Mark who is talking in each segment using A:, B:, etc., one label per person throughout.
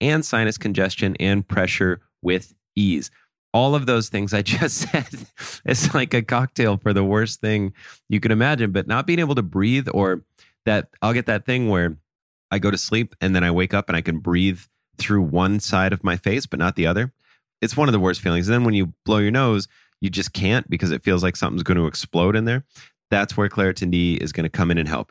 A: and sinus congestion and pressure with ease. All of those things I just said, it's like a cocktail for the worst thing you can imagine. But not being able to breathe, or that I'll get that thing where I go to sleep and then I wake up and I can breathe through one side of my face, but not the other. It's one of the worst feelings. And then when you blow your nose, you just can't because it feels like something's going to explode in there. That's where Claritin D is going to come in and help.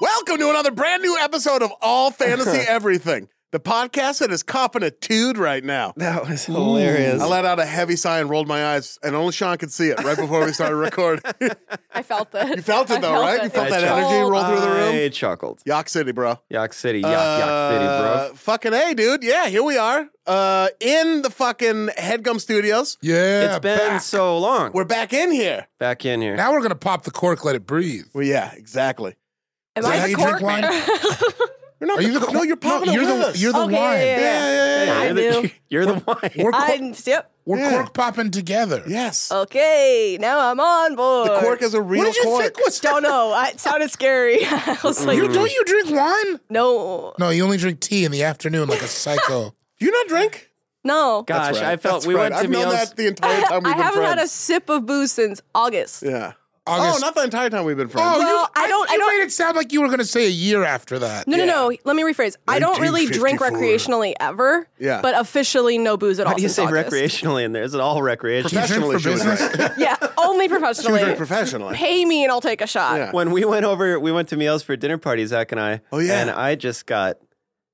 B: Welcome to another brand new episode of All Fantasy Everything, the podcast that is copping a tude right now.
C: That was hilarious.
B: I let out a heavy sigh and rolled my eyes, and only Sean could see it right before we started recording.
D: I felt it.
B: You felt it
D: I
B: though, right? You felt
C: I
B: that energy
D: Cold.
B: roll through the room.
C: I chuckled.
B: Yak City, bro.
C: Yak City, yak, yak City,
B: Uh,
C: bro.
B: fucking a, dude. Yeah, here we are uh, in the fucking Headgum Studios.
E: Yeah,
C: It's been
E: back.
C: so long.
B: We're
C: We're
B: back in here.
C: back in here.
E: now we're gonna pop the cork, let it breathe.
B: Well, yeah, exactly.
D: Am
E: Is that
D: I
E: how
D: the
E: you drink
D: cork
E: wine?
D: man?
B: You're not
E: Are you the
B: no? You're popping
E: no,
B: it
E: you're
B: with
E: the
B: us.
E: you're the
D: Okay,
E: wine.
D: yeah,
B: yeah, yeah, yeah.
D: I
C: you're, the,
D: knew.
C: you're the wine.
E: We're, cork,
D: I'm yep.
E: we're
B: Yeah.
E: cork popping together.
B: Yes.
D: Okay, now I'm on board.
B: the cork is a real
E: What did you
B: cork.
E: think was
D: Don't know. I, it sounded scary. I was like,
E: you? Don't you drink wine?
D: no,
E: No, you only drink tea in the afternoon like a psycho.
B: Do you not drink?
D: no.
C: Gosh,
B: That's right.
C: I felt
B: That's
C: we
B: right.
C: went to
B: I've known
C: meals.
B: that the entire time we've
D: I
B: been
D: haven't
B: friends.
D: had a sip of booze since August.
B: Yeah.
E: August.
B: Oh, not the entire time we've been friends.
E: Oh,
D: Well,
E: you,
D: I don't- I
E: You
D: don't-
E: made it sound like you were gonna say a year after that.
D: No,
B: Yeah.
D: no, no. Let me rephrase. I don't really drink
B: 1954.
D: recreationally ever.
B: Yeah.
D: But officially, no booze at all.
C: Why do you
D: since
C: say
D: August.
C: recreationally in there? Is it all
E: Do you
C: recreational?
E: drink for
B: Professionally, she was
E: business?
D: Yeah, only
B: She was
D: professionally.
B: very professionally.
D: Pay me and I'll take a shot.
B: Yeah.
C: When we went over, we went to meals for dinner party, Zach and I.
B: Oh, yeah.
C: And I just got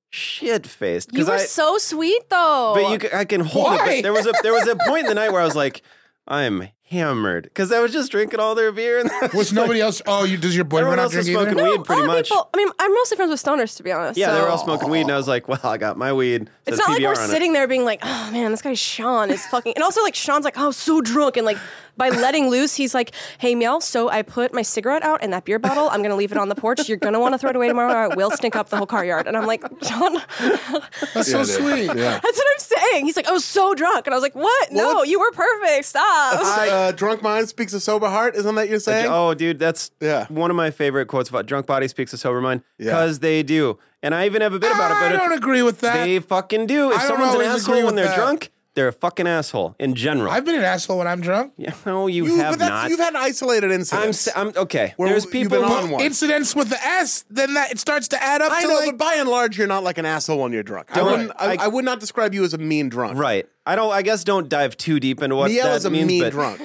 C: shit faced.
D: You were
C: I,
D: so sweet though.
C: But you, ca- I can hold it.
E: Why?
C: But there was a there was a point in the night where I was like, I'm hammered because I was just drinking all their beer and
E: Was nobody else? Oh, you, does your boyfriend
C: Everyone
E: not
C: else was
E: drink either?
C: smoking weed. pretty
D: a lot of
C: much.
D: people- I mean, I'm mostly friends with stoners, to be honest.
C: yeah,
D: so.
C: they were all smoking weed, and I was like, well, I got my weed.
D: It's
C: says
D: not like
C: PBR
D: we're
C: on it.
D: sitting there being like, oh man, this guy Sean is fucking. And also, like, Sean's like, oh, so drunk. And like, by letting loose, he's like, hey, Mel, so I put my cigarette out in that beer bottle. I'm going to leave it on the porch. You're going to want to throw it away tomorrow. Or it will stink up the whole car yard. And I'm like, Sean,
E: That's so sweet.
D: that's what I'm saying. He's like, I was so drunk. And I was like, what?
B: Well,
D: no,
B: that's-
D: you were perfect. Stop.
B: uh, drunk mind speaks a sober heart. Isn't that you're saying?
C: Oh, dude, that's
B: Yeah.
C: one of my favorite quotes about drunk body speaks a sober mind
B: Yeah.
C: because they do. And I even have a bit about it, but
E: I
C: it's-
E: don't agree with that.
C: they fucking do. If
E: I don't
C: someone's an
E: always agree
C: asshole when
E: with
C: they're
E: that.
C: drunk, they're a fucking asshole in general.
E: I've been an asshole when I'm drunk.
C: Yeah, no, you,
B: you,
C: have
B: but that's,
C: not.
B: You've had isolated
C: I'm,
B: incidents.
C: s- I'm okay.
B: Where
C: There's
B: w- you've
C: people
B: been
C: who-
B: on one.
E: Incidents with the S, then that it starts to add up
B: I
E: to
B: know, but
E: like
B: by and large, you're not like an asshole when you're drunk. I
C: Don't-
B: wouldn't. I,
C: I-
B: I would not describe you as a mean drunk.
C: right. I don't. I guess don't dive too deep into what
B: Miel
C: that
B: is a
C: means.
B: mean
C: but
B: drunk.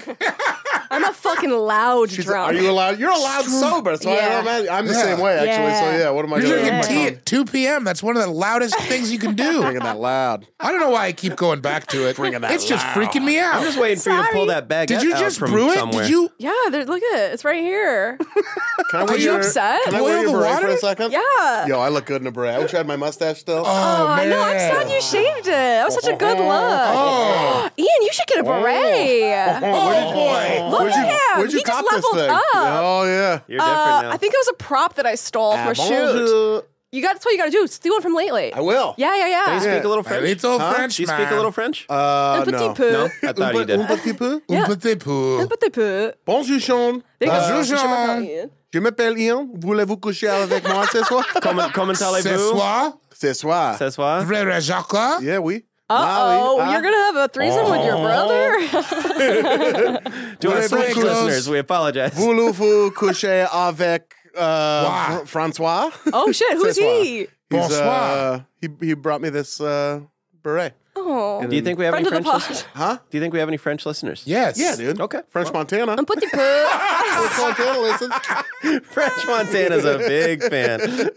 D: I'm a fucking loud
B: She's-
D: drunk.
B: Are you allowed? You're allowed sober, so I
D: Yeah.
B: don't imagine. I'm the
E: Yeah.
B: same way, actually. So
D: Yeah.
B: yeah, what am I
E: You're
B: doing?
E: drinking
B: I'm
E: tea at 2 p.m. That's one of the loudest things you can do.
B: Drinking that loud.
E: I don't know why I keep going back to it.
B: Bringing that
E: it's just
B: loud.
E: freaking me out.
C: I'm just waiting for you to pull
D: Sorry.
C: that bag.
E: Did you
C: out
E: just
C: from
E: brew it?
C: somewhere.
E: Did you?
D: yeah, there, look at it. It's right here.
B: Can I wear
D: you
B: your,
D: upset?
B: Can I
E: Boil
B: wear your
E: the
B: beret for
E: water?
B: a second?
D: Yeah.
B: Yo, I look good in a beret. I wish I had my mustache still.
E: Oh,
D: I
E: man.
D: know. I'm sad you shaved it. That was such a good look. Ian, you should get a beret.
E: Oh boy!
D: Look
B: Where'd you,
D: at him.
B: where'd you
D: he
B: cop
D: just
B: this
D: leveled
B: thing?
D: up.
B: Oh yeah.
C: You're different
D: Uh,
C: now.
D: I think it was a prop that I stole
C: Ah,
D: for shoot.
C: bonjour.
D: You got that's what you got to do. Steal one from Late Late.
B: I will.
D: Yeah, yeah, yeah.
C: Do you speak a little
E: A
C: French?
E: little
C: Huh?
E: French
C: Do you speak
E: man.
C: a little French?
B: Uh,
D: Un petit
B: no.
D: peu.
C: Oh, no, I thought you did.
B: Un petit peu.
E: Un
D: Yeah.
E: petit peu.
D: Un petit peu.
B: Bonjour, Sean.
D: There you go.
E: Bonjour,
D: Je sais pas
E: Jean.
D: parler.
B: Je m'appelle Ian. Voulez-vous coucher avec moi ce soir?
C: Comment, comment
E: Ce
C: allez-vous?
E: soir,
B: Ce soir.
C: Ce soir?
E: Frère Jacques,
B: Yeah, Ah, we.
D: Uh-oh,
C: Ah.
D: you're going to have a threesome with
C: Oh.
D: your brother?
C: To our
B: Voulez-vous
C: French
E: coucher-
C: listeners, we apologize.
B: Voulez-vous coucher avec uh,
E: Wow.
B: Fr- Francois?
D: oh, shit. Who's
B: C'est soir.
D: he?
B: He's,
E: Bonsoir.
B: Uh, he he brought me this uh, beret.
D: Oh.
C: Do you think we have
D: Friend of
C: any
D: the
C: French
D: pod.
C: listeners?
B: Huh?
C: Do you think we have any French listeners?
E: Yes.
B: Yeah, dude.
C: Okay.
B: French Montana.
D: Un petit peu.
B: French Montana listens.
C: French Montana's a big fan.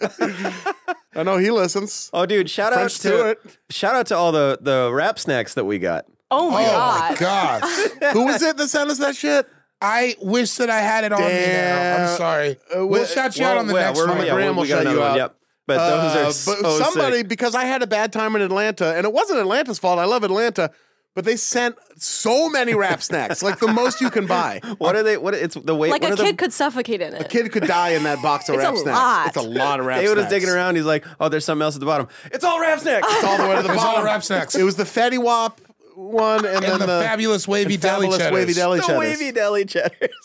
B: I know he listens.
C: Oh, dude! Shout
B: French
C: out to
B: Stewart.
C: shout out to all the the rap snacks that we got.
D: Oh, my
E: Oh
D: God.
E: my gosh.
B: Who is it that sent us that shit?
E: I wish that I had it on me now.
B: Damn.
E: I'm sorry.
B: Uh,
E: we'll
B: wh-
E: shout you out on the
C: well,
E: next
C: we're-
E: one.
C: yeah,
B: Graham
C: we-
B: will
C: we got
B: shout
C: another
B: you
C: one,
B: out.
C: Yep. But
B: Uh,
C: those are
B: but
C: so
B: somebody
C: sick.
B: because I had a bad time in Atlanta, and it wasn't Atlanta's fault. I love Atlanta, but they sent so many rap snacks, like the most you can buy.
C: What are they? What it's the weight?
D: Like
C: what
D: a
C: are the-
D: kid could suffocate in it.
B: Kid could die in that box of
D: It's
B: rap
D: a
B: snacks.
D: lot.
B: It's a lot of rap
C: David was
B: snacks.
C: digging around. He's like, "Oh, there's something else at the bottom. It's all rap snacks."
B: It's all the way to the
E: It's all
B: bottom.
E: rap snacks.
B: It was the Fetty Wap one, and, then
E: and the, fabulous wavy deli
B: fabulous
E: cheddar.
B: wavy deli
C: the
B: cheddars.
C: wavy deli cheddars.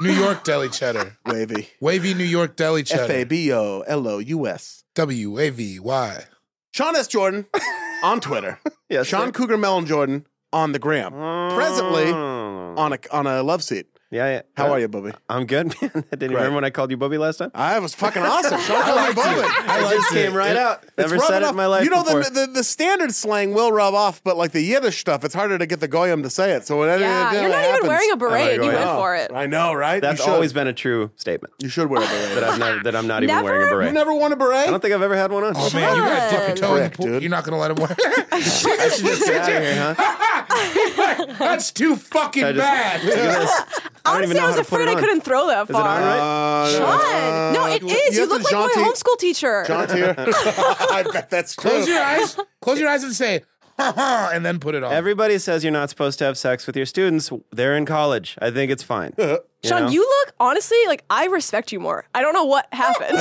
E: New York deli cheddar.
B: Wavy.
E: Wavy New York deli
B: F A
E: cheddar.
B: B O L O U S.
E: W A V Y.
B: Sean S. Jordan on Twitter.
C: Yes,
B: Sean
C: sir.
B: Cougar Mellon Jordan on the gram. Presently on a on a love seat.
C: yeah, Oh. yeah.
B: How are you, Bubby?
C: I'm good, man. I didn't
B: Great. Uh,
C: remember when I called you Bubby last time.
B: I was fucking awesome. Sean Cougar Bubby.
C: I just came right out. Never
B: rubbing
C: said it
B: off.
C: in my life.
B: You know the,
C: before.
B: the the standard slang will rub off, but like the Yiddish stuff, it's harder to get the goyim to say it. So whenever
D: yeah,
B: it
D: you're not
B: happens,
D: even wearing a
C: Oh,
D: beret.
C: my
D: you
C: God.
D: went
B: Oh,
D: for it.
B: I know, right?
C: That's
B: you should.
C: always been a true statement
B: You should wear a beret.
C: that I've never, that I'm not even
D: Never?
C: wearing a
B: you
C: beret.
B: never worn a beret?
C: I don't think I've ever had one on.
E: Oh man, you gotta dip your toe in
B: Correct,
E: the pool.
B: dude.
E: You're not gonna let him wear.
C: Get outta here, huh?
E: That's too fucking
C: I just-
E: bad.
C: Look at this. I don't even
D: Honestly,
C: know
D: I was
C: how to put
D: afraid
C: it
D: I
C: on.
D: couldn't throw that
C: Is it on
D: far.
C: right?
B: Uh,
D: Sean, no, it is. You,
B: have
D: look
B: to
D: like my
B: jaunty-
D: homeschool teacher.
B: jaunty her. I bet that's true.
E: Close your eyes. Close your eyes and say, ha ha, and then put it on.
C: Everybody says you're not supposed to have sex with your students. They're in college. I think it's fine.
D: Sean,
C: know?
D: you look honestly like I respect you more. I don't know what happened.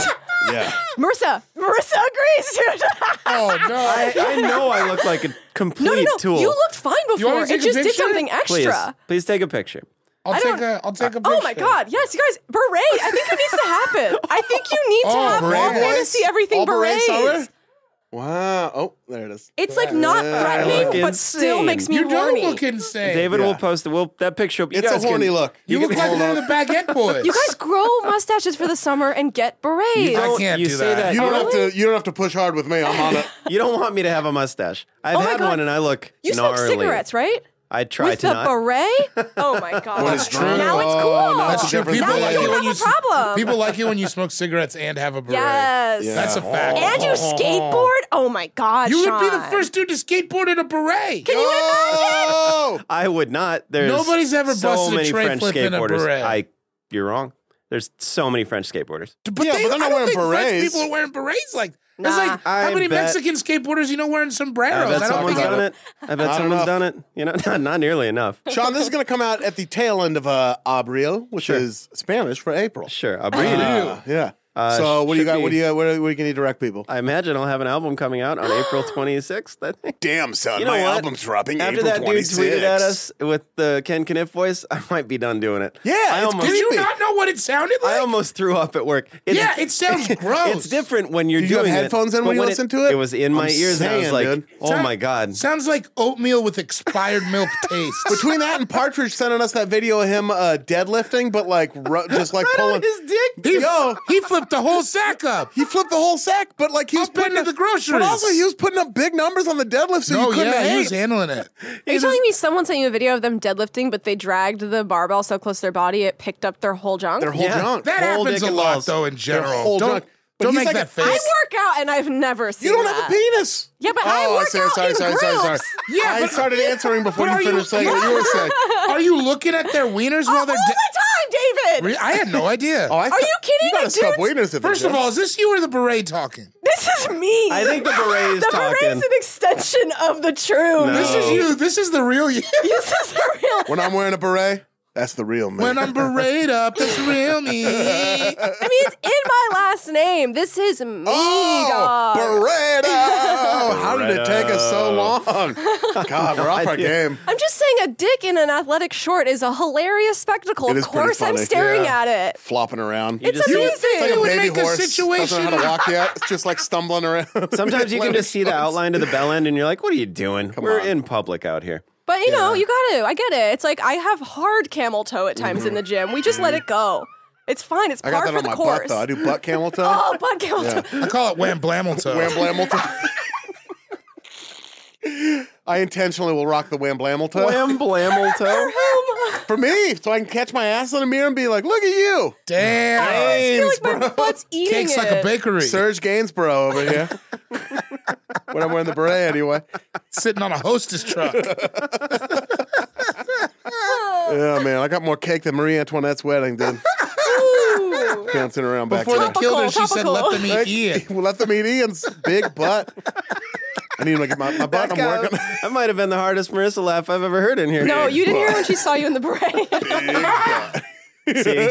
B: yeah.
D: Marissa, Marissa agrees, dude.
E: oh no.
C: I, I know I look like a complete
D: no, no, no.
C: tool.
D: You looked fine
E: want
D: before.
E: me
D: It
E: to take
D: just
E: a
D: did
E: picture?
D: something
C: please,
D: extra.
C: please take a picture.
E: I'll
D: don't-
E: take a. I'll take a.
D: Oh my
E: picture.
D: God! Yes, you guys, beret. I think it needs to happen. I think you need to
E: Oh,
D: have all
E: beret boys?
D: fantasy everything
B: All beret
D: berets.
B: summer? Wow. Oh, there it is.
D: It's like not
B: Uh,
C: I look
D: threatening, but still
C: insane.
D: makes me
E: You don't
D: horny.
E: look insane.
C: David
B: Yeah.
C: will post the, will that picture. You
B: It's
C: guys
B: a horny
C: can,
B: look.
E: You, look
B: can
E: like
B: hold
E: one of
B: on.
E: the baguette boys.
D: You guys grow mustaches for the summer and get berets.
E: I
C: don't-
E: can't
C: you
E: do
C: say
E: that.
C: that.
B: You don't have to. You don't have to push hard with me. I'm on it.
C: You don't want me to have a mustache. I've
D: Oh my
C: had
D: God.
C: one and I look
D: You smoke
C: gnarly.
D: cigarettes, right?
C: I try
D: With
C: to
D: the
C: not.
D: beret? Oh my god!
B: When it's true.
D: Now it's cool.
B: Oh, no, it's
E: That's true.
B: different
D: now
E: People
B: thing.
E: like
D: you
E: it
D: don't
E: when you
D: have a problem.
E: People like it when you smoke cigarettes and have a beret.
D: yes.
B: Yeah.
E: That's a fact.
D: And you skateboard? Oh my god!
E: You would be the
D: Sean.
E: first dude to skateboard in a beret.
D: Can you imagine?
B: Oh,
C: I would not. There's
E: Nobody's ever
C: so
E: busted a
C: many
E: tray
C: French
E: flip in a
C: skateboarders.
E: beret.
C: I, you're wrong. There's so many French skateboarders.
E: But,
B: Yeah,
E: they,
B: but they're not
E: I don't
B: wearing
E: think French
B: berets.
E: people are wearing berets like. It's
D: Nah.
E: like
C: I
E: how many
C: bet-
E: Mexican skateboarders you know wearing
C: I
E: sombreros?
C: bet
E: I don't
C: someone's
E: think
C: done
E: I-
C: it. I bet
B: Not
C: someone's
B: enough.
C: done it. You know, not, not nearly enough.
B: Sean, this is going to come out at the tail end of uh, Abril, which
C: Sure.
B: is Spanish for April.
C: Sure, I'll bring it.
B: Uh, yeah. so what do you
C: should
B: got? What do
C: be-
B: you got? Where, where can you direct people?
C: I imagine I'll have an album coming out on April 26th. I think.
B: Damn, son,
C: You know what? After that dude tweeted at us with the Ken Kniff voice, I might be done doing it.
B: Yeah,
C: I
B: it's
C: almost,
E: Did you
B: Creepy.
E: not know what it sounded like?
C: I almost threw up at work. It's,
E: yeah, it sounds gross.
C: It's different when you're
B: Did you have
C: doing it,
B: headphones in
C: but
B: when you
C: it-
B: listened to it?
C: It was in my
B: I'm
C: ears, and I was
B: saying,
C: like,
B: dude.
C: "Oh my god!"
E: Sounds like oatmeal with expired milk taste.
B: Between that and Partridge sending us that video of him uh, deadlifting, but like ru- just like
C: Right
B: pulling
C: on his dick.
E: he,
B: Yo,
E: he flipped the whole sack up.
B: he flipped the whole sack, but like he was
E: Up into
B: putting up-
E: the groceries.
B: But also, he was putting up big numbers on the deadlift, so
E: No,
B: you couldn't
E: yeah, he
B: hate.
E: was handling it.
D: Are you telling me someone sent you a video of them deadlifting, but they dragged the barbell so close to their body it picked up their whole junk?
B: Their whole
C: Yeah.
B: junk.
E: That
C: Whole
E: happens
C: dick
E: a
C: and
E: lot,
C: balls.
E: though. In
B: Their
E: general,
B: whole
E: don't
B: junk. But
E: don't
B: he's
E: make
B: like
E: that
B: a-
E: face.
D: I work out and I've never seen
B: You don't
D: that.
B: have a penis.
D: Yeah, but
B: Oh,
D: I work out in groups.
E: Yeah,
B: I
E: but-
B: started answering before
E: but
B: you
E: are you-
B: finished saying what you were saying.
E: Are you looking at their wieners
D: Oh,
E: while
D: all
E: they're?
D: the
E: De-
D: time, David.
E: Re- I had no idea.
B: Oh, I
D: Are you kidding?
B: You gotta
D: Like,
B: stop
D: dudes-
B: wieners at the
E: First of
B: gym.
E: all, is this you or the beret talking?
D: This is me.
C: I think the beret is
D: the
C: talking.
D: beret is an extension of the truth.
C: No.
E: This is you. This is the real you.
D: This is the real.
B: when I'm wearing a beret, That's the real man.
E: When I'm berate up, that's real me.
D: I mean, it's in my last name. This is me,
B: Oh,
D: dog.
B: Burrito! How did it take us so long? God, we're off our game.
D: I'm just saying, a dick in an athletic short is a hilarious spectacle.
B: It
D: of
B: is pretty
D: course, I'm
B: funny,
D: staring
B: yeah.
D: at it.
B: Flopping around.
D: It's
C: just-
D: amazing.
B: It's like
E: You
B: a
E: would
B: baby
E: make a
B: horse. Doesn't know how
E: situation-
B: to walk yet. It's just like stumbling around.
C: Sometimes you can just see the outline to the bell end and you're like, what are you doing? We're
B: on.
C: in public out here.
D: but you know, you got to. I get it. It's like I have hard camel toe at times in the gym. We just let it go. It's fine. It's
B: Mm-hmm. I
D: par
B: got that
D: for
B: on
D: the
B: my butt
D: course.
B: though. I do butt camel toe.
D: oh, butt camel toe.
E: I call it wham blamel toe.
B: Wham-blamel toe. I intentionally will rock the wham blamel toe.
C: Wham blamel toe.
D: Um,
B: For me, so I can catch my ass in the mirror and be like, look at you.
E: Damn.
D: I feel like my butt's eating
E: Cake's
D: it.
E: like a bakery.
B: Serge Gainsborough over here. when I'm wearing the beret anyway.
E: Sitting on a hostess truck.
B: Yeah, Oh, man, I got more cake than Marie Antoinette's wedding did.
D: Ooh.
B: Dancing around back
E: Before they
B: there.
E: killed her, she said,
D: topical.
E: let them eat Ian.
B: Well, let them eat Ian's big butt. I need to get my, my butt. I'm
C: God,
B: working.
C: that might have been the hardest Marissa laugh I've ever heard in here.
D: No, you didn't hear when she saw you in the brain.
C: See?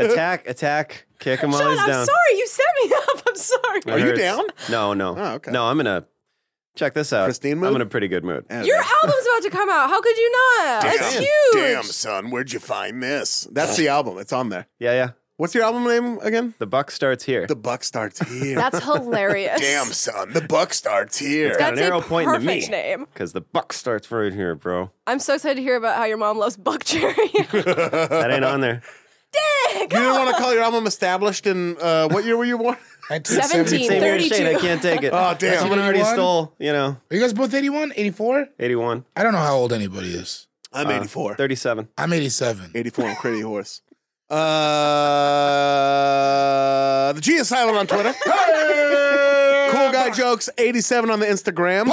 C: attack, attack, kick him while
D: John,
C: he's
D: I'm
C: down.
D: sorry. You set me up. I'm sorry.
C: It
B: Are you
C: hurts.
B: down?
C: No, no.
B: Oh, okay.
C: No, I'm in a check this out.
B: Pristine mood?
C: I'm in a pretty good mood.
D: Your album's about to come out. How could you not? It's huge.
B: Damn, son, where'd you find this? That's the album. It's on there.
C: Yeah, yeah.
B: What's your album name again?
C: The buck starts here.
B: The Buck Starts Here.
D: That's hilarious.
B: Damn, son, the buck starts here.
D: That's
C: Got an arrow
D: a
C: pointing to
D: perfect
C: me.
D: name.
C: Because the buck starts right here, bro.
D: I'm so excited to hear about how your mom loves Buckcherry.
C: That ain't on there.
B: You didn't want to call your album established in uh, what year were you born?
E: 1974.
C: Same weird shade. I
D: 32.
C: can't take it.
B: Oh, damn.
C: Someone already
E: 81?
C: stole, you know,
E: Are you guys both 81? 84?
C: 81,
E: I don't know how old anybody is.
B: I'm 84.
C: 37.
E: I'm 87.
B: 84 on Crazy Horse. Uh, the G is silent on Twitter. cool guy jokes 87 on the Instagram.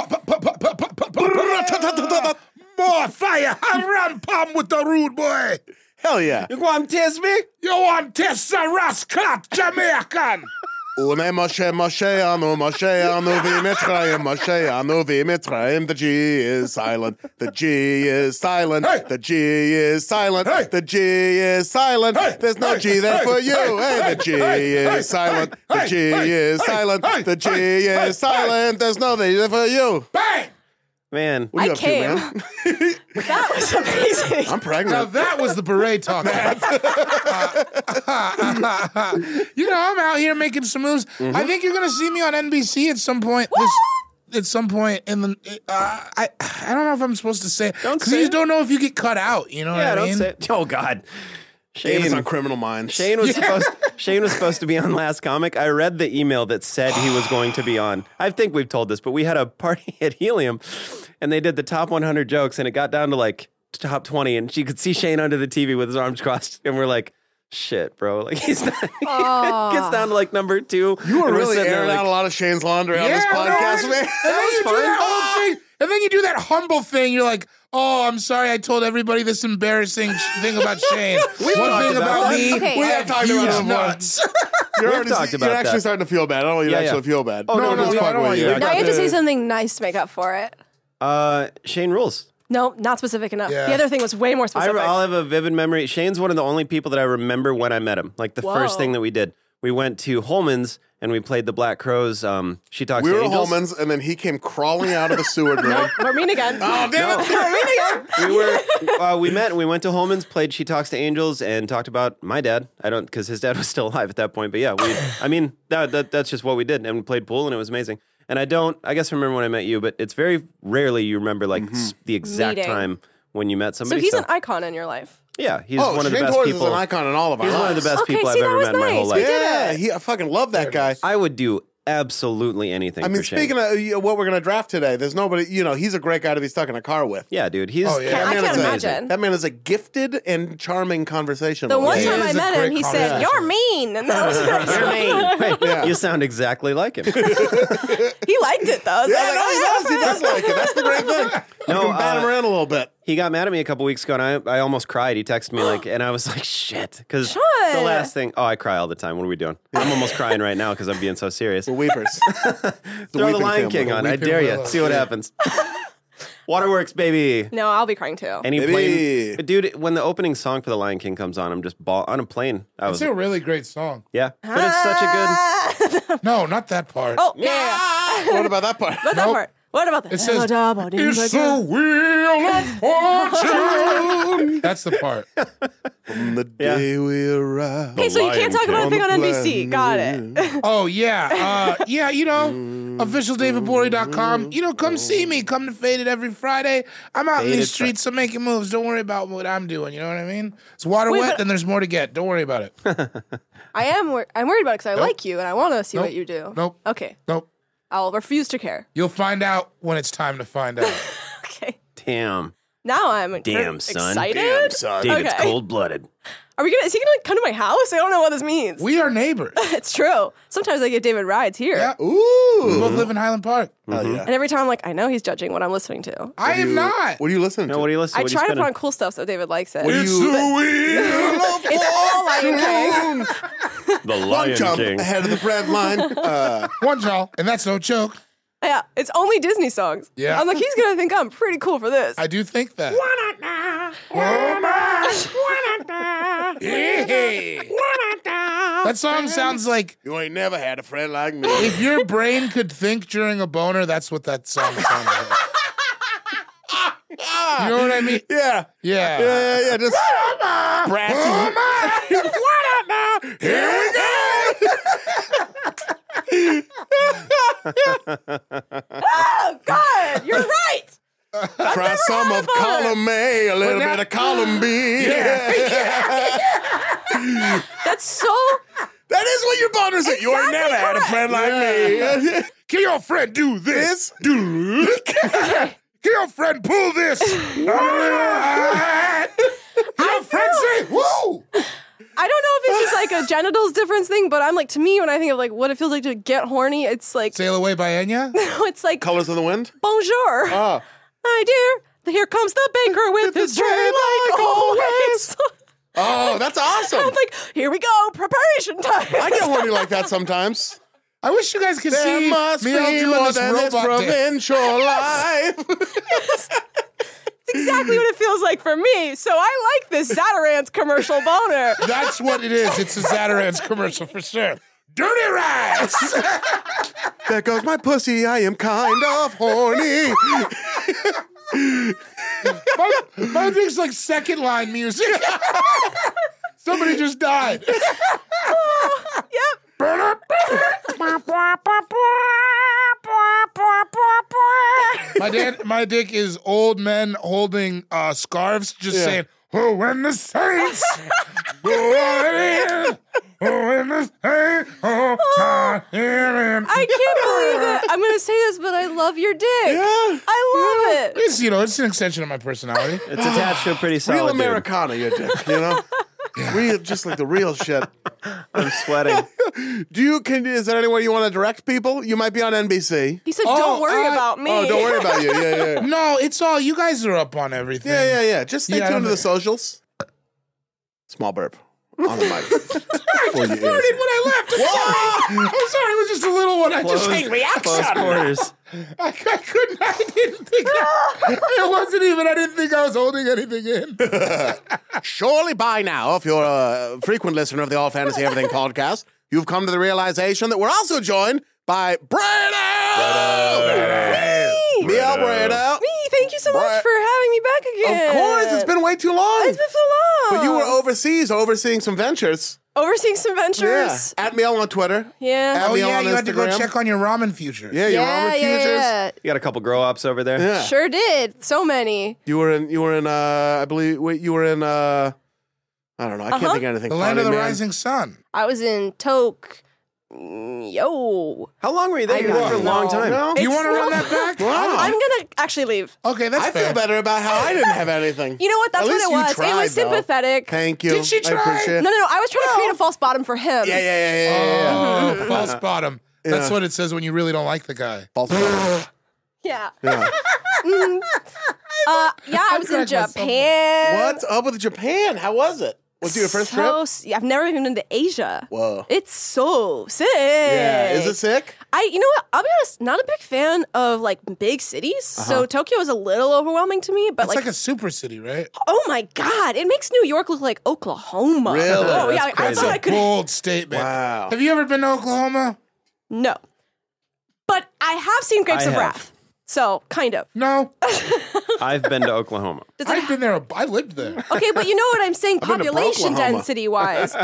E: More fire! Haram palm with the rude boy!
B: Hell yeah.
C: You want to test me?
E: You want Tessaras Cut Jamaican!
B: Une moshe moshe anu moshe anu v'mitrayim moshe anu v'mitrayim. The G is silent. The G is silent.
E: Hey.
B: The G is silent.
E: Hey.
B: The G is silent.
E: Hey.
B: There's no
E: Hey.
B: G there
E: Hey.
B: for you.
E: Hey.
B: Hey, the G
E: Hey. Hey.
B: is silent. The
E: Hey.
B: G
E: Hey.
B: is
E: Hey.
B: silent.
E: Hey.
B: The G
E: Hey. Hey.
B: is silent. There's nothing there for you.
E: Bang!
C: Man,
B: What are you
D: I
B: up to,
D: came.
B: man?
D: that was amazing.
B: I'm
E: Now
B: pregnant.
E: that was the beret talk. you know, I'm out here making some moves.
C: Mm-hmm.
E: I think you're gonna see me on NBC at some point. This, at some point in the, uh, I I don't know if I'm supposed to say.
C: Don't
E: you
C: say
E: just
C: it.
E: don't know if you get cut out. You know
C: yeah,
E: what I
C: don't
E: mean?
C: say it. Oh, God.
B: Dave is
C: Shane,
B: on Criminal Minds.
C: Shane was supposed Shane was supposed to be on Last Comic. I read the email that said he was going to be on. I think we've told this, but we had a party at Helium and they did the top 100 jokes and it got down to like top 20 and she could see Shane under the TV with his arms crossed and we're like shit, bro. Like he's not
D: Aw.
C: it gets down to like number 2.
B: You were
C: and we're
B: really
C: sitting there,
B: airing
C: like,
B: out a lot of Shane's laundry on this
E: no,
B: podcast,
E: and-
B: man.
E: And then you do that
C: Ah!
E: whole thing, and then you do that humble thing. You're like, "Oh, I'm sorry, I told everybody this embarrassing sh- thing about Shane. One
C: talked
E: thing
C: about
E: about,
C: that.
E: me,
D: Okay.
E: we
D: We
B: have
E: have
B: talked
E: huge
B: about it before.
E: nuts.
B: You're,
C: We've
B: already,
C: talked about
B: you're actually
C: that.
B: starting to feel bad. I don't want you
C: Yeah,
B: to
C: yeah.
B: actually feel bad.
C: Oh, no,
B: I'm
C: no,
B: just
C: no, I
B: fucking
C: don't
B: with
C: want you.
D: now you have to say
B: Yeah.
D: something nice to make up for it.
C: uh Shane rules.
D: No, not specific enough.
E: Yeah.
D: The other thing was way more
C: I,
D: specific.
C: will have a vivid memory. Shane's one of the only people that I remember when I met him. Like the first
D: Whoa.
C: thing that we did, we went to Holman's and we played the Black Crows. Um, she talks
B: We
C: to
B: were at
C: angels.
B: Holman's, and then he came crawling out of the sewer drain.
D: We're mean again.
B: Oh, damn it.
D: We're mean again.
C: We were uh, we met. We went to Holman's, played She Talks to Angels, and talked about my dad. I don't because his dad was still alive at that point. But yeah, we. I mean that, that that's just what we did, and we played pool, and it was amazing. And I don't. I guess I remember when I met you, but it's very rarely you remember like
B: Mm-hmm.
C: s- the exact
D: Meeting.
C: time when you met
D: So
C: somebody.
D: he's an icon in your life.
C: yeah, he's one
B: Oh,
C: of the
B: Shane
C: best
B: Torres is
C: people.
B: an icon in all of our
C: He's one of
B: lives.
C: the best
D: Okay,
C: people
D: see,
C: I've
D: that
C: ever
D: was
C: met in my whole
D: nice.
C: life.
D: We did
B: Yeah,
D: it.
B: he, I fucking love that guy.
C: I would do absolutely anything.
B: I mean,
C: for Shane.
B: speaking of uh, what we're going to draft today, there's nobody, you know, he's a great guy to be stuck in a car with.
C: yeah, dude, he's
E: Oh, yeah. Can't-
B: That man
E: I
D: can't
B: is a-
D: imagine.
B: that man is a gifted and charming conversational.
D: The one
E: Yeah.
D: time
E: It
D: I
E: is a
D: met
E: great
D: him, he said,
E: conversation.
D: You're mean. And that was
C: Wait,
B: Yeah.
C: You sound exactly like him.
D: He liked it, though. So
B: Yeah, no,
D: I was like, "Oh,
B: he
D: yeah,
B: does, he does like it. That's the great thing.
C: No,
B: you can bat
C: uh,
B: him around a little bit.
C: he got mad at me a couple weeks ago, and I, I almost cried. He texted me like, and I was like, shit, because the
D: Sean.
C: last thing. Oh, I cry all the time. What are we doing? I'm almost crying right now because I'm being so serious.
B: The Weepers.
C: Throw the
B: Weeping
C: Lion
B: Family.
C: King on. I
E: Weeping
C: dare
E: Willow.
C: you. See what
E: Yeah.
C: happens. Waterworks, baby.
D: No, I'll be crying too.
C: And he
B: Baby.
C: played, but dude, when the opening song for The Lion King comes on, I'm just ball on a plane. I was,
E: It's a really great song.
C: yeah, but it's such
B: Ah!
C: a
E: No, not that part.
D: Oh, yeah. yeah.
B: what about that part?
D: What about that
E: Nope.
D: part? What about that?
E: It says, It's the wheel of fortune. That's the part.
B: From the
C: Yeah.
B: day we arrive.
D: Okay, so you can't talk about a thing on
B: On the
D: NBC.
B: plan.
D: Got it.
E: Oh, yeah. Uh, yeah, you know, officialdavidbory.com. You know, come see me. Come to Faded every Friday. I'm out in
C: Faded
E: these streets. I'm making moves. Don't worry about what I'm doing. You know what I mean? It's water
D: Wait,
E: wet,
D: but-
E: then there's more to get. Don't worry about it.
D: I am. Wor- I'm worried about it because I like you and I want to see what
E: Nope.
D: you do.
E: Nope.
D: Okay.
E: nope.
D: I'll refuse to care.
E: You'll find out when it's time to find out.
D: Okay.
C: good damn.
D: Now I'm
C: Damn, son.
D: excited.
B: Damn, son.
C: David's
D: Okay.
C: cold blooded.
D: Are we gonna? Is he gonna like, come to my house? I don't know what this means.
E: we are neighbors.
D: it's true. Sometimes I get David rides here,
E: Yeah. We
B: Ooh.
E: both live in Highland Park.
B: Hell yeah.
D: and every time I'm like, I know he's judging what I'm listening to.
E: I am not.
B: What are you listening
C: No,
B: to?
C: what are you listening?
D: I
C: what are
D: try
C: you
D: to put
C: spinning?
D: on cool stuff so David likes it.
B: What are
E: It's
B: you-
E: the wheel
D: It's all Lion King.
E: of fortune.
C: the
B: One
C: Lion
B: jump
C: King.
B: ahead of the bread line. Uh,
E: One y'all, and that's no joke.
D: Yeah, it's only Disney songs.
E: Yeah.
D: I'm like, he's gonna think I'm pretty cool for this.
E: I do think that. Hey. That song sounds like
B: you ain't never had a friend like me.
E: if your brain could think during a boner, that's what that song sounds like. You know what I mean?
B: Yeah.
E: Yeah.
B: Yeah, yeah, yeah. Just brassy. Here we go.
D: oh God, you're right.
B: Try some of column A, a little
E: now-
B: bit of column B.
E: Yeah.
D: That's so.
B: That is what your bonus is. You ain't never
D: Exactly
B: had a friend like me.
E: Can your friend do this? Do. Can your friend pull this? what? Your friend say, woo!
D: I don't know if it's just like a genitals difference thing, but I'm like, to me, when I think of like what it feels like to get horny, it's like,
E: Sail away by Enya?
D: it's like
B: Colors of the Wind?
D: bonjour.
B: Oh.
D: Hi, dear. Here comes the baker with his tray, like always.
B: Oh, that's awesome.
D: I'm like, here we go, preparation time.
B: I get horny like that sometimes.
E: I wish you guys could
B: There
E: see me all
B: must be
E: doing
B: more
E: this
B: than this
E: robot dance.
B: provincial life.
D: That's exactly what it feels like for me. So I like this Zatarans commercial boner.
E: That's what it is. It's a Zatarans commercial for sure. Dirty rats.
B: there goes my pussy. I am kind of horny.
E: my, my thing's like second line music. Somebody just died. My dad, my dick is old men holding uh, scarves, just
B: Yeah.
E: saying, "Oh, when the saints go on in, oh, when the saints go on in."
D: I can't believe it. I'm gonna say this, but I love your dick.
B: Yeah.
D: I love it.
E: It's you know, it's an extension of my personality.
C: It's attached to a pretty solid.
B: Real
C: dude.
B: Americana, your dick, you know? Real, just like the real shit.
C: I'm sweating.
B: Do you can? Is there any way you want to direct people? You might be on NBC.
D: He said,
E: Oh,
D: "Don't worry
E: I-
D: about me."
B: Oh, don't worry about you. Yeah, yeah, yeah.
E: No, it's all you guys are up on everything.
B: yeah, yeah, yeah. Just stay
E: Yeah, I don't
B: tuned to the
E: know.
B: socials. Small burp on the mic. For your ears. Ah!
E: farted when I left. I'm sorry. I'm sorry. It was just a little one. I just
C: Close- close quarters.
E: I, I couldn't. I didn't think. I, it wasn't even. I didn't think I was holding anything in.
B: Surely by now, if you're a frequent listener of the All Fantasy Everything podcast, you've come to the realization that we're also joined by Brado! Mia Brado.
D: me. Thank you so much
B: Right.
D: for having me back again.
B: Of course, it's been way too long.
D: It's been so long.
B: But you were overseas, overseeing some ventures.
D: overseeing some ventures.
B: At Miel on Twitter.
D: Yeah.
B: At
E: Oh
B: Miel
E: yeah,
B: on
E: you
B: Instagram.
E: had to go check on your ramen future.
B: yeah, you were on
D: yeah,
B: with
D: yeah,
B: Futures.
D: yeah.
C: You got a couple grow ups over there.
B: Yeah.
D: Sure did. So many.
B: You were in. You were in. Uh, I believe. Wait, you were in. Uh, I don't know. I can't
D: Uh-huh.
B: think of anything.
E: The land of the
B: funny, man.
E: rising sun.
D: I was in Toke. Mm, Yo.
C: How long were you there?
D: I
C: You were there for a
D: don't
C: long
D: know.
C: time.
B: No?
E: you want to run that back?
B: Wow.
D: I'm gonna actually leave.
E: Okay, that's
B: I
E: fair.
B: feel better about how I didn't have anything.
D: You know what? That's
B: At
D: what
B: least
D: it
B: you
D: was. it
B: tried,
D: was
B: though.
D: sympathetic.
B: Thank you.
E: Did she
B: I
E: try?
B: appreciate it.
D: No, no, no. I was trying to create a false bottom for him.
B: Yeah, yeah, yeah, yeah, yeah, yeah.
E: Oh, false bottom. That's
B: Yeah.
E: what it says when you really don't like the guy.
B: False bottom.
D: Yeah.
B: Yeah.
D: Mm. uh, yeah, I was in
E: cracked myself up.
D: Japan.
B: What's up with Japan? How was it? Was it your first
D: so,
B: trip?
D: s- I've never even been to Asia.
B: Whoa.
D: It's so sick.
B: Yeah. Is it sick?
D: I, you know what? I'll be honest. Not a big fan of like big cities,
B: Uh-huh.
D: so Tokyo is a little overwhelming to me. But
E: It's
D: like,
E: like a super city, right?
D: oh my god, it makes New York look like Oklahoma.
B: Really?
D: Oh yeah,
C: That's
D: I- I
C: crazy.
D: thought I could.
E: Bold statement.
B: Wow.
E: Have you ever been to Oklahoma?
D: No, but I have seen Grapes
C: I
D: of
C: have.
D: Wrath, so kind of.
E: No,
C: I've been to Oklahoma.
D: Does it
E: I've been there. a- I lived there.
D: Okay, but you know what I'm saying,
B: been to
D: population
B: Oklahoma.
D: density wise,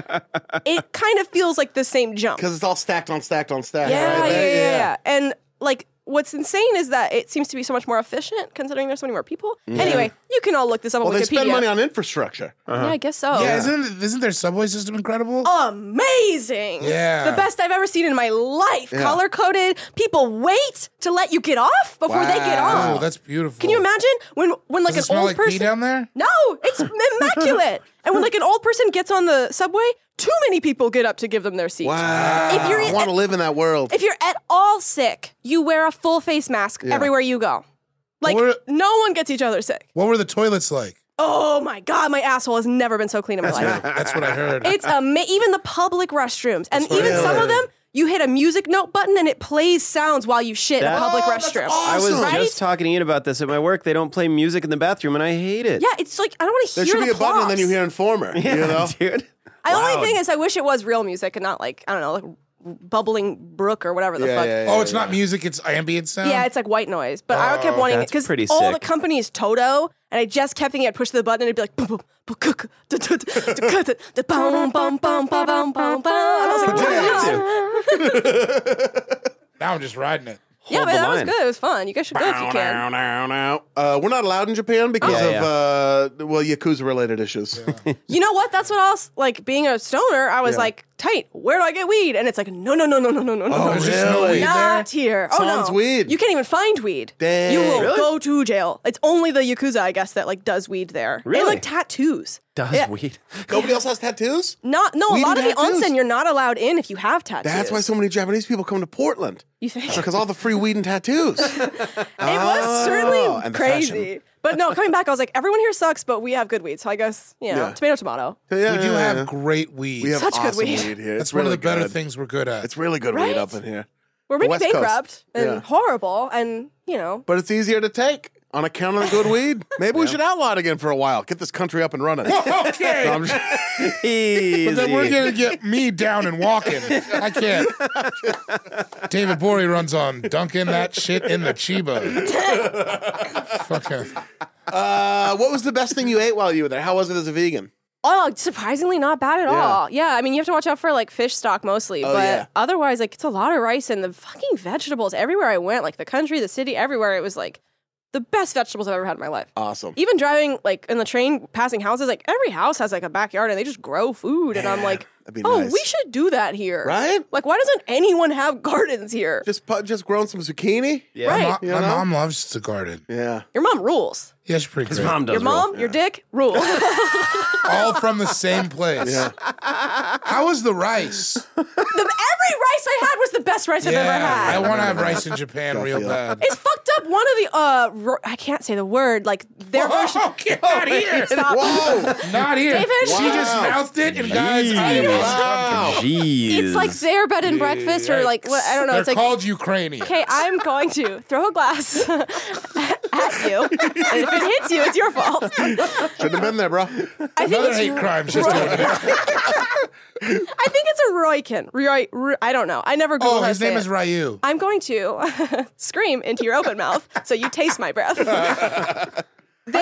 D: it kind of feels like the same jump.
B: Because it's all stacked on stacked on stacked.
D: Yeah,
B: right?
D: yeah,
B: There-
D: yeah, yeah, And like, what's insane is that it seems to be so much more efficient considering there's so many more people. Anyway, you can all look this up
B: Well,
D: on
B: they
D: Wikipedia.
B: spend money on infrastructure.
E: Uh,
D: yeah, I guess so.
E: Yeah, Oh, isn't isn't their subway system incredible?
D: Amazing.
E: Yeah.
D: The best I've ever seen in my life. Color coded. People wait to let you get off before they get
E: oh,
D: on.
E: that's beautiful.
D: Can you imagine when when like
E: Does it
D: an
E: smell
D: old
E: like pee
D: person
E: down there?
D: No, it's immaculate. and when like an old person gets on the subway, too many people get up to give them their seat. If you're
B: I want to live in that world.
D: if you're at all sick, you wear a full face mask everywhere you go. Like
E: What-
D: no one gets each other sick.
E: What were the toilets like?
D: Oh my god, my asshole has never been so clean in my life.
E: That's what I heard.
D: It's ama- even the public restrooms, and even some of them, you hit a music note button and it plays sounds while you shit in a
C: That-
D: public
B: Oh, that's
D: restroom.
C: I was
B: Awesome.
D: Right?
C: just talking to Ian about this at my work. They don't play music in the bathroom, and I hate it.
D: yeah, it's like I don't want to
B: there
D: hear
B: should be
D: the
B: a button and then you
D: plops.
B: hear Informer. You know?
C: dude.
D: I
C: Loud.
D: only thing is, I wish it was real music and not like I don't know, like bubbling brook or whatever the
B: Yeah,
D: fuck.
B: yeah, yeah,
E: oh, it's
B: yeah.
E: not music. It's ambient sound.
D: Yeah, it's like white noise. But I kept wanting it
C: that's
D: because
C: pretty
D: all
C: sick.
D: the company is Toto, and I just kept thinking I'd push the button and it'd be like boom boom boom cook da, da, da, da, da, da, da, boom boom boom boom boom boom boom. And I was like, yeah,
E: now I'm just riding it.
D: yeah
C: Hold
D: but
C: the
D: that was
C: line.
D: good. It was fun. You guys should go if you can.
B: Uh, we're not allowed in Japan because
C: Yeah,
B: of
C: yeah.
B: uh, well, yakuza related issues.
D: You know what? That's what I was like. Being a stoner, I was like, tight. Where do I get weed? And it's like, no, no, no, no, no, no, no, no.
E: There's just no
B: really?
E: weed Oh, there.
D: Not here. Oh
B: Sans
D: no,
B: weed.
D: You can't even find weed.
B: Dang.
D: You will
B: Really?
D: go to jail. It's only the yakuza, I guess, that like does weed there. And
C: Really?
D: like tattoos.
C: Does
D: Yeah.
C: weed?
B: Nobody else has tattoos.
D: Not no.
B: Weed
D: a lot of
B: and
D: the
B: tattoos?
D: onsen you're not allowed in if you have tattoos.
B: That's why so many Japanese people come to Portland
D: you think it
B: because all the free weed and tattoos.
D: was certainly
B: and Oh, the
D: crazy.
B: fashion.
D: But no, coming back, I was like, everyone here sucks, but we have good weed, so I guess you know,
B: Yeah.
D: tomato, tomato.
B: yeah,
E: We do
B: yeah,
E: have
B: yeah.
E: great weed.
B: we have
D: Such good
B: awesome
D: weed.
B: here.
E: That's
B: it's
E: one
B: really
E: of the better
B: good.
E: things we're good at.
B: It's really good
D: Right?
B: weed up in here,
D: We're maybe
B: West Coast.
D: bankrupt and
B: Yeah.
D: horrible, and you know,
B: but it's easier to take on account of the good weed. Maybe we should outlaw it again for a while. Get this country up and running.
E: okay.
B: I'm just-
E: But then we're
C: Easy.
E: gonna get me down and walking. I can't. David Bory runs on dunking that shit in the Chiba. Fucking.
B: Uh, what was the best thing you ate while you were there? How was it as a vegan?
D: oh, surprisingly not bad at all. Yeah, I mean, you have to watch out for like fish stock mostly, but
B: Oh, yeah.
D: otherwise, like it's a lot of rice and the fucking vegetables everywhere I went, like the country, the city, everywhere. It was like the best vegetables I've ever had in my life.
B: Awesome.
D: even driving like in the train passing houses like every house has like a backyard and they just grow food and i'm like
B: that'd be
D: oh
B: nice."
D: we should do that here
B: Right?
D: like why doesn't anyone have gardens here
B: Just pu- just grown some zucchini.
C: Yeah.
D: right
E: My, my mom loves the garden.
B: Yeah.
D: your mom rules
E: Yeah, she's pretty great.
C: Mom does
D: your mom your dick rule the
E: All from the same place. How was the rice?
D: every rice i had was the best rice i've ever
E: I
D: had
E: want to have rice in Japan real
B: Garfield.
E: bad.
D: it's fucked up one of the uh ro- i can't say the word like their version
E: Oh, get out of here!
D: stop
B: Whoa!
E: Not here.
D: David.
E: She just
B: Wow.
E: mouthed it, and guys, I am
B: wow!
C: Jeez.
D: it's like their bed and breakfast or like what i don't know
E: They're
D: it's like
E: called Ukrainian.
D: Okay, I'm going to throw a glass at you. And if it hits you, it's your fault.
B: Shouldn't have been there, bro.
D: I think
E: Another
D: it's
E: hate crime just
D: Roy-
E: happened.
D: I think it's a Roykin. Roy, Roy, I don't know. I never Googled
E: Oh,
D: how to
E: his
D: say
E: name
D: it.
E: is Ryu.
D: I'm going to scream into your open mouth so you taste my breath. they,
E: I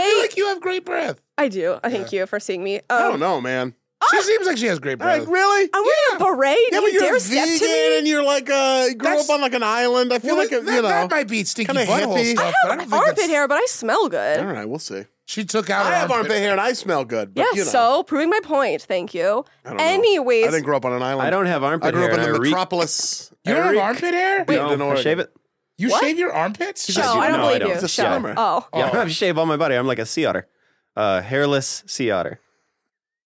E: feel like you have great breath.
D: I do. I thank you for seeing me. Um,
B: I don't know, man.
D: Oh.
E: She seems like she has great breath.
B: Like, really?
D: I'm wearing a beret.
B: Yeah,
D: Do
B: but
D: you
B: you're
D: dare
B: a
D: step to
B: vegan
D: me.
B: and you're like uh you grew
E: That's-
B: up on like an island. I feel
E: Well,
B: like
E: that,
B: it, you know.
E: that might be stinky
B: kinda
E: butthole
B: hippie.
E: stuff. but I don't think
D: Armpit
E: it's-
D: hair, but I smell good.
B: All right, we'll see.
E: She took out.
B: I
E: her
B: have armpit hair and I smell good. But,
D: yeah,
B: you know,
D: so proving my point. Thank you.
B: I don't know.
D: Anyways,
B: I didn't grow up on an island.
C: I don't have armpit
B: I grew up
C: hair
B: in
C: and
B: the
C: I re-
B: metropolis.
E: You don't have armpit hair?
B: Wait,
C: No, I shave it.
E: you
D: What?
E: shave your armpits?
D: Show. I don't
C: No, I
D: believe
C: don't.
D: you.
C: It's
B: a
D: Show.
B: summer.
D: Oh,
C: Yeah, I shave all my body. I'm like a sea otter, uh, hairless sea otter.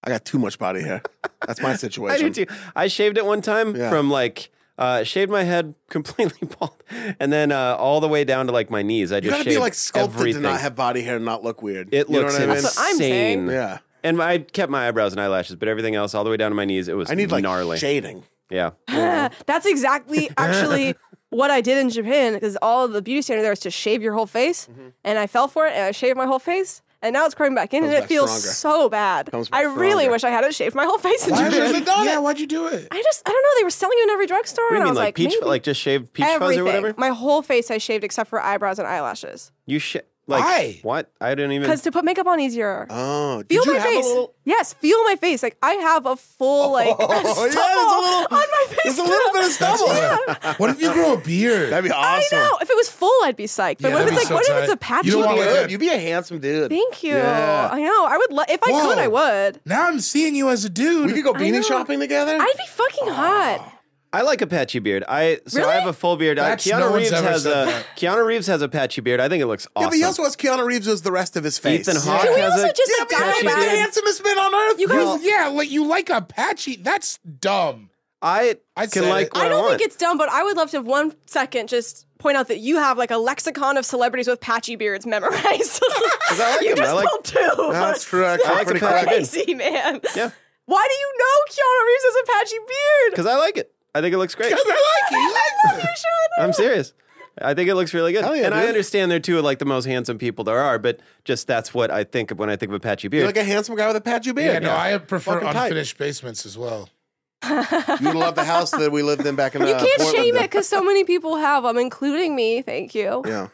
B: I got too much body hair. That's my
C: I
B: situation.
C: do too. I shaved it one time
B: Yeah.
C: from like uh, shaved my head completely bald, and then uh, all the way down to like my knees. I
B: You
C: just
B: gotta
C: shaved
B: be like sculpted
C: everything.
B: to not have body hair and not look weird.
C: it
B: you know
C: looks
B: what I mean?
D: That's what I'm
C: insane.
D: saying.
B: Yeah.
C: And I kept my eyebrows and eyelashes, but everything else, all the way down to my knees, it was
B: I need like
C: gnarly.
B: shading.
C: yeah.
D: That's exactly actually what I did in Japan because all the beauty standard there is to shave your whole face, and I fell for it and I shaved my whole face. And now it's growing back in, and it
B: back
D: feels
B: stronger.
D: so bad.
B: Comes back
D: I really
B: stronger.
D: wish I hadn't shaved my whole face in
E: Why
D: Japan.
E: did you done yeah, why'd you do it?
D: I just, I don't know. They were selling it in every drugstore,
C: What do
D: and
C: you
D: I
C: mean,
D: was
C: like
D: like,
C: peach,
D: maybe
C: like just shaved peach fuzz
D: everything.
C: or whatever?
D: My whole face I shaved except for eyebrows and eyelashes.
C: You sh- like
E: Why?
C: what? I didn't even.
D: Because to put makeup on easier.
B: Oh,
D: feel
B: did you
D: my
B: have a
D: face.
B: little-
D: Yes, feel my face. Like I have a full like
B: Oh, yeah,
D: stubble
B: there's a little-
D: on my face.
B: There's a little bit of stubble.
E: What if you grow a beard?
B: That'd be
D: I
B: awesome.
D: know. If it was full, I'd be psyched. But
E: Yeah,
D: what if
E: that'd
D: it's
E: be
D: like, what if
E: so tight.
D: it's a
E: You
D: patchy
E: don't want
D: beard?
E: like
B: Good. You'd be a handsome dude.
D: Thank you.
B: Yeah.
D: I know. I would. Lo- if I could,
E: Whoa.
D: I would.
E: now I'm seeing you as a dude.
B: We could go
D: I
B: beanie
D: know.
B: shopping together.
D: I'd be fucking hot.
C: I like a patchy beard. I so
D: Really?
C: I have a full beard. I,
E: That's-
C: Keanu
E: no one's
C: Reeves
E: ever
C: has a
E: said that.
C: Keanu Reeves has a patchy beard. I think it looks
B: Yeah,
C: awesome.
B: but he also has Keanu Reeves as the rest of his face.
C: Ethan Hawke
D: Can we
C: has
D: also
C: a
D: just
B: Yeah,
D: like,
B: man,
D: dial
B: he's
D: back?
B: the handsomest man on earth.
D: You guys-
E: Well, yeah, like you like Apache. That's dumb.
C: I
E: I
C: can
E: said
C: like
E: it.
C: what
D: I don't
C: want.
D: think it's dumb, but I would love to have one second just point out that you have like a lexicon of celebrities with patchy beards memorized.
C: I like
D: you
C: him. I
D: just
C: like-
D: pulled two.
B: That's true. Actually,
C: I like
B: pretty
C: the fact
B: crack.
C: that-
D: crazy, man.
C: Yeah.
D: Why do you know Keanu Reeves has a patchy beard?
C: because I like it. I think it looks great.
D: I love you, Sean.
C: I'm serious. I think it looks really good.
B: Hell yeah,
C: and I
B: dude.
C: understand they're two of like the most handsome people there are, but just that's what I think of when I think of a patchy
B: You're
C: beard.
B: like a handsome guy with a patchy
E: Yeah,
B: beard.
E: no, I prefer
B: Fucking tight.
E: unfinished basements as well.
B: You'd love the house that we lived in back in.
D: You
B: uh,
D: can't
B: Portland.
D: shame it because so many people have them, including me. Thank you.
B: Yeah,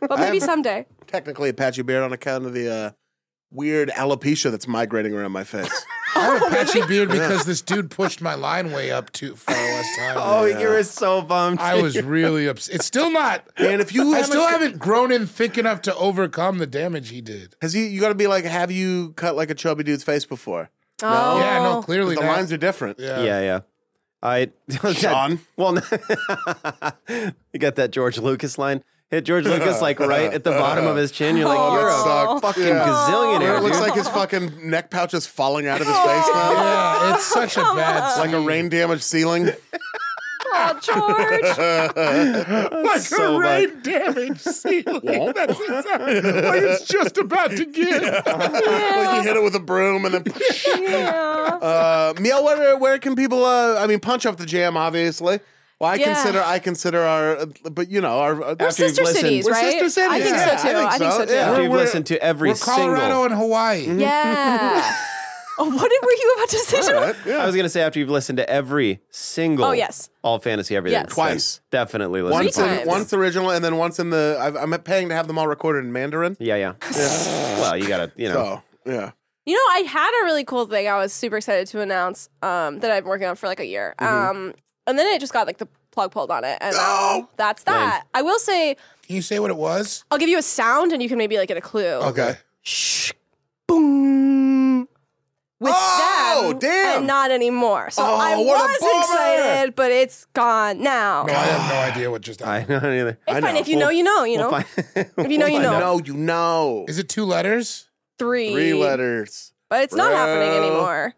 D: But maybe
B: have-
D: someday.
B: technically a patchy beard on account of the uh, weird alopecia that's migrating around my face.
E: I have a patchy beard because this dude pushed my line way up too far last time.
C: oh, you were so bummed.
E: I was really upset. It's still not.
B: and if you
E: I
B: haven't-
E: still haven't grown in thick enough to overcome the damage he did.
B: Has he? You got to be like, have you cut like a chubby dude's face before?
D: Oh.
E: Yeah, no,
B: The
E: clearly not.
B: lines are different.
E: yeah.
C: yeah, yeah. I
B: Sean?
C: Well, no- you got that George Lucas line. Hit George Lucas like right at the bottom of his chin. You're like,
D: Oh,
C: you're
D: that
C: a
B: sucked.
C: fucking
B: Yeah. Where
C: gazillionaire.
B: it looks
C: dude.
B: like his fucking neck pouch is falling out of his face now,
E: Yeah, it's such a bad.
B: like a rain damaged ceiling.
D: Aw, George.
E: like
C: so bad.
E: a rain damage ceiling. That's exactly like it's just about to give.
B: like he hit it with a broom and then.
D: yeah.
B: Uh, Miel, where, where can people? Uh, I mean, punch up the jam, obviously. Well, I
D: Yeah.
B: consider I consider our, uh, but you know, our uh, after
D: We're
B: you've
D: sister
C: listened-
D: cities,
B: We're
D: right?
B: sister cities.
D: I think
B: Yeah,
D: so too. I think so, too.
B: yeah.
C: After you've
E: We're-
C: listened to every
E: We're Colorado
C: single.
E: and Hawaii.
D: Yeah. oh, what did- were you about to say? Sean?
B: listened-
C: I was gonna say after you've listened to every single.
D: Oh, yes.
C: All fantasy everything
D: Yes.
B: Twice.
C: then Definitely listen.
B: once,
C: to
D: Three
C: all of
B: in,
D: times.
C: them.
B: once original, and then once in the. I've, I'm paying to have them all recorded in Mandarin.
C: Yeah, yeah. well, you gotta, you know.
B: So yeah,
D: You know, I had a really cool thing I was super excited to announce um, that I've been working on for like a year.
B: Mm-hmm.
D: Um, and then it just got like the plug pulled on it. And um, that's that. I will say,
E: Can you say what it was?
D: I'll give you a sound and you can maybe like get a clue.
B: Oh,
E: Okay.
D: Shh. Boom. With
B: Oh,
D: them
B: damn.
D: and not anymore. So
B: Oh,
D: I
B: what a bummer.
D: was excited, but it's gone now.
E: No, I have no idea what just
C: I
E: happened.
C: don't either.
D: it's
B: I
D: fine.
B: know.
D: If you know, you know, you know. if you know, you know.
B: no, you know,
E: Is it two letters?
D: Three.
B: three letters.
D: But it's not
B: Bro.
D: happening anymore.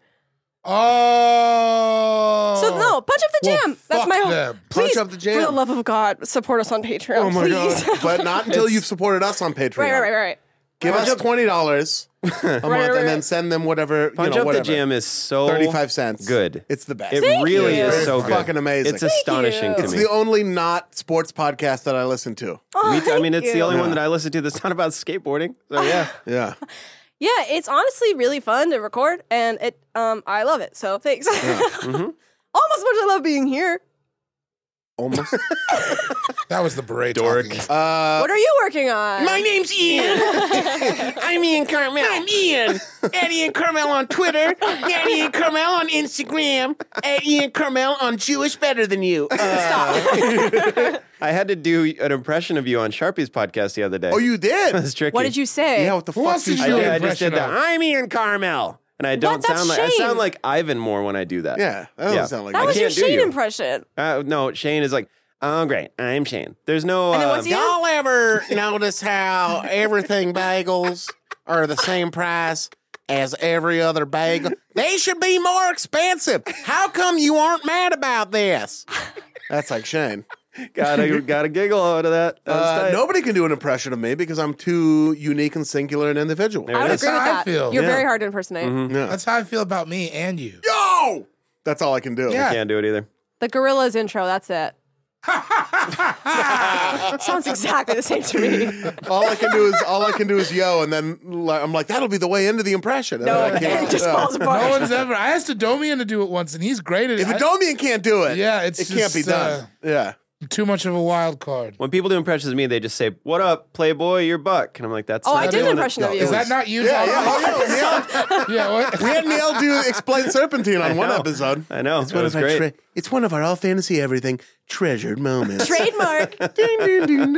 E: Oh.
D: So no, punch up the
E: Well,
D: jam. That's
E: fuck
D: my hope.
E: them.
D: Please,
B: Punch up the jam.
D: for the love of God, support us on Patreon.
B: Oh my
D: please.
B: god! But not until you've supported us on Patreon.
D: right, right, right, right.
B: Give us twenty dollars a month,
D: right,
B: and then
D: right.
B: send them whatever.
C: Punch
B: you know,
C: Up
B: whatever.
C: the Jam is so
B: 35 cents.
C: Good.
B: It's the best.
C: It really
D: you.
C: is
D: It's
C: so good.
B: fucking amazing.
C: It's
B: Thank
C: astonishing
D: you.
C: to
B: It's
C: me.
B: the only not sports podcast that I listen to.
D: Oh,
C: Me- I mean,
D: thank
C: it's the
D: you.
C: only one that I listen to that's not about skateboarding. So yeah,
B: Yeah.
D: Yeah, it's honestly really fun to record, and it um I love it. So thanks. Almost as
B: Mm-hmm.
D: much as I love being here.
B: Almost.
E: That was the beret talking.
B: Uh,
D: What are you working on?
B: name's Ian. I'm Ian Carmel. I'm Ian. At Ian Carmel on Twitter. At Ian Carmel on Instagram. At Ian Carmel on Jewish Better Than You.
C: I had to do an impression of you on Sharpie's podcast the other day.
B: oh, you
C: That
B: did?
C: was tricky.
D: What did you say?
B: Yeah, what the
E: Who
B: fuck
E: else did
C: I,
E: you
C: did, I
E: impression
C: just did that.
E: of?
C: I'm Ian Carmel, and I don't
D: What? That's
C: sound like I
D: Shane.
C: sound like Ivan more when I do that.
B: Yeah, that doesn't
C: Yeah.
B: sound like
D: that
B: me.
D: was your
C: can't do
D: Shane
C: you.
D: impression.
C: Uh, no, Shane is like, oh great, I'm Shane. There's no.
D: And then
C: uh,
D: what's he-
B: Y'all ever notice how everything bagels are the same price as every other bagel? They should be more expensive. How come you aren't mad about this? That's like Shane.
C: gotta gotta giggle out of that. that was
B: Uh,
C: tight.
B: nobody can do an impression of me because I'm too unique and singular an individual.
C: it
D: I would
C: is.
D: agree with
E: That's how I
D: that.
E: feel.
D: You're
B: Yeah.
D: very hard to impersonate.
E: That's how I feel about me and you.
B: Yo, that's all I can do.
E: Yeah.
C: Can't do it either.
D: The gorillas intro. That's it. Sounds exactly the same to me.
B: All I can do is all I can do is yo, and then like, I'm like, that'll be the way into the impression. And
D: No,
B: then I
D: it
B: can't. uh,
D: just
B: yeah.
D: falls apart.
E: No one's ever. I asked Adomian to do it once, and he's great at it.
B: If
E: I-
B: a Domian can't do it,
E: Yeah, it's
B: it can't be
E: just, uh,
B: done. yeah,
E: too much of a wild card.
C: When people do impressions of me, they just say, "What up, Playboy? You're Buck," and I'm like, "That's
D: Oh,
C: not
D: I did an
C: doing it.
D: impression of you.
E: Is that not you?
B: yeah,
E: Tom?
B: yeah. Oh, yeah, yeah.
E: yeah what?
B: We had Neil do explain serpentine on one
C: know.
B: episode.
C: I know.
B: It's
C: It
B: one
C: was
B: of our
C: great.
B: tre- it's one of our all fantasy everything treasured moments.
D: Trademark.
B: Ding, ding, ding,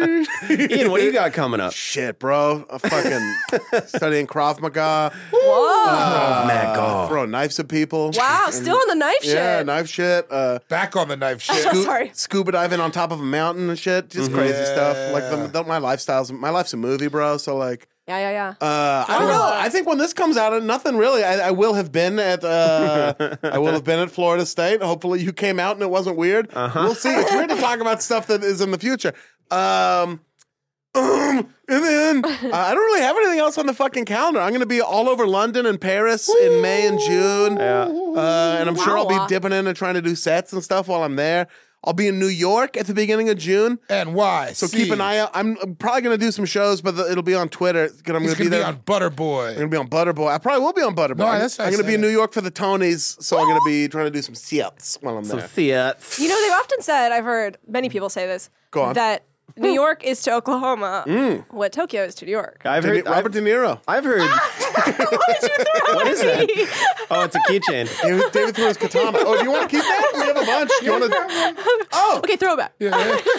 B: ding.
C: Ian, what do you got coming up?
B: Shit, bro. I'm fucking studying Krav Maga.
D: Whoa.
B: Uh, throwing knives at people.
D: Wow. Still on the knife shit.
B: Yeah, knife shit. Uh,
E: Back on the knife shit.
D: Scoop- Sorry.
B: Scuba diving on top of a mountain and shit. Just crazy stuff. Like the, the- my lifestyle's my life's a movie, bro. So like,
D: Yeah, yeah, yeah.
B: uh, I don't know. I think when this comes out, uh, nothing really. I, I will have been at uh, I will have been at Florida State. Hopefully, you came out and it wasn't weird.
E: Uh-huh.
B: We'll see. It's weird to talk about stuff that is in the future. Um. um, and then uh, I don't really have anything else on the fucking calendar. I'm going to be all over London and Paris in May and June. Uh, and I'm sure I'll
D: Wow.
B: be dipping in and trying to do sets and stuff while I'm there. I'll be in New York at the beginning of June.
E: And why?
B: So keep an eye out. I'm I'm probably going to do some shows, but the, it'll be on Twitter. 'cause I'm going to be
E: He's gonna be
B: there.
E: on Butterboy.
B: I'm going to be on Butterboy. I probably will be on Butterboy.
E: No,
B: I'm,
E: that's what I
B: going to be in
E: said.
B: New York for the Tonys, so I'm going to be trying to do some sets while I'm there.
D: You know, they've often said, I've heard many people say this,
B: Go on.
D: that New York is to Oklahoma what Tokyo is to New York.
C: I've
B: De-
C: heard. I've,
B: Robert De Niro.
C: I've heard.
D: what
C: is that? oh, it's a keychain.
B: David, David threw his katana. Oh, do you want to keep that? We have a bunch. Do you want to?
D: Okay, throwback.
E: Yeah, yeah.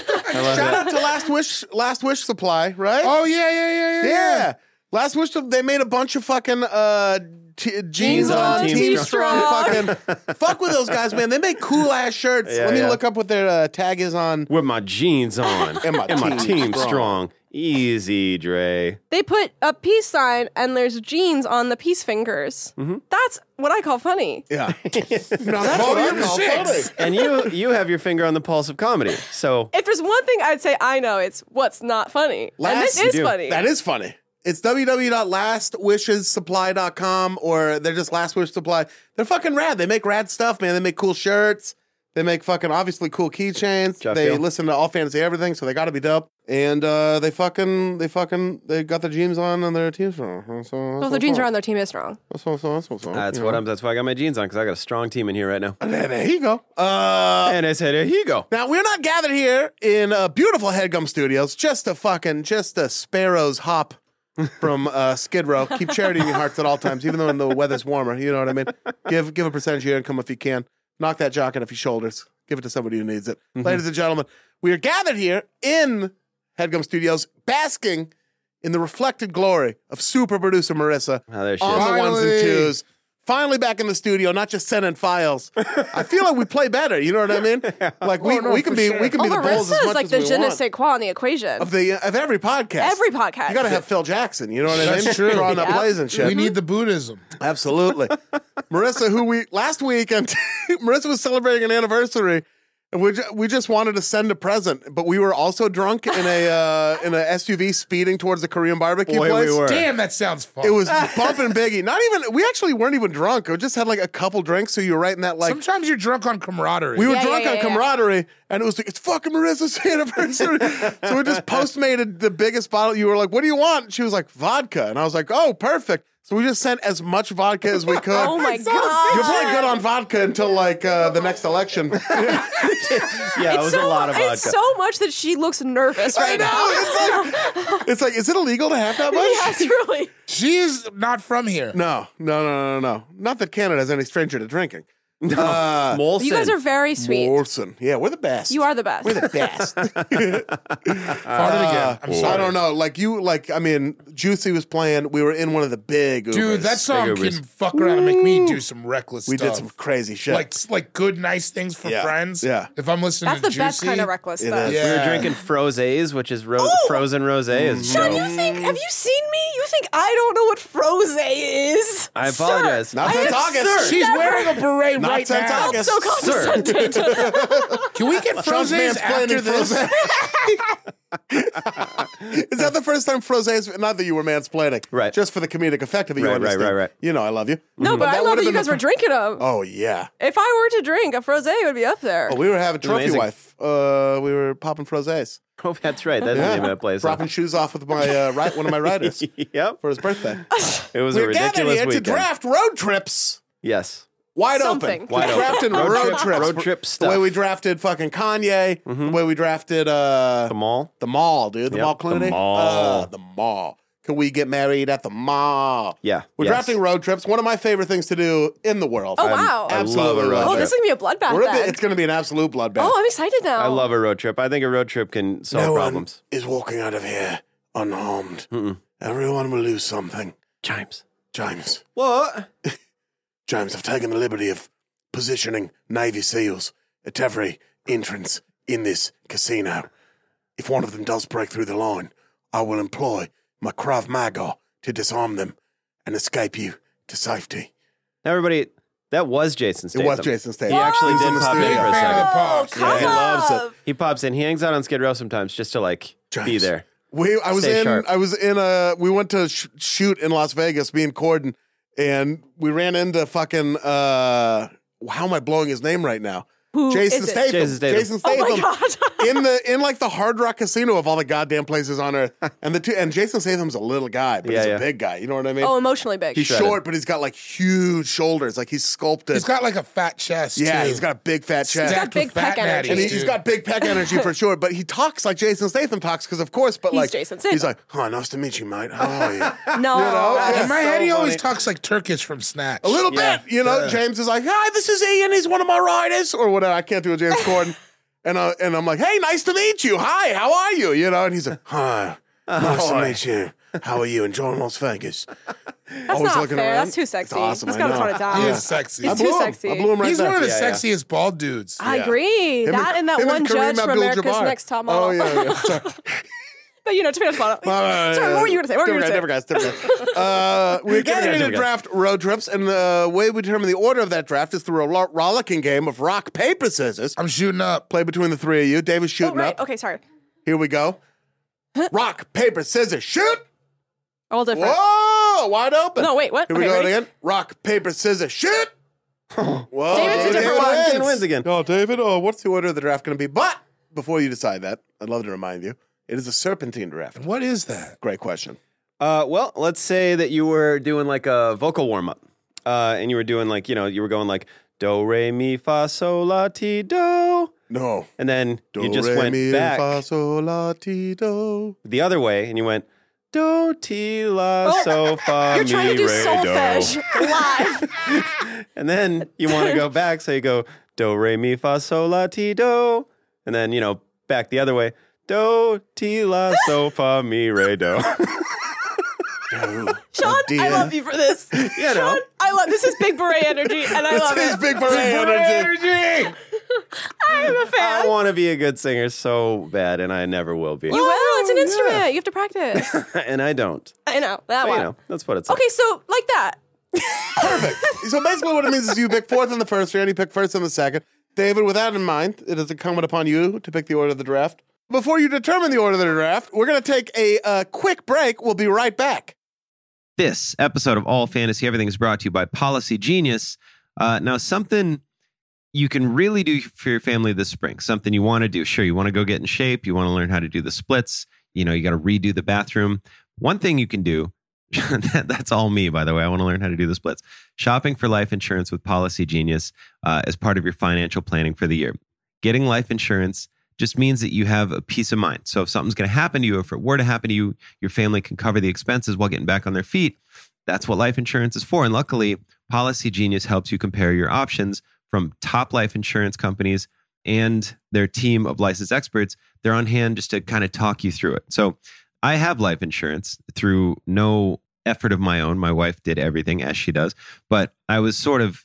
B: Shout out to Last Wish, Last Wish Supply, right?
E: Oh yeah, yeah, yeah, yeah.
B: Yeah. Last wish they made a bunch of fucking uh, t- jeans, on,
D: on,
B: Team,
D: Team
B: Strong. Fucking fuck with those guys, man. They make cool ass shirts.
C: Yeah,
B: Let me
C: yeah.
B: look up what their uh, tag is on.
C: With my jeans on
B: And my
C: my
B: team
C: team
B: strong.
C: strong. Easy, Dre.
D: They put a peace sign and there's jeans on the peace fingers. That's what I call funny.
B: Yeah. no, that's
E: Vote
B: what
E: on
B: I call
E: six.
B: funny.
C: And you, you have your finger on the pulse of comedy. So
D: If there's one thing I'd say I know, it's what's not funny. and
B: Last-
D: this is
C: You do.
D: funny.
B: That is funny. It's www.lastwishessupply.com or they're just Last Wish Supply. They're fucking rad. They make rad stuff, man. They make cool shirts. They make fucking obviously cool keychains.
C: Jeff
B: they
C: Hill.
B: listen to all fantasy everything, so they got to be dope. And uh, they fucking they fucking they got their jeans on and their teams on. So,
D: well, the jeans are on their team is strong.
B: So, so, so, so,
C: that's
B: you
C: what
B: know.
C: I'm. That's why I got my jeans on because I got a strong team in here right now.
B: There, there you go. Uh,
C: And I said, "Here you go."
B: Now we're not gathered here in uh, beautiful Headgum Studios, just a fucking just a sparrow's hop from uh, Skid Row. Keep charity in your hearts at all times, even though when the weather's warmer. You know what I mean? Give give a percentage of your income if you can. Knock that jock in off your shoulders. Give it to somebody who needs it.
C: Mm-hmm.
B: Ladies and gentlemen, we are gathered here in Headgum Studios, basking in the reflected glory of super producer Marissa
C: Oh, there she
B: on
C: is.
B: the ones and
E: Finally.
B: twos. Finally back in the studio, not just sending files. I feel like we play better. You know what I mean? Like we, we can be we can
D: Oh,
B: be the bulls as
D: Marissa is
B: much
D: like
B: as
D: the
B: we
D: je ne
B: want
D: sais quoi in the equation.
B: of the uh, of every podcast.
D: Every podcast.
B: you got to have Phil Jackson. You know what I mean?
E: That's true.
B: Drawing up
D: Yeah.
B: plays and shit.
E: We need the Buddhism.
B: Absolutely. Marissa, who we last week, and Marissa was celebrating an anniversary, and we, ju- we just wanted to send a present, but we were also drunk in a uh, in a SUV speeding towards a Korean barbecue
C: Boy, we
B: place.
C: were.
E: Damn, that sounds fun.
B: It was bumping Biggie. Not even. We actually weren't even drunk. We just had like a couple drinks. So you're right in that like.
E: Sometimes you're drunk on camaraderie.
B: we were
D: Yeah,
B: drunk
D: yeah,
B: on
D: yeah, yeah.
B: camaraderie, and it was like it's fucking Marissa's anniversary. so we just postmated the biggest bottle. You were like, "What do you want?" And she was like, "Vodka," and I was like, "Oh, perfect." So we just sent as much vodka as we could.
D: Oh my god.
B: You're probably good on vodka until like uh, the next election.
C: Yeah, it
D: It's
C: was
D: so,
C: a lot of vodka.
D: It's so much that she looks nervous right now.
B: it's like it's like is it illegal to have that much?
D: yes, really.
E: She is not from here.
B: No, no, no, no, no. Not that Canada's any stranger to drinking. Uh,
C: Uh, Molson.
D: You guys are very sweet.
B: Morrison, yeah, we're the best.
D: You are the best.
B: We're the best.
E: Farted again. I'm
B: Uh, Ah, I
E: sorry.
B: don't know. Like you, like I mean, Juicy was playing. We were in one of the big Ubers.
E: Dude, that song
C: Ubers.
E: can fuck around and make me do some reckless
B: we
E: stuff.
B: did some crazy shit.
E: like like good nice things for
B: Yeah,
E: friends.
B: yeah.
E: If I'm listening
D: That's
E: to
D: the best
E: Juicy,
D: kind of reckless
B: It
D: stuff.
B: is.
C: We
E: Yeah.
B: Oh!
C: were drinking frozes, which is ro- frozen rosé. Is
B: Mm-hmm.
D: John,
C: so-
D: you think have you seen me? You think I don't know what froze is?
C: I apologize.
B: Not since August.
E: She's wearing a beret
B: Not
E: right
B: since
E: now.
B: August.
D: So condescending.
E: Can we get
B: Trump's
E: Froze's after
B: mansplaining
E: this?
B: Frozen. Is that the first time Froze's? Not that you were mansplaining,
C: Right.
B: Just for the comedic effect of it.
C: Right,
B: you
C: right,
B: understand.
C: right, right.
B: You know, I love you.
D: no, but I
B: that
D: love
B: would've
D: that you
B: been
D: guys
B: the
D: were drinking them.
B: Oh yeah.
D: If I were to drink, a frose would be up there.
B: Well, we were having trophy
C: Amazing.
B: wife. Uh, we were popping Froze's.
C: Oh, that's right. That's the name of that place.
B: Dropping shoes off with my uh, right one of my riders
C: yep.
B: for his birthday.
C: It was a
B: We're gathered
C: ridiculous
B: here
C: weekend.
B: to draft road trips.
C: Yes.
B: Wide
D: Something.
B: open.
C: Wide
B: We're
C: open.
B: drafting road,
C: Road trip-
B: trips.
C: road
B: The
C: trip
B: way
C: stuff. Mm-hmm.
B: we drafted fucking Kanye. The way we drafted uh,
C: The mall.
B: the mall, dude. The
C: Yep,
B: mall
C: the
B: Clooney.
C: mall.
B: Uh, the mall. Can we get married at the mall?
C: Yeah,
B: We're
C: yes.
B: drafting road trips. One of my favorite things to do in the world.
D: Oh, wow.
C: I love
B: Absolutely
C: a road
B: love
D: oh,
B: it.
D: this is going to be a bloodbath
B: We're a
D: then.
B: bit- it's going to be an absolute bloodbath.
D: oh, I'm excited now.
C: I love a road trip. I think a road trip can solve
B: no
C: problems.
B: one is walking out of here unharmed.
C: Mm-mm.
B: Everyone will lose something.
C: Chimes.
B: James,
C: What?
B: James, I've taken the liberty of positioning Navy SEALs at every entrance in this casino. If one of them does break through the line, I will employ my Krav Maga to disarm them and escape you to safety.
C: Everybody, that was Jason Statham.
B: Statham.
C: He actually
B: He's in
C: did
B: the
C: pop in
B: studio.
C: for a
E: Big fan
C: second.
E: of-
D: Oh,
E: Pops.
D: come
B: Yeah, he loves it.
D: up.
C: He pops in. He hangs out on Skid Row sometimes just to like be
B: James.
C: there.
B: We, I was
C: Stay
B: in.
C: sharp.
B: I was in a. We went to sh- shoot in Las Vegas, me and Corden, and we ran into fucking. uh How am I blowing his name right now?
D: Who
B: Jason
D: is it?
B: Statham.
C: Jason Statham.
B: Jason
D: Oh,
B: Statham.
D: my God.
B: in the in like the Hard Rock Casino of all the goddamn places on earth, and the two and Jason Statham's a little guy, but
C: Yeah,
B: he's
C: yeah.
B: a big guy. You know what I mean?
D: Oh, emotionally big.
B: he's
C: shredded.
B: short, but he's got like huge shoulders. Like he's sculpted.
E: He's got like a fat chest.
B: yeah,
E: too.
B: he's got a big fat chest.
D: got
E: Stacked
D: big
E: with fat
D: pec energy.
E: natties,
B: And he,
E: dude.
B: has got big pack energy for sure, but he talks like Jason Statham talks because, of course, but
D: He's
B: like
D: Jason
B: he's
D: Statham.
B: like, "Hi, nice to meet you, mate. How are you?"
D: no.
B: yeah.
E: In my
B: so
E: head, he always
B: funny.
E: talks like Turkish from Snatch.
B: A little
C: Yeah.
B: bit, you know. James is like, "Hi, this is Ian. He's one of my riders, or whatever." I can't do a James Corden, and I, and I'm like, "Hey, nice to meet you. Hi, how are you?" You know, and he's like, "Hi, nice to meet you. How are you? Enjoying Las Vegas?"
D: That's
B: always
D: not
B: looking
D: fair.
B: around.
D: That's too
B: It's
D: sexy.
B: awesome,
D: This
B: I
D: guy
B: know.
D: was going to die.
E: He is sexy.
B: I
D: He's
B: blew
D: too
B: him.
D: sexy.
B: I blew him right
E: He's
B: there.
E: one of the
C: Yeah, yeah.
E: sexiest bald dudes.
D: I agree.
B: Him
D: that and that
B: him
D: one
B: Kareem
D: judge from America's
B: Abdul-Jabbar.
D: Next Top Model.
B: Oh yeah, yeah. Sorry.
D: but you know, tomato spot.
B: All right, all right,
D: Sorry,
B: all
D: what were
B: right.
D: you going to say? What were you
B: different
D: going to say?
B: guys, different guys, different guys. Uh, we're
C: guys,
B: getting into
C: different guys.
B: draft road trips, and the way we determine the order of that draft is through a ro- rollicking game of rock paper scissors.
E: I'm shooting up.
B: Play between the three of you. David's
D: Oh,
B: shooting
D: right.
B: up.
D: Okay, sorry.
B: Here we go. Rock, paper, scissors, shoot!
D: All different.
B: Whoa! Wide open.
D: No, wait, what?
B: Here we
D: Okay,
B: go
D: ready?
B: again. Rock, paper, scissors, shoot! Whoa!
D: David's
B: David
D: a different one.
C: David wins again.
B: No, David. Oh, what's the order of the draft going to be? But before you decide that, I'd love to remind you, it is a serpentine draft.
E: What is that?
B: Great question.
C: Uh, well, let's say that you were doing like a vocal warm up, uh, and you were doing like you know you were going like do re mi fa sol la ti do,
B: No.
C: and then you just
B: re,
C: went
B: mi,
C: back
B: fa, sol, la, ti, do.
C: the other way, and you went do ti la
D: Oh,
C: so fa
D: You're trying to
C: mi
D: do
C: re do,
D: solfege live.
B: Oh,
C: and then you want to go back, so you go do re mi fa sol la ti do, and then you know back the other way do ti la so fa mi re do.
B: Oh,
D: Sean, I
B: dear.
D: love you for this.
C: you know,
D: I love this is big beret energy, and I love
B: This
D: it.
B: is big beret energy.
D: I'm a fan.
C: I want to be a good singer so bad, and I never will be.
D: you will. It's an instrument. You have to practice.
C: and I don't.
D: I know that
C: But,
D: one.
C: you know, that's what it's
D: Okay, so like that.
B: So basically, what it means is you pick fourth in the first round, you pick first in the second. David, with that in mind, it is incumbent upon you to pick the order of the draft. Before you determine the order of the draft, we're going to take a uh, quick break. We'll be right back.
A: This episode of All Fantasy Everything is brought to you by Policy Genius. Uh, now, something you can really do for your family this spring, something you want to do. Sure, you want to go get in shape, you want to learn how to do the splits, you know, you got to redo the bathroom. One thing you can do, that, that's all me, by the way. I want to learn how to do the splits. Shopping for life insurance with Policy Genius uh, as part of your financial planning for the year. Getting life insurance just means that you have a peace of mind. So if something's going to happen to you, if it were to happen to you, your family can cover the expenses while getting back on their feet. That's what life insurance is for. And luckily, Policy Genius helps you compare your options from top life insurance companies and their team of licensed experts. They're on hand just to kind of talk you through it. So I have life insurance through no effort of my own. My wife did everything as she does, but I was sort of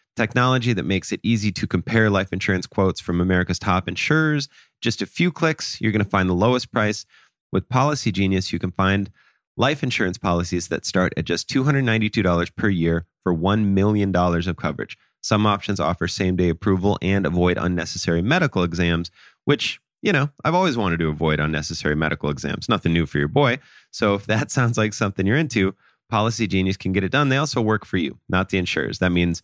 A: technology that makes it easy to compare life insurance quotes from America's top insurers. Just a few clicks, you're going to find the lowest price. With Policy Genius, you can find life insurance policies that start at just $292 per year for $1 million of coverage. Some options offer same day approval and avoid unnecessary medical exams, which, you know, I've always wanted to avoid unnecessary medical exams. Nothing new for your boy. So if that sounds like something you're into, Policy Genius can get it done. They also work for you, not the insurers. That means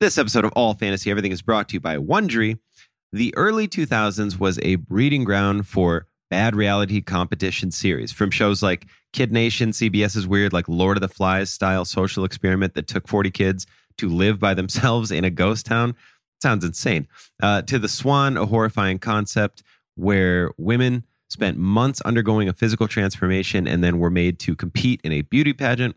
A: This episode of All Fantasy Everything is brought to you by Wondery. The early 2000s was a breeding ground for bad reality competition series from shows like Kid Nation, CBS's weird, like Lord of the Flies style social experiment that took 40 kids to live by themselves in a ghost town. Sounds insane. Uh, to The Swan, a horrifying concept where women spent months undergoing a physical transformation and then were made to compete in a beauty pageant.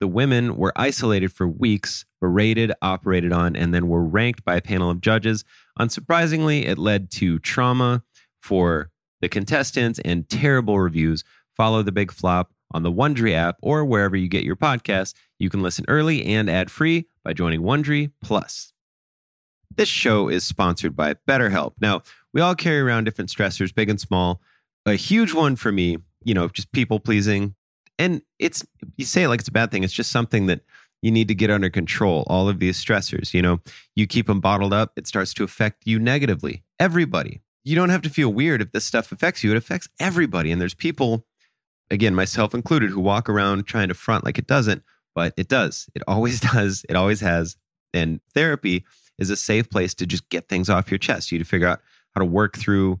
A: the women were isolated for weeks, berated, operated on, and then were ranked by a panel of judges. Unsurprisingly, it led to trauma for the contestants and terrible reviews. Follow the big flop on the Wondery app or wherever you get your podcasts. You can listen early and ad free by joining Wondery Plus. This show is sponsored by BetterHelp. Now, we all carry around different stressors, big and small. A huge one for me, you know, just people pleasing, and it's you say it like it's a bad thing it's just something that you need to get under control all of these stressors you know you keep them bottled up it starts to affect you negatively everybody you don't have to feel weird if this stuff affects you it affects everybody and there's people again myself included who walk around trying to front like it doesn't but it does it always does it always has and therapy is a safe place to just get things off your chest you to figure out how to work through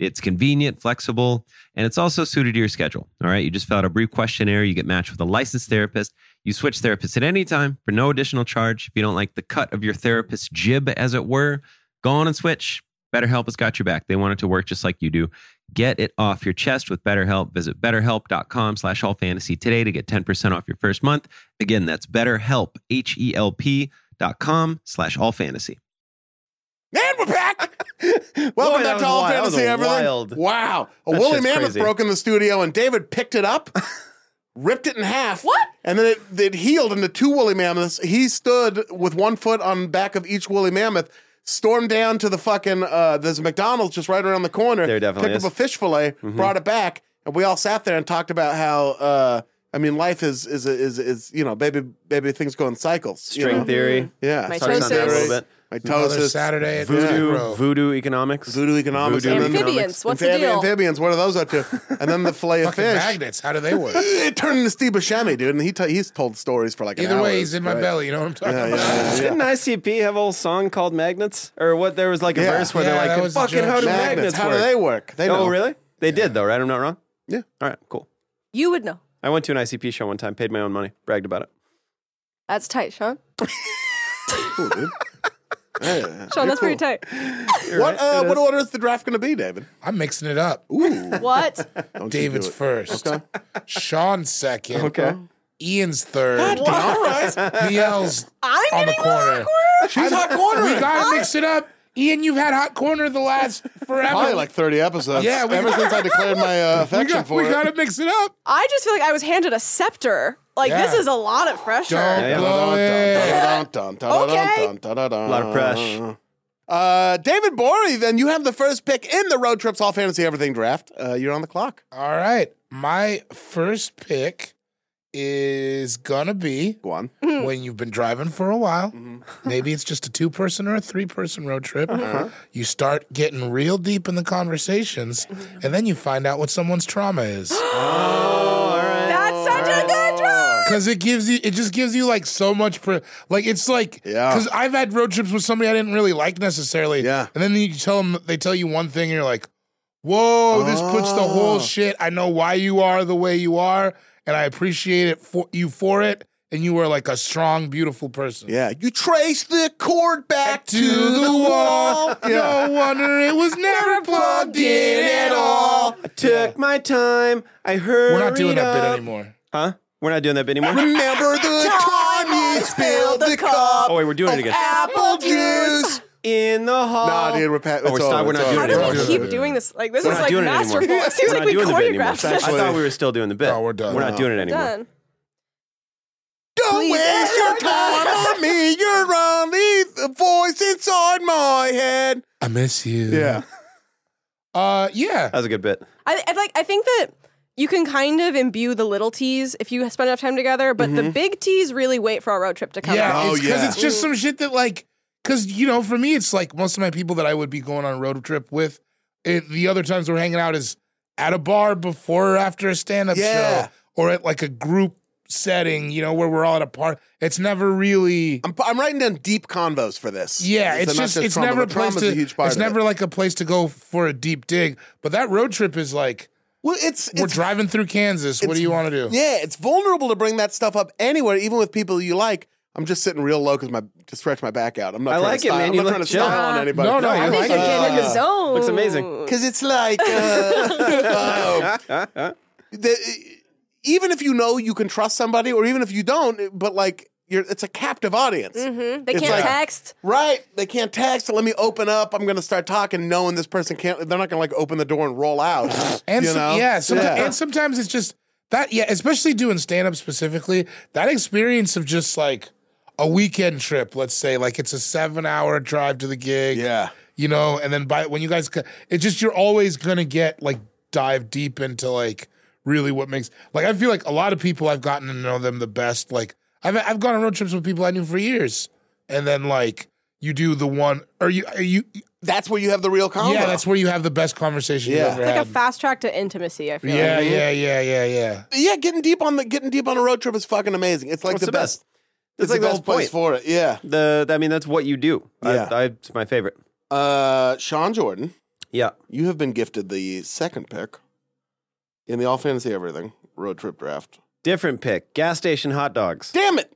A: It's convenient, flexible, and it's also suited to your schedule. All right. You just fill out a brief questionnaire. You get matched with a licensed therapist. You switch therapists at any time for no additional charge. If you don't like the cut of your therapist's jib, as it were, go on and switch. BetterHelp has got your back. They want it to work just like you do. Get it off your chest with BetterHelp. Visit betterhelp.com slash all fantasy today to get 10% off your first month. Again, that's betterhelp,
C: E
A: H-E-L-P dot com slash all fantasy.
E: Man, we're back.
C: Boy,
B: Welcome
C: that
B: back
C: was
B: to All
C: wild. That was
B: Fantasy Everything.
C: wild.
B: Wow. A
C: That
B: woolly
C: shit's
B: mammoth
C: crazy.
B: broke in the studio and David picked it up, ripped it in half.
D: What?
B: And then it, it healed into two woolly mammoths. He stood with one foot on back of each woolly mammoth, stormed down to the fucking, uh, there's a McDonald's just right around the corner.
C: There definitely
B: Picked
C: is. Mm-hmm.
B: up a fish fillet, brought it back, and we all sat there and talked about how, uh, I mean, life is, is, is, is, you know, baby, baby, things go in cycles.
C: String
B: you know?
C: theory.
B: Yeah.
D: My
C: Sorry, it's not there a
D: Mitosis.
C: little bit.
E: Another
B: Mitosis.
E: Saturday at
C: Voodoo,
E: Voodoo.
C: voodoo economics.
B: Voodoo economics. and
C: Voodoo
B: then-
D: Amphibians, what's the
B: Amphibi-
D: deal?
B: Amphibians, what are those up to? And then the fillet of
E: Fucking
B: fish.
E: magnets. How do they work?
B: It turned into Steve Buscemi, dude, and he t- he's told stories for like an
E: Either
B: hour.
E: way, he's in my
B: Right.
E: belly. You know what I'm talking
B: Yeah, yeah,
E: about?
B: yeah, yeah.
C: Didn't ICP have a whole song called Magnets? Or what? There was like a
B: Yeah.
C: verse where
E: Yeah, that
C: they're like,
E: was the
C: fucking how
E: joke.
C: do
B: Magnets,
C: magnets,
B: how
C: work?
B: do they work? They know.
C: Oh, really? They did, though, right? I'm not wrong?
B: Yeah.
C: All right, cool.
D: You would know.
C: I went to an ICP show one time, paid my own money, bragged about it.
D: That's tight, Sean.
B: Cool, dude. Yeah.
D: Sean, that's pretty tight.
B: What
C: right,
B: uh,
C: it
B: what
C: is.
B: order is the draft going to be, David?
E: I'm mixing it up.
B: Ooh,
D: What?
B: Don't you do
E: David's
B: it.
E: first.
B: Okay.
E: Sean second.
C: Okay.
E: Ian's third.
F: All right.
E: Nielle's
D: I'm
E: on the
D: getting more
E: corner.
D: awkward.
E: She's hot corner. We gotta mix it up. Ian, you've had hot corner the last forever.
B: Probably like 30 episodes.
E: Yeah, we-
B: ever since I declared my uh,
E: we,
B: affection
E: got,
B: for
E: we
B: it.
E: gotta mix it up.
D: I just feel like I was handed a scepter. Like
E: Yeah.
D: this is a lot of pressure.
E: Don't
C: yeah.
E: blow it.
B: A
C: A lot of pressure.
B: Uh, David Borey, then you have the first pick in the Road Trips All Fantasy Everything draft. Uh, you're on the clock.
E: All right. My first pick is gonna be
B: Go on.
E: when you've been driving for a while. Maybe it's just a two person or a three person road trip.
B: Uh-huh.
E: You start getting real deep in the conversations, and then you find out what someone's trauma is.
C: Oh,
D: That's such a good draw.
E: Because it gives you, it just gives you like so much. Per, like it's like,
B: Yeah.
E: Because I've had road trips with somebody I didn't really like necessarily.
B: Yeah.
E: And then you tell them, they tell you one thing, and you're like, "Whoa, this puts the
B: Oh.
E: whole shit. I know why you are the way you are, and I appreciate it for you for it. And you are like a strong, beautiful person.
B: Yeah, you trace the cord back
E: To the wall.
B: Yeah.
E: No wonder it was never plugged in at all.
C: I took my time. I heard.
E: We're not doing that bit anymore.
C: Huh? We're not doing that bit anymore.
B: Remember the time you spilled the cup
C: Oh wait, we're doing it again.
B: apple juice.
C: In the hall.
B: Nah, dude, we're, pa-
C: Oh, we're
B: it's
C: st-
B: over,
C: we're
B: it's
C: not
B: over.
D: How
C: doing it
D: do
C: anymore.
D: we
E: Yeah.
D: keep doing this? Like this
C: We're
D: is
C: not
D: like
C: doing it anymore.
D: masterful. It seems
C: We're
D: like
C: not
D: we
C: doing the bit anymore.
D: choreographed
C: I
D: this.
C: thought we were still doing the bit.
E: No, we're done.
C: We're not doing it anymore.
D: Done.
B: Don't
D: Please.
B: waste your time on me. You're only the voice inside my head.
E: I miss you.
B: Yeah.
E: Uh, yeah.
C: That was a good bit.
D: I, I like. I think that you can kind of imbue the little T's if you spend enough time together, but the big T's really wait for our road trip to come.
E: Yeah,
D: out.
B: Oh,
E: because it's, 'cause
B: yeah.
E: it's just some shit that like, because you know, for me, it's like most of my people that I would be going on a road trip with. It, the other times we're hanging out is at a bar before or after a stand-up
B: Yeah.
E: show, or at like a group setting, you know, where we're all at a party. It's never really.
B: I'm, I'm writing down deep convos for this.
E: Yeah,
B: This
E: it's
B: is not
E: just it's
B: trauma,
E: never a
B: but
E: place
B: trauma's
E: to
B: a huge part
E: it's
B: of it.
E: never like a place to go for a deep dig. But that road trip is like
B: Well, it's
E: we're
B: it's
E: driving through Kansas. What do you want to do?
B: Yeah, it's vulnerable to bring that stuff up anywhere, even with people you like. I'm just sitting real low because my to stretch my back out. I'm not.
C: I
B: trying
C: like
B: to
C: it,
B: style-
C: man.
B: I'm
C: You
B: not
C: look
B: trying to
C: chill.
B: style on
D: Uh,
B: anybody.
E: no, no, I
D: I
E: you
D: think
E: like
D: you're
E: it.
D: getting in the zone.
C: Looks amazing.
B: because it's like uh, um, the- even if you know you can trust somebody, or even if you don't, but like you're, it's a captive audience.
D: Mhm. They
B: It's
D: can't
B: like-
D: text.
B: Right, they can't text. So let me open up. I'm going to start talking, knowing this person can't. They're not going to like open the door and roll out.
E: And
B: you
E: some-
B: know?
E: yeah, someti- and sometimes it's just that yeah, especially doing stand up specifically, that experience of just like a weekend trip, let's say, like it's a 7-hour drive to the gig.
B: Yeah.
E: You know, and then by when you guys co- it's just you're always going to get like dive deep into like really what makes like I feel like a lot of people I've gotten to know them the best like I've I've gone on road trips with people I knew for years and then like you do the one or you you
B: that's where you have the real combo.
E: yeah, that's where you have the best conversation
B: Oh. Yeah.
E: you've ever
D: It's like
E: had.
D: a fast track to intimacy. I feel. like.
E: yeah, yeah, yeah, yeah, yeah.
B: yeah, getting deep on the getting deep on a road trip is fucking amazing. It's like
C: It's
B: the,
C: the
B: best.
C: best. It's like
B: the
C: the
B: best
C: whole
B: place
C: point.
B: for it. Yeah.
C: The I mean, that's what you do.
B: Yeah.
C: I, I, it's my favorite.
B: Uh, Sean Jordan,
C: Yeah.
B: you have been gifted the second pick in the All Fantasy Everything road trip draft.
C: Different pick. Gas station hot dogs.
B: Damn it!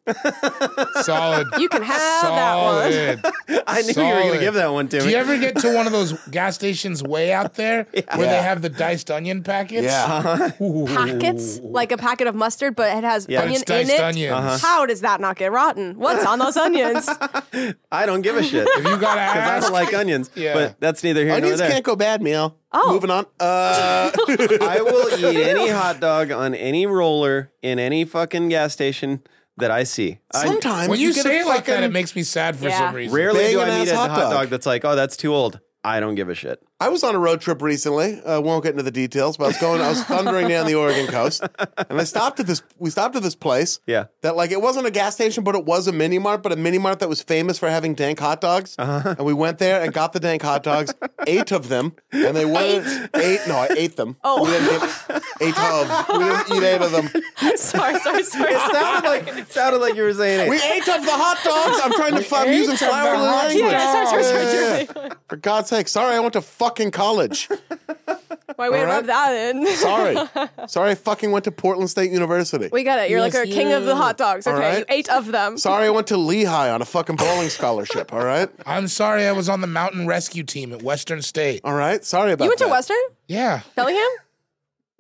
E: Solid.
D: You can have that one.
E: Solid.
C: I knew you were going
E: Solid.
C: to give that one to
E: Do
C: me.
E: you ever get to one of those gas stations way out there where they have the diced onion packets?
B: uh-huh.
E: Ooh.
D: Packets, like a packet of mustard, but it has
C: Yeah. But
D: onion
E: it's diced
D: in it.
E: onions. Uh-huh.
D: How does that not get rotten? What's on those onions?
C: I don't give a shit.
E: If you gotta
C: Because I
E: ask,
C: don't like onions.
E: Yeah.
C: But that's neither here
B: Onions
C: nor there.
B: can't go bad, meal.
D: Oh.
B: moving on. Uh,
C: I will eat any hot dog on any roller in any fucking gas station that I see. I
B: sometimes
E: when you,
B: get
E: say
B: a
E: it like that,
B: fucking-
E: it makes me sad for
D: Yeah.
E: some reason.
C: rarely do I
B: banging-ass
C: meet a
B: hot
C: hot,
B: dog.
C: dog. that's like, oh, that's too old. I don't give a shit.
B: I was on a road trip recently. I won't get into the details, but I was going. I was thundering down the Oregon coast, and I stopped at this. We stopped at this place.
C: Yeah.
B: That like it wasn't a gas station, but it was a mini mart, but a mini mart that was famous for having dank hot dogs. Uh-huh. And we went there and got the dank hot dogs, eight of them, and they were eight. no, I ate them. Oh, we didn't get eight of. We didn't eat eight of them.
D: sorry, sorry, sorry.
C: Sounded like sounded like you were saying
B: We
C: it.
B: ate of the hot dogs. I'm trying to. I'm using flowery
E: hot
B: language.
D: Yeah, sorry, sorry, sorry,
B: Yeah, yeah, yeah. For God's sake, sorry, I went to fucking college.
D: Why we
B: All right.
D: rub that in?
B: Sorry. Sorry, I fucking went to Portland State University.
D: We got it. You're like a king of the hot dogs.
B: All
D: Okay,
B: right.
D: you ate of them.
B: Sorry, I went to Lehigh on a fucking bowling scholarship. All right.
E: I'm sorry, I was on the mountain rescue team at Western State.
B: All right. Sorry about
D: You went
B: that.
D: to Western
E: Yeah,
D: Bellingham.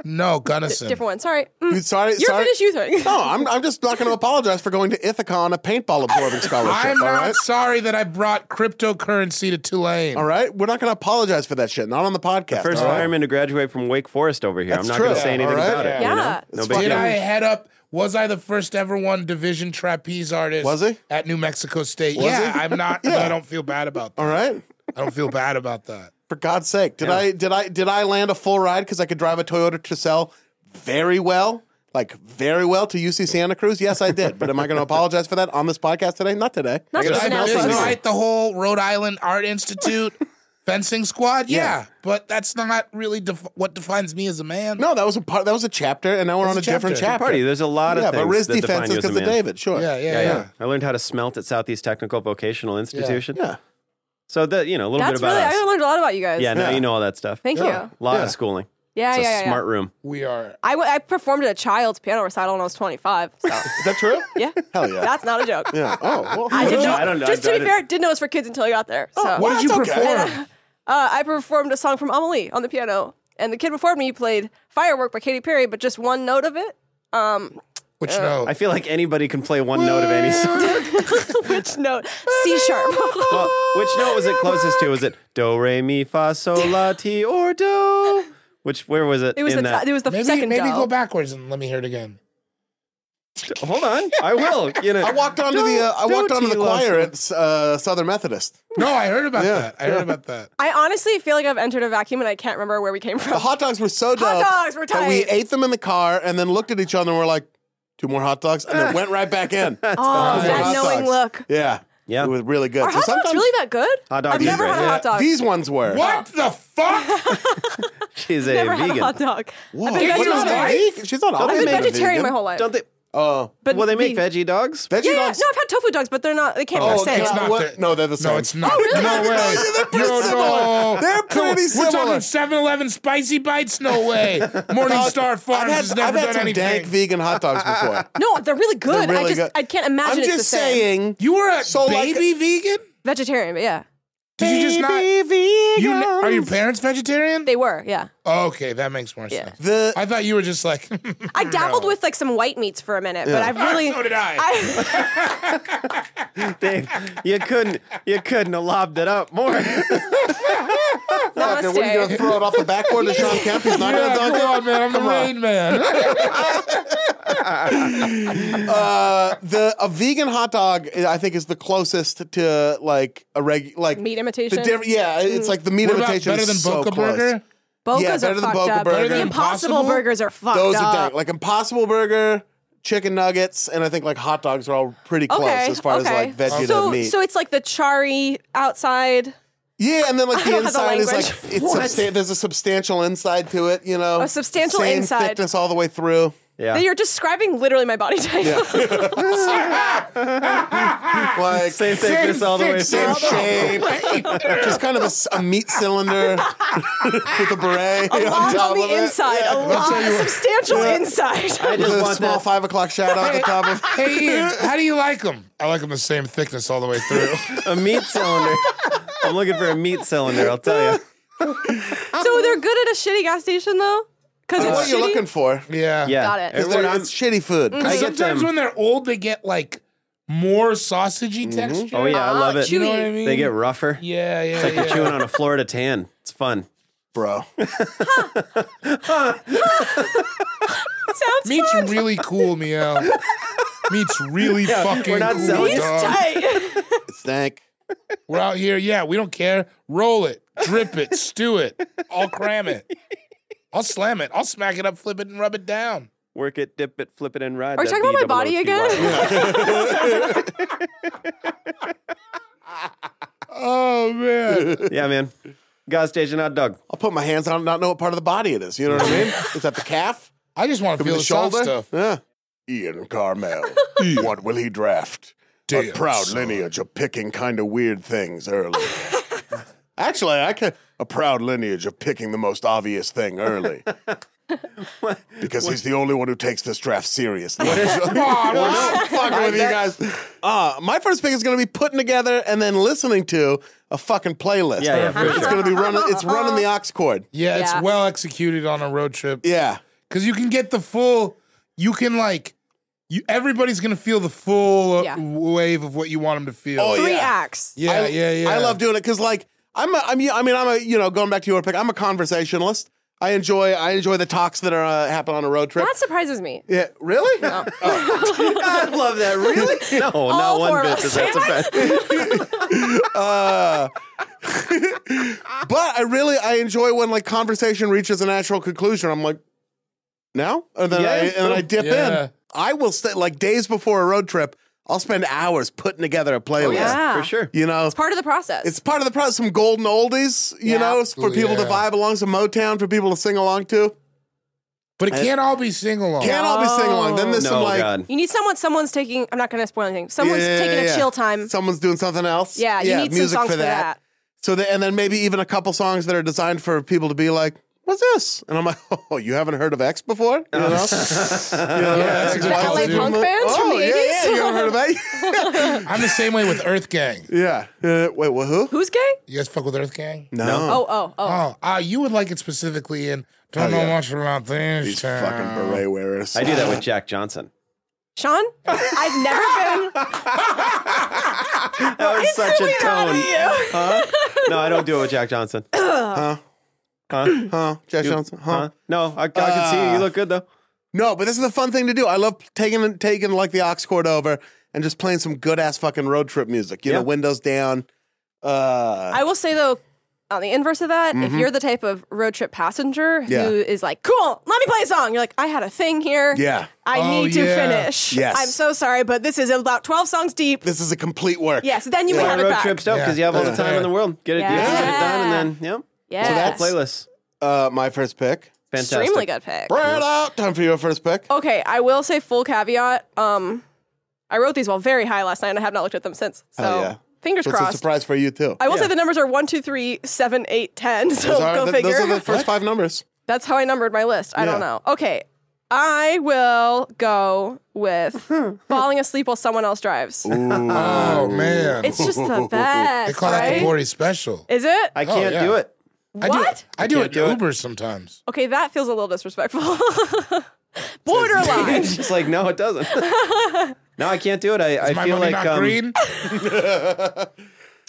E: No, Gunnison.
D: Different one. Sorry. Mm.
B: Dude, sorry,
D: You're
B: sorry.
D: finished you think.
B: No, I'm, I'm just not going to apologize for going to Ithaca on a paintball absorbing scholarship.
E: I'm
B: all
E: not
B: right?
E: sorry that I brought cryptocurrency to Tulane.
B: All right, we're not going to apologize for that shit. Not on the podcast.
C: First
B: all right?
C: fireman to graduate from Wake Forest over here.
B: That's
C: I'm not
B: true.
C: going to say
B: Yeah,
C: anything
B: all right.
C: about it.
D: Yeah.
C: you know?
D: Yeah.
C: No
B: It's
C: big
B: fine.
E: Did
C: deal.
E: I head up? Was I the first ever one division trapeze artist?
B: Was he?
E: at New Mexico State?
B: Was
E: yeah,
B: he?
E: I'm not. but I don't feel bad about that.
B: All right.
E: I don't feel bad about that.
B: For God's sake, did I did I did I land a full ride because I could drive a Toyota Tercel very well, like very well to UC Santa Cruz? Yes, I did. but am I going to apologize for that on this podcast today? Not today.
D: Not
E: Did
D: just
E: I
D: now.
B: miss
D: but-
B: it?
E: fight the whole Rhode Island Art Institute fencing squad? Yeah,
B: Yeah.
E: but that's not really def- what defines me as a man.
B: No, that was a part. That was a chapter, and now we're on
E: That's
B: a,
E: a
B: different
E: chapter.
B: chapter.
C: Party. There's a lot of
B: yeah,
C: things
B: but Riz
C: that define
B: defense
C: you
B: is
C: as a
B: because of
C: man.
B: David. Sure.
E: Yeah, yeah, yeah.
C: I learned how to smelt at Southeast Technical Vocational Institution.
B: Yeah.
C: So that you know a little
D: That's
C: bit about
D: really. I
C: us.
D: learned a lot about you guys.
C: yeah, now
B: Yeah.
C: you know all that stuff.
D: Thank
B: Yeah.
D: you.
C: A lot
B: Yeah.
C: of schooling.
D: Yeah,
C: It's
D: yeah,
C: a
D: yeah.
C: smart room.
E: We are.
D: I, w- I performed at a child's piano recital when I was 25. So
B: Is that true?
D: yeah,
B: Hell yeah.
D: that's not a joke.
B: yeah. Oh, well,
D: I didn't know.
C: I don't know.
D: Just to
C: I
D: be
C: didn't-
D: fair, didn't know it was for kids until I got there. So
E: Oh, What did you
B: that's okay.
E: perform?
D: Uh, I performed a song from Amelie on the piano, and the kid before me played "Firework" by Katy Perry, but just one note of it. Um,
E: Which no,
C: I feel like anybody can play one note of any song.
D: which note? C sharp.
C: Well, which note was it closest to? Was it do re mi fa sol la ti or do? Which where was it?
D: It was
C: in
D: the
C: that?
D: it was the
E: maybe
D: second
E: maybe
D: dough.
E: go backwards and let me hear it again.
C: Hold on, I will. You know,
B: I walked onto
C: Do-
B: the uh, I
C: do
B: walked onto
C: ti
B: the
C: la
B: choir
C: sol.
B: at uh, Southern Methodist.
E: No, I heard about
B: Yeah.
E: that. I heard about that.
D: I honestly feel like I've entered a vacuum and I can't remember where we came from.
B: The hot dogs were so dope.
D: dogs were
B: that we
D: tight.
B: ate them in the car and then looked at each other and were like, two more hot dogs, and then went right back in.
D: oh,
B: Those were
D: that
B: hot
D: knowing
B: dogs.
D: look.
B: Yeah,
C: Yeah.
B: it was really good.
D: Are hot dogs really that good?
C: Hot dogs
D: I've
C: are
D: never
C: great.
D: had a hot dog.
B: these ones were.
E: What the fuck?
C: She's a
D: never had a
C: vegan.
D: hot dog.
B: What?
D: I've been
B: She's not a Oh, vegan? She's not.
D: vegetarian, I've
B: always
D: been
B: made a
D: vegetarian my
B: vegan.
D: whole life.
C: Don't they?
B: Oh,
D: But
C: Well, they make
D: the-
C: veggie dogs.
B: veggie
D: Yeah, yeah. no, I've
B: dogs.
D: had tofu dogs, but they're not. They can't
B: Oh,
D: be the same.
B: okay.
E: It's not
B: What?
E: that-
B: No, they're the same.
E: No, it's not. No
D: really?
E: way.
B: They're pretty
E: No, no.
B: similar. They're
E: Come on,
B: pretty similar.
E: We're talking 7-Eleven spicy bites. No way. Morningstar
B: I've
E: Farms
B: had,
E: has never
B: I've had
E: done
B: some
E: anything.
B: dank vegan hot dogs before.
D: No, they're really good.
B: They're
D: I
B: really
D: just
B: good.
D: I can't imagine
B: I'm
D: it's
B: just
D: the same.
B: saying.
E: you were a
B: So, like-
E: baby vegan?
D: Vegetarian, but yeah,
E: Did you just not? You, ne- are your parents vegetarian?
D: they were. Yeah,
E: okay, that makes more
D: Yeah.
E: sense.
B: The
E: I thought you were just like.
B: Oh,
D: I dabbled with like some white meats for a minute, but I've really.
E: so did I.
D: I
C: Dave, you couldn't. You couldn't have lobbed it up more.
B: Fuck, what are you
D: namaste.
B: gonna throw it off the backboard to Sean Kemp? He's not
E: Yeah,
B: gonna dunk
E: come
B: it.
E: on, man. I'm the rain man.
B: Uh, the a vegan hot dog, I think, is the closest to like a reg like
D: Meat
B: The
D: imitation.
B: diff- yeah, it's like the meat
E: What about
B: imitation.
E: better
B: is
E: than
B: so
E: Boca
B: close.
E: Burger?
D: Boca's
B: Yeah,
D: are
B: better than
D: fucked
B: Boca
D: up.
B: Burger.
D: The impossible,
E: Impossible?
D: burgers are fucked
B: Those
D: up.
B: are dank. like Impossible Burger, chicken nuggets, and I think like hot dogs are all pretty close
D: okay,
B: as far
D: okay.
B: as like veggie
D: so,
B: to meat.
D: So it's like the chari outside,
B: yeah, and then like the
D: don't have the
B: inside is like
D: language.
B: it's substan- there's a substantial inside to it. You know,
D: A substantial
B: Same
D: inside.
B: thickness all the way through.
C: Yeah.
D: You're describing literally my body type.
B: Like
C: Same thickness all the way
B: same
C: through.
B: shape, just kind of a, s- a meat cylinder with a beret
D: a
B: on
D: lot
B: top
D: on
B: of
D: the
B: it.
D: inside.
B: Yeah.
D: A lot substantial
B: Yeah.
D: inside.
C: I
B: With
C: just
B: a
C: want
B: small
C: that.
B: five o'clock shadow at the top of.
E: hey, Ian, how do you like them? I like them the same thickness all the way through.
C: a meat cylinder. I'm looking for a meat cylinder. I'll tell you.
D: so they're good at a shitty gas station though, because it's
B: What
D: shitty. Mm.
B: you're looking for?
E: Yeah.
C: Yeah.
D: Got it.
B: It's
C: Everyone, I'm-
B: shitty food.
C: I get
E: Sometimes
C: them.
E: when they're old, they get like more sausagey texture.
C: oh yeah, I
D: Ah,
C: love it.
D: chewy. You know
E: what I mean?
C: They get rougher.
E: Yeah, yeah,
C: You're
E: yeah.
C: chewing on a Florida tan. It's fun.
B: bro.
D: Sounds
E: Meat's
D: fun.
E: really cool, meow. Meat's really fucking
C: we're not
E: cool,
C: selling-
E: dog.
D: tight.
B: Thank.
E: We're out here, yeah, we don't care. Roll it, drip it, stew it. I'll cram it. I'll slam it. I'll smack it up, flip it, and rub it down.
C: Work it, dip it, flip it, and ride.
D: Are you
C: that
D: talking about my body
C: B-double-O-T-Y.
D: again?
E: Oh man.
C: yeah, man. Gas station hot dog.
B: I'll put my hands on it and not know what part of the body it is. You know what I mean? Is that the calf?
E: I just want to
B: Could be the
E: feel the soft
B: shoulder?
E: stuff.
B: Yeah. Ian Carmel. what will he draft?
E: Damn,
B: a proud
E: son.
B: lineage of picking kind of weird things early. Actually, I can a proud lineage of picking the most obvious thing early. because he's the only one who takes this draft seriously. Come on, we're not fucking with you guys. Uh, my first pick is going to be putting together and then listening to a fucking playlist.
C: Yeah, yeah, for
B: it's
C: sure.
B: going to be running. It's running the ox chord.
E: Yeah,
D: Yeah.
E: it's well executed on a road trip.
B: Yeah.
E: because you can get the full. You can like. You, everybody's gonna feel the full
D: Yeah.
E: wave of what you want them to feel.
B: Oh,
D: Three
B: yeah.
D: acts.
E: yeah,
B: I,
E: yeah, yeah.
B: I love doing it because like I'm a, I'm I mean I'm a you know going back to your pick I'm a conversationalist. I enjoy I enjoy the talks that are uh, happen on a road trip.
D: That surprises me.
B: yeah, really?
C: I love that. Really? No, not
D: four
C: one
D: of
C: bit. Does
D: us.
C: that offend?
B: Uh, But I really I enjoy when like conversation reaches a natural conclusion. I'm like, now, and then I
C: Yeah.
B: and then I dip
E: Yeah.
B: in. I will stay like days before a road trip. I'll spend hours putting together a playlist.
D: Oh, yeah.
C: for sure.
B: You know,
D: Part of the process.
B: It's part of the process. Some golden oldies, you
D: Yeah.
B: know, for
E: Ooh,
B: people to
E: yeah.
B: vibe along. Some Motown for people to sing along to.
E: but it can't all be sing along.
B: Oh. Can't all be sing along. Then there's
C: No,
B: some like
C: Oh, God.
D: you need someone. Someone's taking. I'm not going to spoil anything. Someone's
B: Yeah, yeah,
D: taking
B: yeah.
D: a chill time.
B: Someone's doing something else.
D: yeah, you need some songs for that.
B: So the, and then maybe even a couple songs that are designed for people to be like, "What's this?" And I'm like, "Oh, you haven't heard of X before?" You know, You know, X is
E: The
B: wild.
E: LA punk
D: bands from
B: oh,
D: the
B: yeah,
D: 80s?
B: Yeah, you haven't heard of that?
E: I'm the same way with Earth Gang.
B: yeah. Uh, wait, what? Who?
D: Who's gay?
E: You guys fuck with Earth Gang?
B: No.
D: Oh, oh, oh.
E: Oh, ah, you would like it specifically in. Don't know
B: yeah.
E: much about this.
B: These
E: town.
B: fucking beret wearers.
C: I do that with Jack Johnson.
D: Sean, I've never been. Oh,
C: That was such a tone.
D: you.
C: Huh? No, I don't do it with Jack Johnson.
B: Huh?
C: Huh?
B: Huh? Jack Johnson?
C: Huh? No, I, I can see you. You look good though.
B: No, but this is a fun thing to do. I love taking taking like the aux cord over and just playing some good ass fucking road trip music. You know,
C: Yeah.
B: windows down. Uh,
D: I will say though, on the inverse of that, if you're the type of road trip passenger
B: Yeah.
D: who is like, "Cool, let me play a song," you're like, "I had a thing here.
B: yeah,
D: I
E: Oh,
D: need to
E: yeah.
D: finish.
B: Yes.
D: I'm so sorry, but this is about 12 songs deep.
B: this is a complete work.
D: Yes, then you would
C: Why
D: have it
C: road
D: back.
C: trips dope because
E: Yeah.
C: you have all the
E: Yeah.
C: time in the world. Get it, you get it
D: Yeah.
C: done, and then yeah.
D: Yeah,
C: That playlist,
B: Uh, my first pick.
C: fantastic.
D: extremely good pick.
B: Brad out. Time for your first pick.
D: Okay, I will say full caveat. Um, I wrote these while very high last night, and I have not looked at them since. So
B: Hell Oh, yeah.
D: fingers
B: So it's a
D: crossed.
B: surprise for you too.
D: I will say the numbers are one, two, three, seven, eight, ten. So
B: those are,
D: go
B: th-
D: figure.
B: those are the first five numbers.
D: That's how I numbered my list. I don't
B: Yeah.
D: know. Okay. I will go with falling asleep while someone else drives.
E: Oh man,
D: It's just the
E: they
D: best.
E: call that
D: right?
E: the Corey special.
D: Is it?
C: I can't
E: yeah.
C: do it.
E: I do.
D: what?
E: I do
C: Can't
E: it
C: do
E: in
C: it.
E: Uber sometimes.
D: Okay, that feels a little disrespectful. Borderline.
C: It's just like no, it doesn't. no, I can't do it. I,
E: Is
C: I
E: my
C: feel
E: money
C: like
E: not
C: um,
E: green?
C: I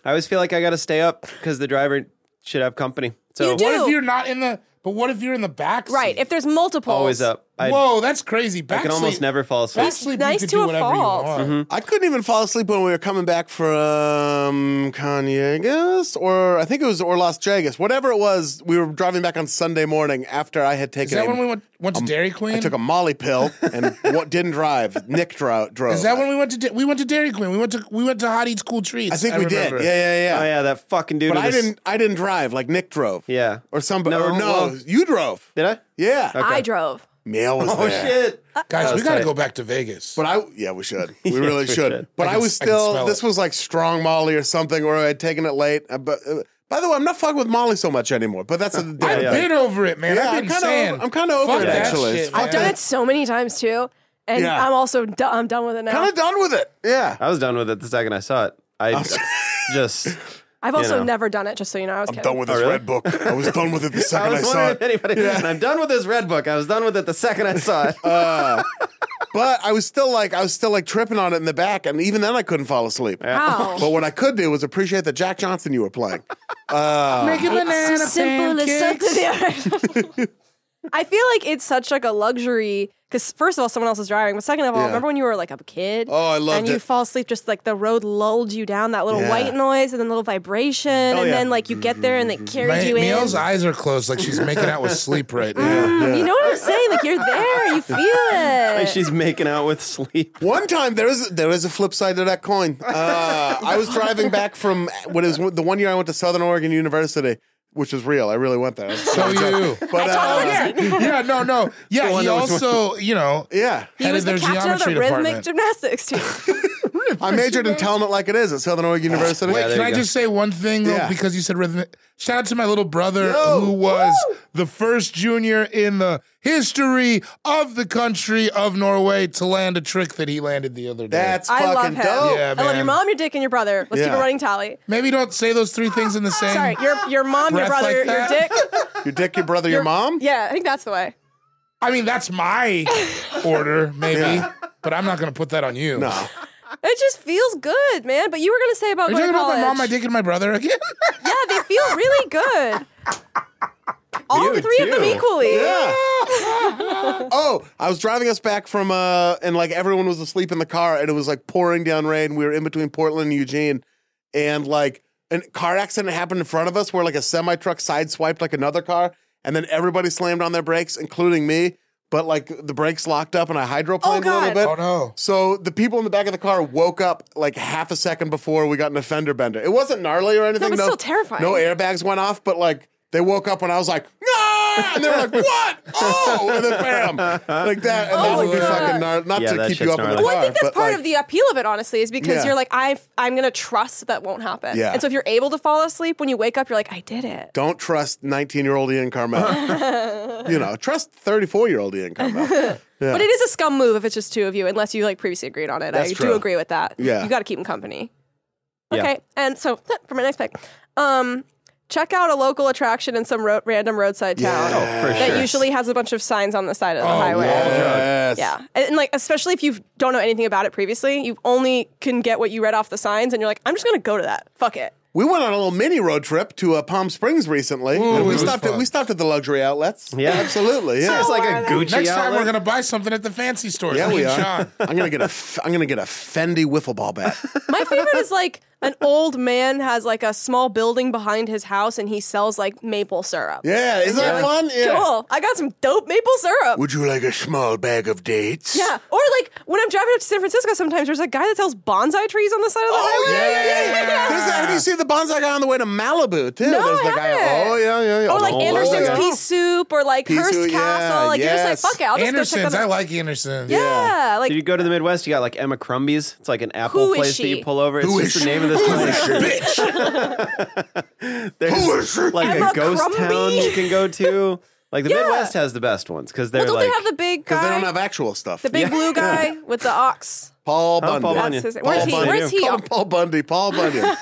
C: always feel like I got to stay up because the driver should have company. So
D: You do.
E: What if you're not in the? But what if you're in the back?
D: right.
E: seat?
D: If there's multiple.
C: always up. I,
E: Whoa, that's crazy. Back
C: I can almost
E: seat-
C: never fall
E: Back
C: asleep.
E: sleep,
D: nice
E: you could
D: to
E: do
D: a
E: whatever you
D: fault.
E: want.
B: I couldn't even fall asleep when we were coming back from Conyegas or I think it was or Las Vegas, whatever it was. We were driving back on Sunday morning after I had taken.
E: Is that
B: a-
E: when we went, went to Dairy Queen?
B: I took a Molly pill and what didn't drive. Nick dro- drove.
E: Is that when we went to da- we went to Dairy Queen? We went to we went to Hot Eats Cool Treats.
B: I think we did. Yeah,
E: remember.
B: yeah, yeah.
C: Oh yeah, that fucking
B: But
C: dude. with
B: I
C: his-
B: didn't. I didn't drive. Like Nick drove.
C: Yeah.
B: Or somebody.
C: No,
B: or no,
C: well-
B: you drove.
C: Did I?
B: Yeah.
D: I drove.
B: Mail was
C: Oh
B: there.
C: shit.
E: Guys, we
C: was
E: got to
C: tight.
E: go back to Vegas.
B: But I, yeah, we should. We really should. But
E: I
B: I,
E: can-
B: was
E: I can
B: still.
E: smell
B: This
E: it.
B: was like strong Molly or something, or I had taken it late. Uh, But uh, by the way, I'm not fucking with Molly so much anymore. But that's a
E: I've
B: different
C: yeah.
B: thing.
E: been over it, man.
B: Yeah, I'm
E: I've been
B: kinda
E: saying
B: over- I'm kinda over
E: fuck
B: it,
E: that
B: actually.
E: shit,
B: I've
D: I've
E: man.
D: done it so many times too, and
B: Yeah.
D: I'm also do- I'm done with it now.
B: Kind of done with it. Yeah.
C: I was done with it the second I saw it. I just.
D: I've also
C: know.
D: never done it. Just so you know, I was kidding.
B: Done with this
C: really?
B: red book. I was done with it the
C: I
B: second I,
C: was
B: saw
C: wondering
B: it.
C: if anybody. And I'm done with this red book. I was done with it the second I saw it.
B: But I was still like, I was still like tripping on it in the back, and even then I couldn't fall asleep.
D: Wow.
B: But what I could do was appreciate the Jack Johnson you were playing.
E: Make a banana
D: simple as
E: pancakes.
D: something I feel like it's such like a luxury because first of all, someone else is driving, but second of all,
B: Yeah.
D: remember when you were like a kid?
B: Oh, I loved
D: And you
B: it.
D: fall asleep, just like the road lulled you down that little
B: Yeah. Oh,
D: white noise and then little vibration, and
C: yeah.
D: then like you get there and they carried
E: My,
D: you in.
E: Miel's eyes are closed, like she's making out with sleep right now.
D: Mm, You know what I'm saying? Like you're there, you feel it.
C: Like she's making out with sleep.
B: One time there is there is a flip side to that coin. Uh, I was driving back from what is the one year I went to Southern Oregon University, which is real. I really went there.
E: So you,
B: But uh,
E: yeah, no, no, yeah. He
C: that was-
E: also, you know,
B: yeah,
D: he was the
E: headed their
D: captain of the
E: geometry
D: rhythmic
E: department.
D: gymnastics team.
B: I majored in telling it like it is at Southern Oregon University.
E: Wait,
C: Yeah, there
E: can
C: you
E: I
C: go.
E: just say one thing though?
B: Yeah.
E: Because you said rhythmic. Shout out to my little brother
B: Yo!
E: who was the first junior in the history of the country of Norway to land a trick that he landed the other day.
B: That's
D: I love
B: fucking
D: him.
B: dope.
E: Yeah,
D: I love your
E: man.
D: mom, your dick, and your brother. Let's keep
B: Yeah.
D: a running tally.
E: Maybe don't say those three things in the same.
D: Sorry, your your mom, your
E: Breath
D: brother, your
E: like that?
D: dick.
B: Your dick, your brother, your, mom.
D: Yeah, I think that's the way.
E: I mean, that's my order, maybe, but I'm not going to put that on you. No. Are
D: It just feels good, man. But you were gonna say about
E: you
D: going
E: talking
D: to
E: about
D: college.
E: my mom, my dick, and my brother again?
D: yeah, they feel really good. All
C: You
D: three of them
C: too.
D: equally.
B: Yeah. oh, I was driving us back from, uh, and like everyone was asleep in the car, and it was like pouring down rain. We were in between Portland and Eugene, and like a car accident happened in front of us where like a semi truck sideswiped like another car, and then everybody slammed on their brakes, including me. But like the brakes locked up, and I hydroplaned a little
D: God.
B: bit.
E: Oh, no.
B: So the people in the back of the car woke up like half a second before we got an offender bender. It wasn't gnarly or anything.
D: but still terrifying.
B: No airbags went off, but like they woke up when I was like, no, and they were like, what? Oh, and then bam, like that, and that
D: Oh,
B: would be
D: yeah.
B: fucking gnarly. Not
C: Yeah,
B: to
C: that
B: keep
C: shit's
B: you up in the
C: gnarly.
B: car,
D: Well, I think that's
B: Oh but
D: part
B: like,
D: of the appeal of it, honestly, is because
B: Yeah.
D: you're like, I, I'm going to trust that won't happen.
B: Yeah.
D: And so if you're able to fall asleep, when you wake up, you're like, I did it.
B: Don't trust 19 year old Ian Carmel. you know, trust 34 year old Ian Carmel.
D: But it is a scum move if it's just two of you, unless you like previously agreed on it.
B: That's
D: I
B: true.
D: do agree with that.
B: Yeah.
D: You got to keep them company.
C: Yeah.
D: Okay. And so for my next pick, um, check out a local attraction in some ro- random roadside town
B: Yeah.
C: For
D: that
C: Oh, sure.
D: usually has a bunch of signs on the side of the
E: Oh,
D: highway.
B: Yes.
D: Yeah. And, and, like, especially if you don't know anything about it previously, you only can get what you read off the signs, and you're like, I'm just going to go to that. Fuck it.
B: We went on a little mini road trip to uh, Palm Springs recently. and we
E: it was
B: stopped at
E: fun.
B: we stopped at the luxury outlets.
C: Yeah.
B: absolutely. Yeah,
C: It's like a Gucci
E: Next time
C: outlet.
E: we're going to buy something at the fancy store.
B: Yeah,
E: Me
B: we
E: and
B: are.
E: Sean.
B: I'm gonna get a f- I'm gonna get a Fendi wiffle ball bat.
D: My favorite is like an old man has like a small building behind his house and he sells like maple syrup.
B: Yeah, isn't that fun? Yeah.
D: Cool. I got some dope maple syrup.
B: Would you like a small bag of dates?
D: yeah. Or like when I'm driving up to San Francisco, sometimes there's a guy that sells bonsai trees on the side of the
B: Oh
D: highway.
B: yeah, yeah, yeah. yeah.
E: Yeah.
B: There's that, have you seen the bonsai guy on the way to Malibu too?
D: No,
B: There's
D: I
B: the guy.
D: haven't.
B: Oh yeah, yeah, yeah.
D: Or like
B: Oh,
D: Anderson's
B: yeah.
D: pea soup or like
B: Pea
D: Hearst
B: soup, yeah,
D: Castle. Like you're
B: yes.
D: just like, fuck it, I'll just go check
E: Anderson's.
D: that
E: I
D: out.
E: like Anderson's.
D: yeah. Like
C: Did you go to the Midwest? You got like Emma Crumbies. It's like an apple
D: Who is
C: place that
D: she?
C: you pull over. It's
B: Who
C: just
B: is
C: the name of
B: she?
C: this
B: Who is
C: place.
E: Bitch.
C: There's
B: Who is she?
C: like
D: Emma
C: a ghost
D: Crumbie?
C: town you can go to. Like the
D: Yeah.
C: Midwest has the best ones because they're
D: well, don't
C: like
D: they have the big
B: Because
D: guy?
B: they don't have actual stuff.
D: the big blue guy with the ox.
B: Paul
C: Huh?
B: Bundy.
C: Paul Bunyan.
D: That's his,
C: Paul
D: where's he?
C: Bunyan.
D: Where's he?
B: Call him Paul Bundy. Paul Bunyan.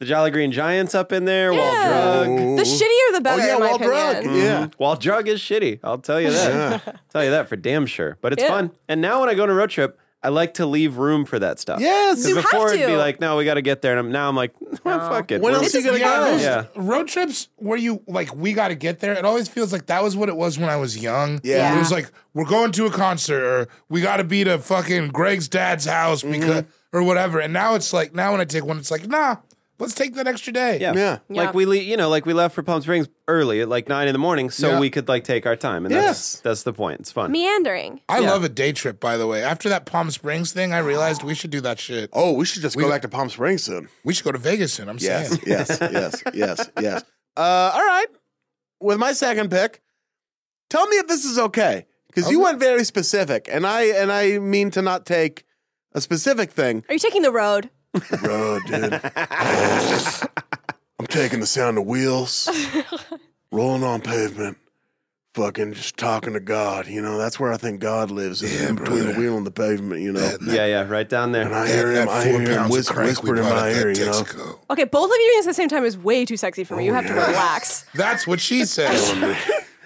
C: the Jolly Green Giants up in there.
D: Yeah.
C: While drug,
D: The shittier the
B: Oh
D: better.
B: yeah,
D: in my
B: well mm.
D: opinion.
B: drug. Yeah.
C: while drug is shitty. I'll tell you that. tell you that for damn sure. But it's
D: Yeah.
C: fun. And now when I go on a road trip, I like to leave room for that stuff.
B: Yes.
D: You
C: Because
D: have
C: before it'd be
D: to.
C: like, no, we got to get there, and I'm, now I'm like, well, fuck it.
B: When
C: We're-
B: else you gonna
E: Yeah,
B: go?
E: there's
C: Yeah.
E: road trips where you like we got to get there. It always feels like that was what it was when I was young.
B: Yeah.
E: it was like we're going to a concert or we got to be to fucking Greg's dad's house
B: Mm-hmm.
E: because or whatever. And now it's like now when I take one, it's like nah, let's take that extra day.
C: Yeah.
B: Yeah.
D: Yeah.
C: Like we, le- you know, like we left for Palm Springs early at like nine in the morning, so
E: Yeah.
C: we could like take our time, and
B: Yes.
C: that's that's the point. It's fun.
D: Meandering.
E: I love a day trip. By the way, after that Palm Springs thing, I realized we should do that shit.
B: Oh, we should just go back to Palm Springs soon.
E: We should go to Vegas soon. I'm
B: Yes,
E: saying.
B: yes, yes, yes, yes. Uh, all right. With my second pick, tell me if this is okay because you went very specific, and I and I mean to not take a specific thing.
D: Are you taking the road?
B: Bro, Oh, dude, I'm taking the sound of wheels rolling on pavement. Fucking just talking to God, you know. That's where I think God lives, is in between the wheel and the pavement, you know.
C: Yeah, yeah, right down there.
B: And I hear him, I hear him whis- whispering in my ear, you know.
D: Okay, both of you doing this at the same time is way too sexy for me. you have to
B: Oh, yeah.
D: relax.
E: That's what she said.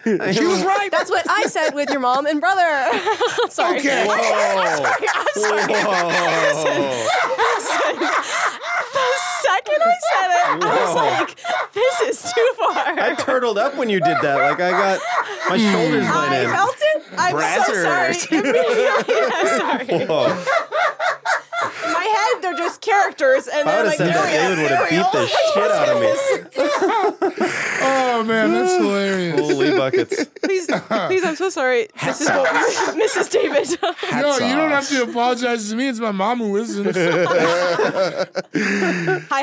B: She was right.
D: That's what I said with your mom and brother. I'm sorry.
E: Okay.
D: I'm sorry. I'm sorry. The second I said it, I was like, this is too far.
C: I turtled up when you did that. Like I got my
B: Hmm.
C: shoulders went
D: I
C: in.
D: felt it. I'm
C: Brazzers.
D: so sorry. Immediately, I'm sorry.
C: Whoa.
D: In my head, they're just characters, and
C: I
D: they're
C: would have
D: like,
C: said that
D: Ariel,
C: David would have beat the
D: Ariel.
C: shit out of me.
E: oh man, that's hilarious.
C: Holy buckets.
D: Please, please, I'm so sorry, Mrs. Bo- Mrs. David.
E: No, you don't have to apologize to me. It's my mom who listens.
D: hi,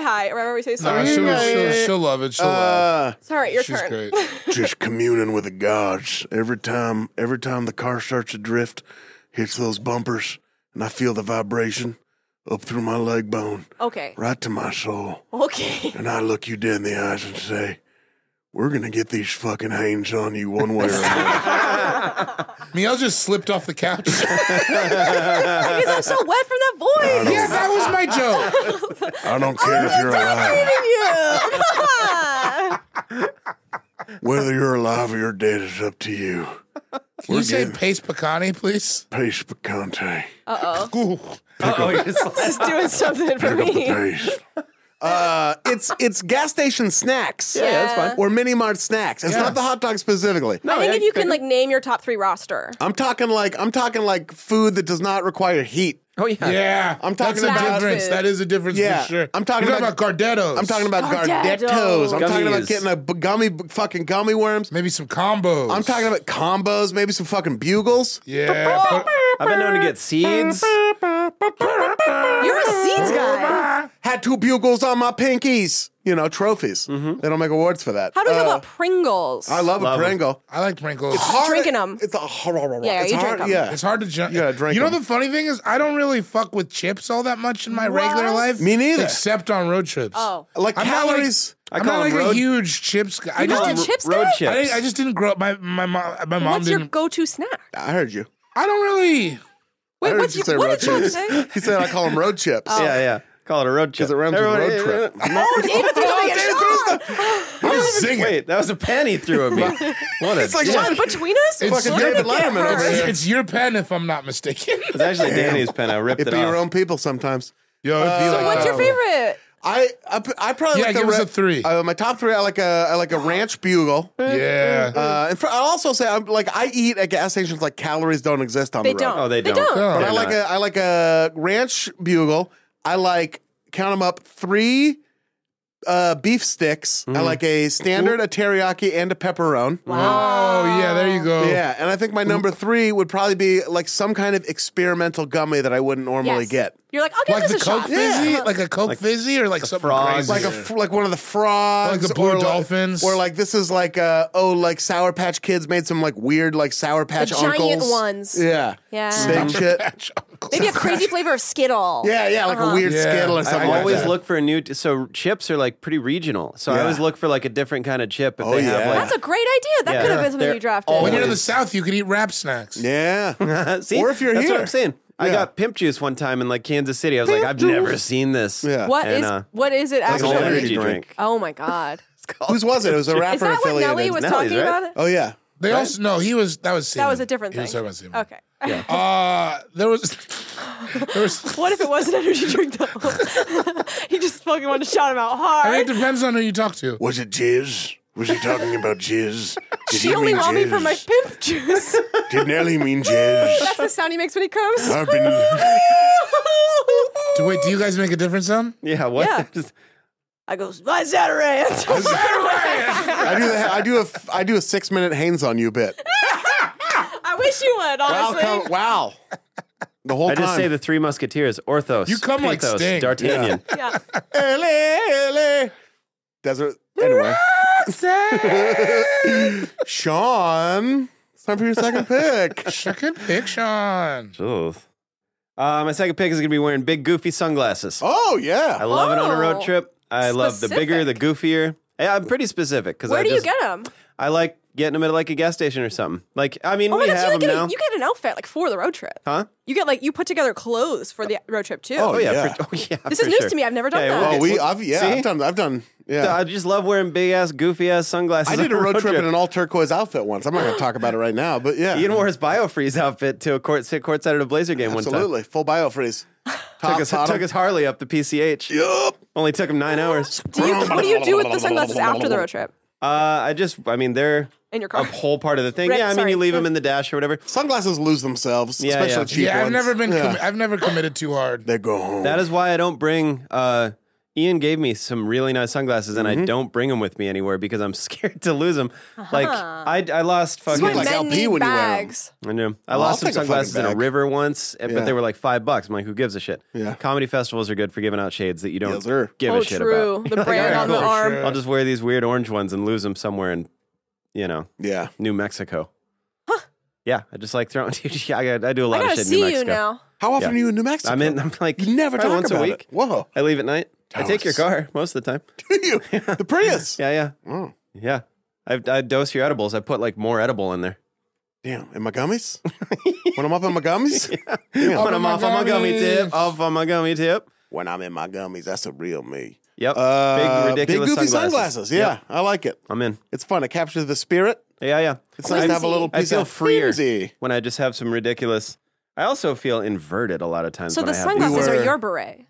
D: hi. Remember we say
E: Nah,
D: sorry.
E: she'll, she'll, she'll love it. She'll love
B: Uh,
D: sorry, your
E: it. She's
D: turn.
E: great.
B: just communing with the gods every time every time the car starts to drift hits those bumpers and i feel the vibration up through my leg bone
D: Okay.
B: right to my soul
D: Okay.
B: and i look you dead in the eyes and say we're gonna get these fucking hands on you one way or another
E: Miel just slipped off the couch.
D: Because I'm so wet from that voice.
E: yeah, that was my joke.
B: i don't care if you're alive
D: Yeah.
B: whether you're alive or you're dead is up to you
E: Can you say
B: good.
E: pace picante, please?
B: Pace picante.
D: Uh oh.
E: Ooh.
C: Oh, you're just like-
D: This is doing something for
B: Pick up the
D: me.
B: pace. Uh, it's it's gas station snacks.
C: yeah, that's fine.
B: Or mini mart snacks. It's not the hot dog specifically.
D: I think
C: yeah,
D: if you
C: pick
D: can like name your top three roster.
B: I'm talking like I'm talking like food that does not require heat.
C: Oh yeah.
E: Yeah.
B: I'm talking
E: That's a
B: about-
E: difference.
D: Food.
E: That is a difference
B: Yeah.
E: for sure.
B: I'm talking
E: You're
B: about-
E: Gardettos.
B: I'm talking about
D: Gardettos.
B: gardettos. I'm talking about
C: Gummies.
B: getting a b- gummy b- fucking gummy worms.
E: maybe some combos.
B: I'm talking about combos, maybe some fucking bugles.
E: Yeah. put-
C: I've been known to get seeds.
D: You're a seeds guy.
B: Had two bugles on my pinkies. You know, trophies. They don't make awards for that.
D: How do we
B: Uh,
D: feel about Pringles?
B: I love,
C: Mm-hmm. Love
B: a
C: 'em.
B: Pringle.
E: I like Pringles.
B: Hard-
D: Drinking 'em.
B: It's a hard,
D: Yeah,
B: it's
D: you drink
B: hard,
D: 'em.
B: Yeah.
E: It's hard to jump.
B: Yeah, drink
E: You know
B: 'em.
E: the funny thing is, I don't really fuck with chips all that much in my regular life.
B: Me neither.
E: Except on road trips.
D: Oh.
B: Like
E: I'm not
B: calories.
E: Like,
C: I
E: I'm not
C: call 'em
E: like a
C: road-
E: huge chips guy. I
D: You're
E: just,
D: not
C: Um,
D: a
E: didn't-
D: chip- chips
C: road
D: guy?
E: I,
C: chips.
E: didn't- I just didn't grow up. My my mom my mom
D: What's your
E: didn't.
D: go-to snack?
B: I heard you.
E: I don't really.
B: I
D: Wait,
B: heard
D: what's
B: you
D: your,
B: say
D: what
B: road
D: did John
B: chips.
D: say? Oh,
B: He said I call them road chips.
C: yeah, yeah. Call it a road trip.
B: Because it rhymes with
C: Everyone-
B: road trip.
D: David threw something at Sean.
E: I'm singing.
C: Wait, that was a pen he threw at me. what a
B: It's like
C: dick.
D: John, between us,
E: It's
D: we're
E: fucking
D: gonna get
E: David
B: Letterman
D: hurt.
B: over
E: It's,
B: here.
E: it's your pen, if I'm not mistaken.
C: It's actually Danny's pen. I ripped
B: It
C: it
B: be
C: off.
B: your own people sometimes.
E: Yo, it'd be
B: So
E: like
D: What's your
E: uh,
D: favorite?
B: I I, I probably
E: Yeah,
B: like the
E: give us
B: re-
E: a three.
B: Uh, my top three. I like a I like a ranch bugle.
D: Mm-hmm.
E: Yeah.
B: Uh, and for, I'll also say I'm like I eat at gas stations like calories don't exist on
D: They
B: the road.
D: don't.
C: Oh, they
D: They
C: don't.
D: don't.
B: But
C: They're
B: I like
C: not.
B: a I like a ranch bugle. I like count them up three uh, beef sticks.
E: Mm.
B: I like a standard, a teriyaki, and a pepperoni.
E: oh yeah, there you go.
B: Yeah, and I think my number three would probably be like some kind of experimental gummy that I wouldn't normally
D: Yes.
B: get.
D: You're like, I'll give
E: Like
D: this
E: the
D: a
E: Coke
D: shot.
E: fizzy, like a Coke fizzy, or like something
C: frog.
E: crazy,
B: like a fr- like one of the frogs,
E: Like the blue
B: or
E: dolphins.
B: or like this is like uh, oh, like Sour Patch Kids made some like weird like Sour Patch
D: giant
B: uncles.
D: ones.
B: yeah,
D: Yeah.
B: big shit,
D: Maybe a crazy Uh-huh. flavor of Skittle.
B: yeah, yeah, like a weird
E: Yeah.
B: skittle or
E: I
B: something.
C: I
B: like
C: always
B: that.
C: look for a new. so chips are like pretty regional. So I
B: Yeah.
C: always look for like a different kind of chip if
B: Oh,
C: they
B: yeah.
C: have
D: That's a great idea. That
C: Yeah.
D: could have been
C: They're
D: something you drafted.
C: all-
E: When you're in the
C: always.
E: south, you can eat wrap snacks.
B: yeah,
C: like. See,
B: Or if you're
C: that's
B: here.
C: what I'm saying. I
B: Yeah.
C: got pimp juice one time in like Kansas City. I was like, I've never seen this.
B: Yeah.
D: What
C: And,
D: is
C: uh,
D: what is it
C: It's an
D: actually?
B: old
C: energy
B: energy
C: drink.
D: oh my god!
B: whose was it? It was a rapper
D: Is that what
B: affiliated.
D: Nelly was
C: Nelly's,
D: talking
C: right?
D: about?
B: oh yeah,
E: They also no, he was that was
D: That
E: Seaman.
D: was a different
E: He was
D: thing.
E: talking about Seaman.
D: Okay.
E: Uh, there was there was.
D: What if it was an energy drink though? he just fucking wanted to shout him out hard.
E: I mean, it depends on who you talk to.
G: Was it jizz? Was he talking about jizz? Did
D: she
G: he
D: only
G: mean
D: want me
G: jizz?
D: for my pimp juice.
G: Did Nelly mean jizz?
D: That's the sound he makes when he comes.
G: I've been.
E: Do, wait, do you guys make a different sound?
C: Yeah. What?
D: Yeah.
C: Just-
D: I go, my Saturday.
B: I do. The, I do a I do a six minute Hanes on you bit.
D: I wish you would,
B: Wow,
D: honestly.
B: come, wow. The whole
C: I
B: time.
C: just say the Three Musketeers: Orthos,
E: You come like
C: Porthos,
E: Sting.
C: D'Artagnan.
D: Yeah.
B: LA, LA. Desert. Anyway. Sean, it's time for your second pick.
E: Second pick, Sean.
C: Ooh. Uh, my second pick is gonna be wearing big goofy sunglasses.
B: Oh,
C: I
B: yeah.
C: love it on a
D: Oh.
C: road trip. I love the bigger, the goofier. Yeah, I'm pretty specific because
D: Where
C: I
D: do
C: just,
D: you get them?
C: I like getting them at like a gas station or something. Like I mean,
D: Oh my
C: we
D: god, so
C: have
D: you
C: them
D: get,
C: now,
D: a, you get an outfit like for the road trip.
C: huh?
D: You get like you put together clothes for the road trip too.
C: Oh yeah,
B: yeah.
C: For, oh yeah.
D: This
C: for
D: is news
C: sure.
D: to me. I've never done
C: Yeah,
D: that.
C: well,
B: Oh, we,
C: Well,
B: I've, yeah,
C: see? uh,
B: I've done, I've done, yeah.
C: I just love wearing big ass, goofy ass sunglasses.
B: I did
C: on
B: a road trip in
C: and
B: an all turquoise outfit once. I'm not going to talk about it right now, but yeah.
C: Ian wore his biofreeze outfit to a court sit courtside at a Blazer game one time.
B: Absolutely. Full biofreeze. Top,
C: Took his,
B: bottom.
C: took his Harley up to PCH.
B: Yup.
C: Only took him nine hours.
D: do you, what do you do with the sunglasses after the road trip?
C: Uh, I just, I mean, they're
D: In your
C: a
D: car.
C: whole part of the thing.
D: Right,
C: yeah, I mean,
D: sorry.
C: you leave them in the dash or whatever.
B: Sunglasses lose themselves,
C: Yeah,
B: especially
C: yeah.
B: cheap
E: yeah, I've
B: ones.
E: never been.
B: Yeah.
E: commi- I've never committed too hard.
B: they go home.
C: That is why I don't bring. Uh, Ian gave me some really nice sunglasses,
B: Mm-hmm.
C: and I don't bring them with me anywhere because I'm scared to lose them. Like I, I lost
D: Uh-huh. This is
C: fucking.
D: why
B: like
D: men
B: LP
D: need
B: when you wear 'em.
D: bags.
C: I know. I
B: Well, I'll
C: lost some
B: take a fucking
C: sunglasses in a
B: bag.
C: river once, and- but
B: Yeah.
C: they were like five bucks. I'm like, who gives a shit?
B: Yeah.
C: Comedy festivals are good for giving out shades that you don't
B: Yes, sir.
C: give
D: Oh,
C: a shit
D: true.
C: about.
D: The brand
C: "Alright,
D: on the
C: cool.
D: arm.
C: I'll just wear these weird orange ones and lose them somewhere in, you know,
B: Yeah.
C: New Mexico. Yeah, I just like throwing. Dude, I, got- I do a lot
D: I
C: of
D: gotta
C: shit in New
D: see
C: Mexico.
D: you now.
B: How often
C: Yeah.
B: are you in New Mexico?
C: I'm in. I'm like
B: You never
C: probably
B: talk
C: once
B: about
C: a week.
B: it. Whoa.
C: I leave at night. I take your
B: Dallas.
C: car most of the time.
B: Do you? The Prius.
C: Yeah, yeah,
B: Oh,
C: yeah. I, I dose your edibles. I put like more edible in there.
B: damn. And my gummies? when I'm up in my gummies? Damn.
C: When I'm
E: my
C: off on my gummy
E: gummies.
C: tip, off on my gummy tip.
B: When I'm in my gummies, that's a real me.
C: Yep.
B: Uh,
C: Big ridiculous
B: goofy
C: sunglasses.
B: sunglasses. Yeah,
C: Yep.
B: I like it.
C: I'm in.
B: It's fun. It captures the spirit.
C: Yeah, yeah.
B: It's nice to have a little
C: I
B: piece
C: feel
B: of
C: freer
B: whimsy.
C: when I just have some ridiculous. I also feel inverted a lot of times.
D: So
C: when
D: the
C: I have these.
D: sunglasses
B: were-
D: are your beret.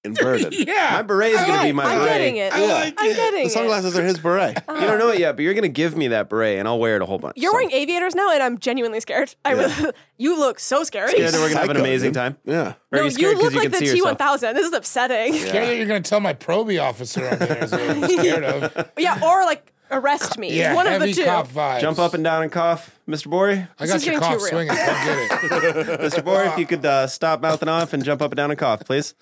B: Inverted.
E: Yeah.
C: My beret is
E: I
C: going to be
E: like-
C: my
D: I'm
C: beret.
D: getting it.
E: I like
D: I'm
E: it.
D: getting
B: The
D: it.
B: sunglasses are his beret.
C: You don't know it yet, but you're going to give me that beret, and I'll wear it a whole bunch.
D: You're
C: So,
D: wearing aviators now, and I'm genuinely scared. I really, you look so scary.
C: Scared that we're going to have an
B: Psycho,
C: amazing
B: dude.
C: time.
B: Yeah.
C: Or are
D: no,
C: you scared
D: you
C: 'cause
D: look
C: you
D: like
C: can
D: the
C: see yourself?
D: T1000. This is upsetting. Yeah,
E: Scared that you're going to tell my probie officer I'm there is what I'm scared of.
D: or like arrest me.
E: Yeah,
D: One of
E: heavy
D: the two.
E: cop vibes.
C: Jump up and down and cough, Mr. Bory.
E: I
D: This
E: got
D: is
E: your
D: getting
E: cough
D: too real.
E: swinging. Come get it.
C: Mr. Bory, if you could uh, stop mouthing off and jump up and down and cough, please.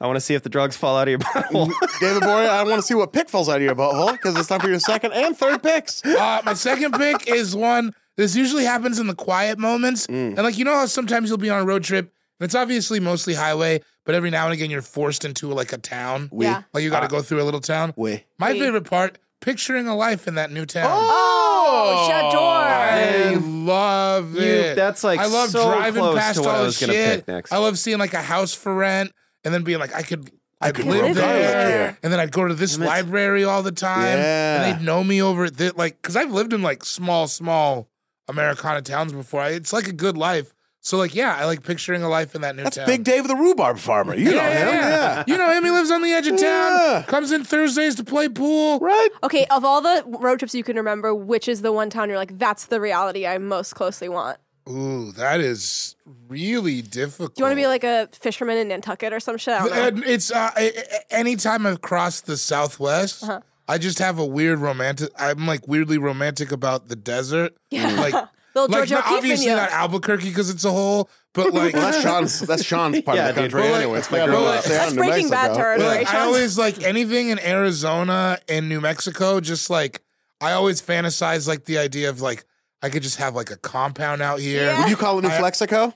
C: I want to see if the drugs fall out of your bottle.
B: David Bory, I want to see what pick falls out of your butthole because it's time for your second and third picks.
E: Uh, my second pick is one. This usually happens in the quiet moments,
C: Mm.
E: and like you know how sometimes you'll be on a road trip, and it's obviously mostly highway, but every now and again you're forced into like a town.
B: We.
D: Yeah.
E: Like you
C: Uh,
E: got to go through a little town.
B: We.
E: My favorite part: picturing a life in that new town.
D: Oh, J'adore.
E: I
C: Man.
E: love
C: You-
E: it.
C: that's, like,
E: I love
C: so
E: driving
C: close
E: past
C: to what I
E: all
C: was
E: the
C: gonna
E: shit.
C: pick next.
E: I love seeing like a house for rent and then being like, I could. I
B: could
E: could live
B: live
E: there,
B: here.
E: and then I'd go to this library all the time,
B: Yeah.
E: and they'd know me over at this, like, because I've lived in like small, small Americana towns before. I, it's like a good life. So, like, yeah, I like picturing a life in that new
B: That's
E: town.
B: Big Dave the rhubarb farmer. You know him. Yeah.
E: You know him. He lives on the edge of town.
B: Yeah.
E: Comes in Thursdays to play pool.
B: Right?
D: Okay, of all the road trips you can remember, which is the one town you're like, that's the reality I most closely want?
E: Ooh, that is really difficult.
D: Do you want to
C: Oh.
D: be like a fisherman in Nantucket or some shit? I don't know.
E: And it's uh, I- I- anytime I've crossed the Southwest,
D: Uh-huh.
E: I just have a weird romantic. I'm like weirdly romantic about the desert. Yeah. Like,
D: Little
E: like
D: Georgia
E: not,
D: O'Keeffe in
E: obviously
D: you.
E: not Albuquerque because it's a hole, but like.
B: Well, that's Sean's, that's Sean's part
C: Yeah,
B: of the
C: dude.
B: country
C: Well, like,
B: anyway. It's
C: my
B: my
C: grandma-
B: grandma.
D: That's Breaking Bad
E: but,
D: territory.
E: like, I
D: Sean.
E: always like anything in Arizona and New Mexico. Just like I always fantasize, like the idea of like I could just have like a compound out here.
D: Yeah.
B: Would you call it New Flexico?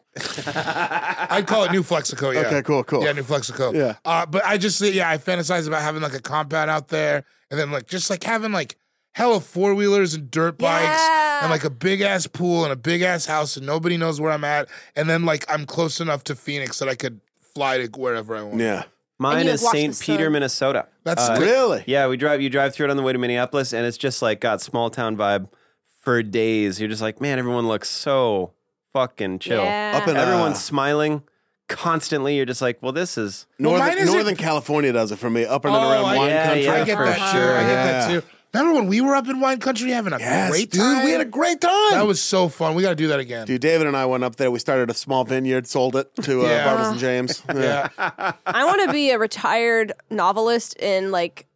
E: I'd call it New Flexico. Yeah.
B: Okay, cool, cool.
E: Yeah, New Flexico.
B: Yeah.
E: Uh, but I just yeah, I fantasize about having like a compound out there, and then like just like having like hella four wheelers and dirt bikes,
D: Yeah.
E: and like a big ass pool and a big ass house, and nobody knows where I'm at, and then like I'm close enough to Phoenix that I could fly to wherever I want.
B: Yeah.
C: Mine
D: And you
C: is
D: watch the
C: St.
D: sun.
C: Peter, Minnesota.
E: That's
C: Uh,
B: Really?
C: Yeah, we drive. You drive through it on the way to Minneapolis, and it's just like got small town vibe for days. You're just like, man, everyone looks so fucking chill.
D: Yeah.
B: Up in
C: Everyone's
B: uh,
C: smiling constantly. You're just like, well, this is
E: Well,
B: northern,
E: mine isn't-
B: northern California does it for me. Up and
E: Oh,
B: around
E: I-
B: wine
C: yeah,
B: country.
C: yeah,
E: I get
C: for
E: that
C: sure.
E: too. I get that
B: Yeah.
E: too. Remember when we were up in wine country having a
B: Yes,
E: great
B: dude,
E: time?
B: we had a great time.
E: that was so fun. We got to do that again.
B: Dude, David and I went up there. We started a small vineyard, sold it to uh,
E: Yeah.
B: Bartles and James. Yeah.
E: Yeah.
D: I want to be a retired novelist in like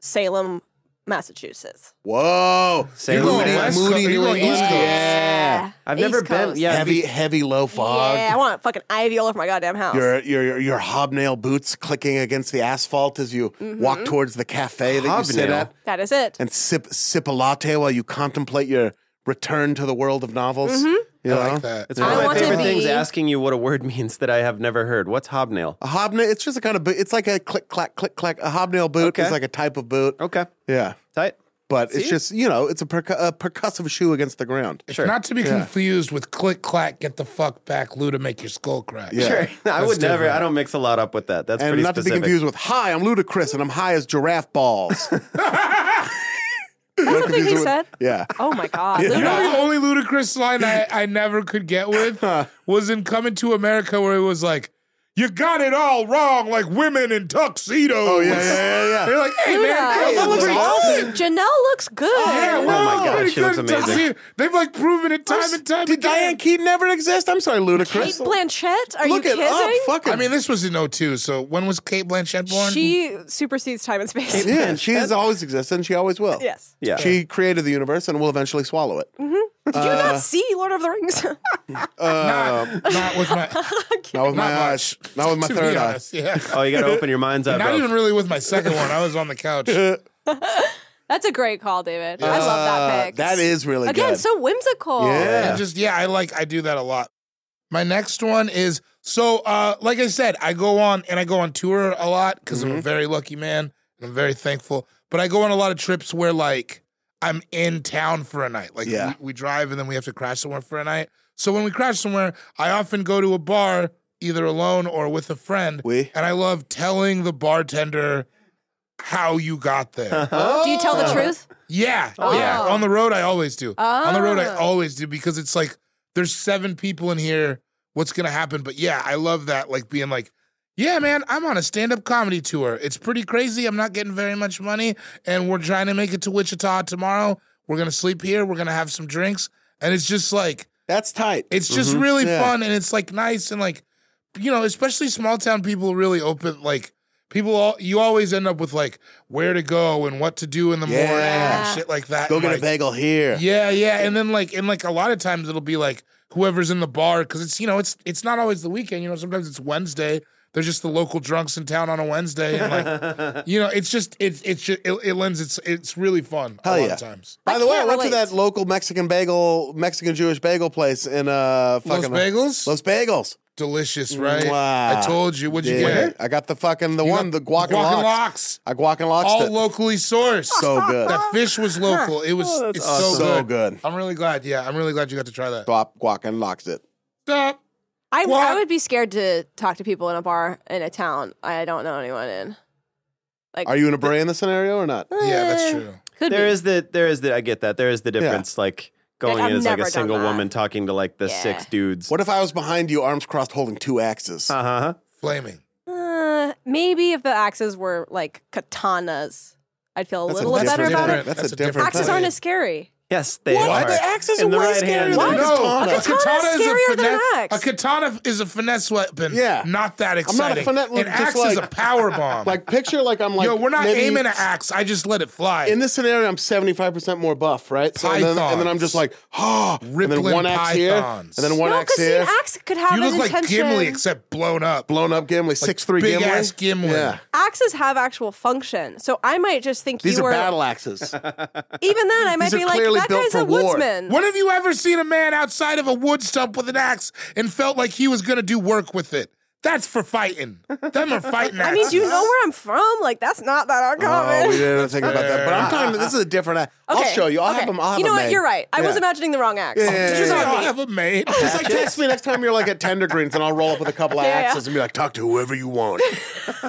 D: Salem, Massachusetts.
B: Whoa.
C: Salem,
B: Moody,
C: West Coast.
B: moody
E: You're
B: New
E: going
B: England.
E: East Coast.
B: Yeah.
C: I've never
D: East
C: been.
D: Coast.
C: Yeah, it'd be-
B: Heavy, heavy low fog.
D: Yeah, I want fucking ivy all over my goddamn house.
B: Your, your your your hobnail boots clicking against the asphalt as you walk towards the cafe that you sit
C: Hobnail?
B: at,
D: that is it.
B: and sip sip a latte while you contemplate your return to the world of novels. You
E: I
B: know?
E: like that.
C: it's one of
D: Mm-hmm. I
C: my
D: want to
C: favorite
D: be-
C: things. Asking you what a word means that I have never heard. What's hobnail?
B: A hobnail. It's just a kind of boot. It's like a click clack click clack. A hobnail boot
C: Okay.
B: is like a type of boot.
D: Oh.
C: Okay,
B: Yeah,
C: tight.
B: but it's just you know it's a, percu- a percussive shoe against the ground.
E: It's Not to be confused with click clack, get the fuck back, Lou to make your skull crack.
B: Yeah.
C: Sure. I would never.
E: different.
C: I don't mix a lot up with that. That's
B: And
C: pretty
B: not
C: specific.
B: to be confused with "Hi, I'm ludicrous and I'm high as giraffe balls."
D: That's something he
B: confuse it with-
D: said.
B: yeah,
D: Oh my god,
E: You
D: Luna.
E: know the only ludicrous line I, I never could get with was in Coming to America where it was like, You got it all wrong, like women in tuxedos. Oh
B: yeah, yeah, yeah, yeah.
E: They're like, hey
D: Luna.
E: man, girls look awesome.
D: Oh, Janelle looks good.
B: Oh,
E: Yeah,
C: my
E: wow,
C: God,
E: pretty
C: she looks
E: good in
C: amazing.
E: tuxedo. They've like proven it time and time
B: Did Diane
E: again.
B: Keaton never exist? I'm sorry,
D: Kate
B: ludicrous.
D: Blanchett, are
B: Look
D: you
B: it
D: kidding?
B: up. Fuck it.
E: I mean, this was in 02, so when was Kate Blanchett born?
D: She supersedes time and space.
B: yeah, and she has always existed, and she always will.
D: Yes.
C: Yeah.
B: She created the universe and will eventually swallow it.
D: Did you
B: uh,
D: not see Lord of the Rings?
E: not, not with my,
B: Um, Not with my
E: Not
B: eyes.
E: much.
B: Not with my
E: to
B: third
E: be
B: eye.
E: honest, yeah.
C: oh, you got to open your mind's eye.
E: Not
C: bro.
E: even really with my second one. I was on the couch.
D: That's a great call, David. I love that
B: Uh,
D: pick.
B: that is really
D: again
B: good.
D: so whimsical.
B: Yeah.
E: And just yeah, I like I do that a lot. My next one is so uh like I said, I go on and I go on tour a lot because
B: Mm-hmm.
E: I'm a very lucky man and I'm very thankful. But I go on a lot of trips where like I'm in town for a night. Like
B: Yeah.
E: we, we drive and then we have to crash somewhere for a night. So when we crash somewhere, I often go to a bar either alone or with a friend.
B: We.
E: And I love telling the bartender how you got there.
B: Oh.
D: Do you tell the truth?
E: Yeah, yeah. On the road, I always do. On the road, I always do because it's like there's seven people in here. What's gonna happen? But yeah, I love that. Like being like, yeah, man, I'm on a stand-up comedy tour. It's pretty crazy. I'm not getting very much money, and we're trying to make it to Wichita tomorrow. We're gonna sleep here. We're gonna have some drinks, and it's just like
B: That's tight.
E: it's just really
B: Mm-hmm. Yeah.
E: fun and it's like nice and like you know, especially small town people really open like people all you always end up with like where to go and what to do in the
B: Yeah.
E: morning and shit like that.
B: Go
E: and,
B: get a
E: like,
B: bagel here.
E: Yeah, yeah. And then like and like a lot of times it'll be like whoever's in the bar because it's you know, it's it's not always the weekend, you know, sometimes it's Wednesday. They're just the local drunks in town on a Wednesday, and like, you know, it's just it's it's just, it, it lends it's it's really fun
B: Hell
E: a lot
B: yeah.
E: of times.
B: By
D: I
B: the way, I
D: can't
B: went to
D: relate.
B: that local Mexican bagel, Mexican Jewish bagel place in uh
E: Los
B: fucking
E: bagels,
B: Los Bagels.
E: delicious, right?
B: Mwah.
E: I told you. What'd you
B: Dig
E: get?
B: it. I got the fucking the
E: You
B: one,
E: got
B: the guac, and locks. I guac and locks.
E: All
B: it.
E: locally sourced.
B: so good. Oh,
E: that fish was local. It was it's
B: awesome.
E: so,
B: So
E: good.
B: good.
E: I'm really glad. Yeah, I'm really glad you got to try that.
B: Guap, guac and locks it.
E: Stop.
D: I,
E: What?
D: I would be scared to talk to people in a bar in a town I don't know anyone in. Like,
B: Are you in a beret in the scenario or not?
E: Yeah, that's
D: eh,
E: true.
D: Could
C: There
D: be.
C: is the there is the I get that. There is the difference like going
D: Like, I've
C: in as like
D: never
C: a
D: done
C: single
D: that.
C: woman talking to like the
D: Yeah.
C: six dudes.
B: What if I was behind you, arms crossed, holding two axes?
C: uh-huh.
E: Flaming.
D: Uh, maybe if the axes were like katanas, I'd feel a
B: That's a
D: little better
B: different-
D: about
B: different-
D: it.
B: that's a different
D: Axes
B: thing.
D: aren't as scary.
C: Yes, they
B: What?
C: are.
B: The axes
C: In
B: are
C: the
B: way
C: right
B: scarier
C: hand.
B: than
D: What?
B: the
E: No,
B: katana.
D: A katana is scarier than an
E: finesse. A
D: axe.
E: katana is a finesse weapon.
B: Yeah.
E: not that
B: not a
E: exciting.
B: finesse-
E: an
B: just
E: axe is
B: like-
E: a power bomb.
B: Like picture, like I'm like.
E: Yo, we're not
B: maybe-
E: aiming an axe. I just let it fly.
B: In this scenario, I'm 75% more buff, right? and, then, and then I'm just like, ah, and then
E: Rippling
B: one axe here, and
E: pythons.
B: then one
D: no,
B: axe
D: because an
B: here.
D: axe could have
E: you
D: an
E: look like
D: intention.
E: Gimli except blown up.
B: Blown up Gimli, six three
E: big
B: Gimli.
E: ass Gimli.
B: Yeah,
D: axes have actual function, so I might just think
B: these
D: you
B: are Oh,
D: were.
B: battle axes.
D: Even then, I might
B: These are
D: be like,
B: clearly
D: that
B: built
D: guy's
B: for
D: a
B: war.
D: woodsman.
E: When have you ever seen a man outside of a wood stump with an axe and felt like he was gonna do work with it? That's for fighting. Them are fighting
D: I
E: axes.
D: mean, do you know where I'm from? Like, that's not that uncommon.
B: oh, we didn't think about that. But I'm talking. This is a different. axe. I'll
D: Okay,
B: show you. I'll
D: okay.
B: have them. I'll have
D: you know
B: them
D: what?
B: made.
D: You're right. I was
B: Yeah.
D: imagining the wrong axe.
B: Yeah, yeah,
D: Just
B: yeah,
D: on
B: yeah.
D: me.
E: have a maid.
D: Oh,
B: Just like text me next time you're like at Tender Greens, and I'll roll up with a couple of
D: Yeah, yeah.
B: axes and be like, "Talk to whoever you want.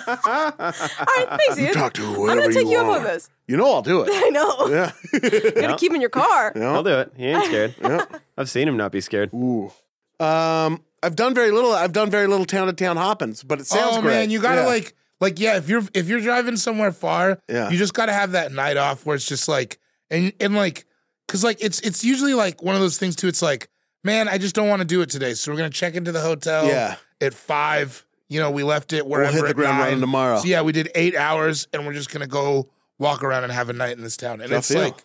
D: All right, thanks, dude.
B: Talk to
D: I'm
B: whoever
D: gonna take you, up
B: want."
D: on this.
B: You know I'll do it.
D: I know.
B: Yeah.
D: You're gonna keep in your car.
C: I'll do it. He ain't scared. I've seen him not be scared.
B: Ooh. Um, I've done very little. I've done very little town to town hoppins, but it sounds
E: oh
B: great.
E: man, you gotta
B: Yeah.
E: like, like yeah. If you're if you're driving somewhere far,
B: Yeah.
E: you just gotta have that night off where it's just like and and like, cause like it's it's usually like one of those things too. It's like, man, I just don't want to do it today, so we're gonna check into the hotel.
B: Yeah.
E: at five. You know, we left it wherever
B: hit the
E: at
B: ground
E: nine.
B: running tomorrow.
E: So yeah, we did eight hours, and we're just gonna go walk around and have a night in this town. And
B: Tough
E: it's
B: deal.
E: like,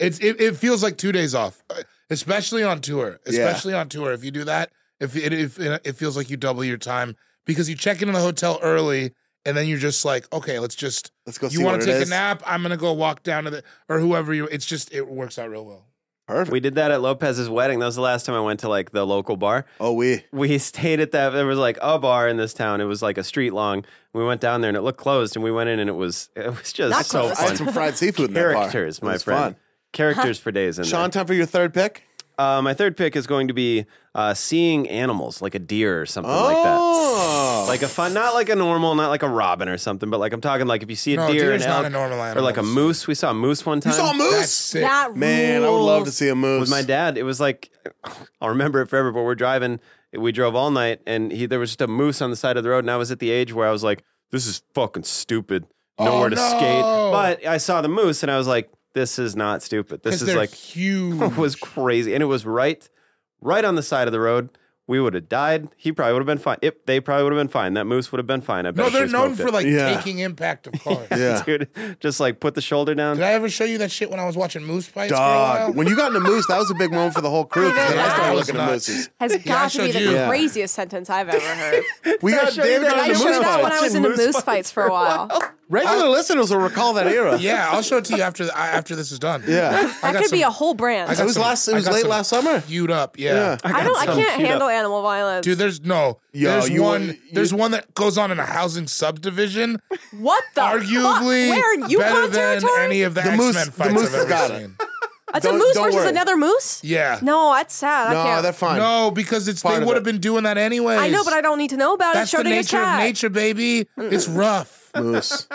E: it's it, it feels like two days off, uh, especially on tour. Especially on tour, if you do that, if it if uh, it feels like you double your time because you check into the hotel early, and then you're just like, okay, let's just
B: Let's go
E: you
B: see
E: wanna
B: what it
E: take
B: is.
E: a nap? I'm gonna go walk down to the or whoever you. It's just it works out real well.
B: Perfect.
C: We did that at Lopez's wedding. That was the last time I went to like the local bar.
B: oh, we.
C: We stayed at that. There was like a bar in this town. It was like a street long. We went down there and it looked closed. And we went in and it was it was just
D: Not
C: so
D: closed.
B: I had
C: fun.
B: some fried seafood in that bar.
C: Characters,
B: It
C: my
B: was
C: friend.
B: fun.
C: Characters for days. In there.
B: Sean, time for your third pick.
C: Uh, my third pick is going to be uh, seeing animals, like a deer or something like
B: Oh.
C: that. Like a fun, not like a normal, not like a robin or something, but like I'm talking like if you see a
E: No,
C: deer,
E: deer's
C: an
E: not
C: elk,
E: a normal
C: or
E: animal.
C: like a moose. We saw a moose one time.
B: You saw a moose?
E: That's sick.
D: That
B: Man, I would love to
D: rules.
B: see a moose.
C: with my dad. It was like I'll remember it forever. But we're driving, we drove all night, and he, there was just a moose on the side of the road. And I was at the age where I was like, "This is fucking stupid. Nowhere to
E: Oh, no.
C: skate." But I saw the moose, and I was like, "This is not stupid. This
E: 'Cause
C: is
E: they're
C: like
E: huge.
C: it was crazy, and it was right, right on the side of the road." We would have died. He probably would have been fine. If they probably would have been fine. That moose would have been fine. I bet
E: No,
C: if we
E: they're known
C: smoked
E: for
C: it.
E: like
B: Yeah.
E: taking impact of cars.
B: Yeah.
C: dude. Just like put the shoulder down.
E: Did I ever show you that shit when I was watching Moose Fights? For a while?
B: Dog. When you got into moose, that was a big moment for the whole crew. 'cause Then I
E: Yeah.
B: started looking at
E: Yeah.
B: mooses.
D: Has
E: I
D: got to be
E: showed
D: the
E: you.
B: Yeah.
D: craziest sentence I've ever heard.
B: We got
C: showed you
B: David
C: that?
B: got
D: I
B: into
D: showed
B: moose
D: that when I
B: fights.
D: was in the moose fights for a while.
B: Regular listeners will recall that era.
E: yeah, I'll show it to you after the, I- after this is done.
B: Yeah.
E: I
D: That
E: got
D: could be
E: some-
D: a whole brand.
E: I
B: It
E: got
B: was
E: some-
B: last. It
E: I
B: was
E: got
B: late
E: some
B: last summer.
E: queued up. Yeah.
B: Yeah.
D: I don't. I
C: some
D: can't
C: queued
D: handle animal violence.
E: Dude, there's no.
B: Yo,
E: there's
B: you
E: one.
B: want-
E: there's
B: you-
E: one that goes on in a housing subdivision.
D: what the? fuck?
E: Arguably,
D: where in
E: better
D: Yukon
E: than
D: territory?
E: any of the,
B: The
E: X
B: moose-
E: Men
B: the
E: fights
B: moose
E: I've ever
B: got it.
E: seen.
D: It's a
B: Don't-
D: moose
B: don't
D: versus
B: worry.
D: another moose.
E: Yeah.
D: No, that's sad. I
B: No,
D: can't.
B: they're fine.
E: No, because it's
B: Part
E: they
B: of
E: would
B: it.
E: have been doing that anyway.
D: I know, but I don't need to know about
E: That's
D: it.
E: the
D: Showed in a
E: nature of
D: cat.
C: Oh,
E: nature, baby. It's rough.
B: Moose.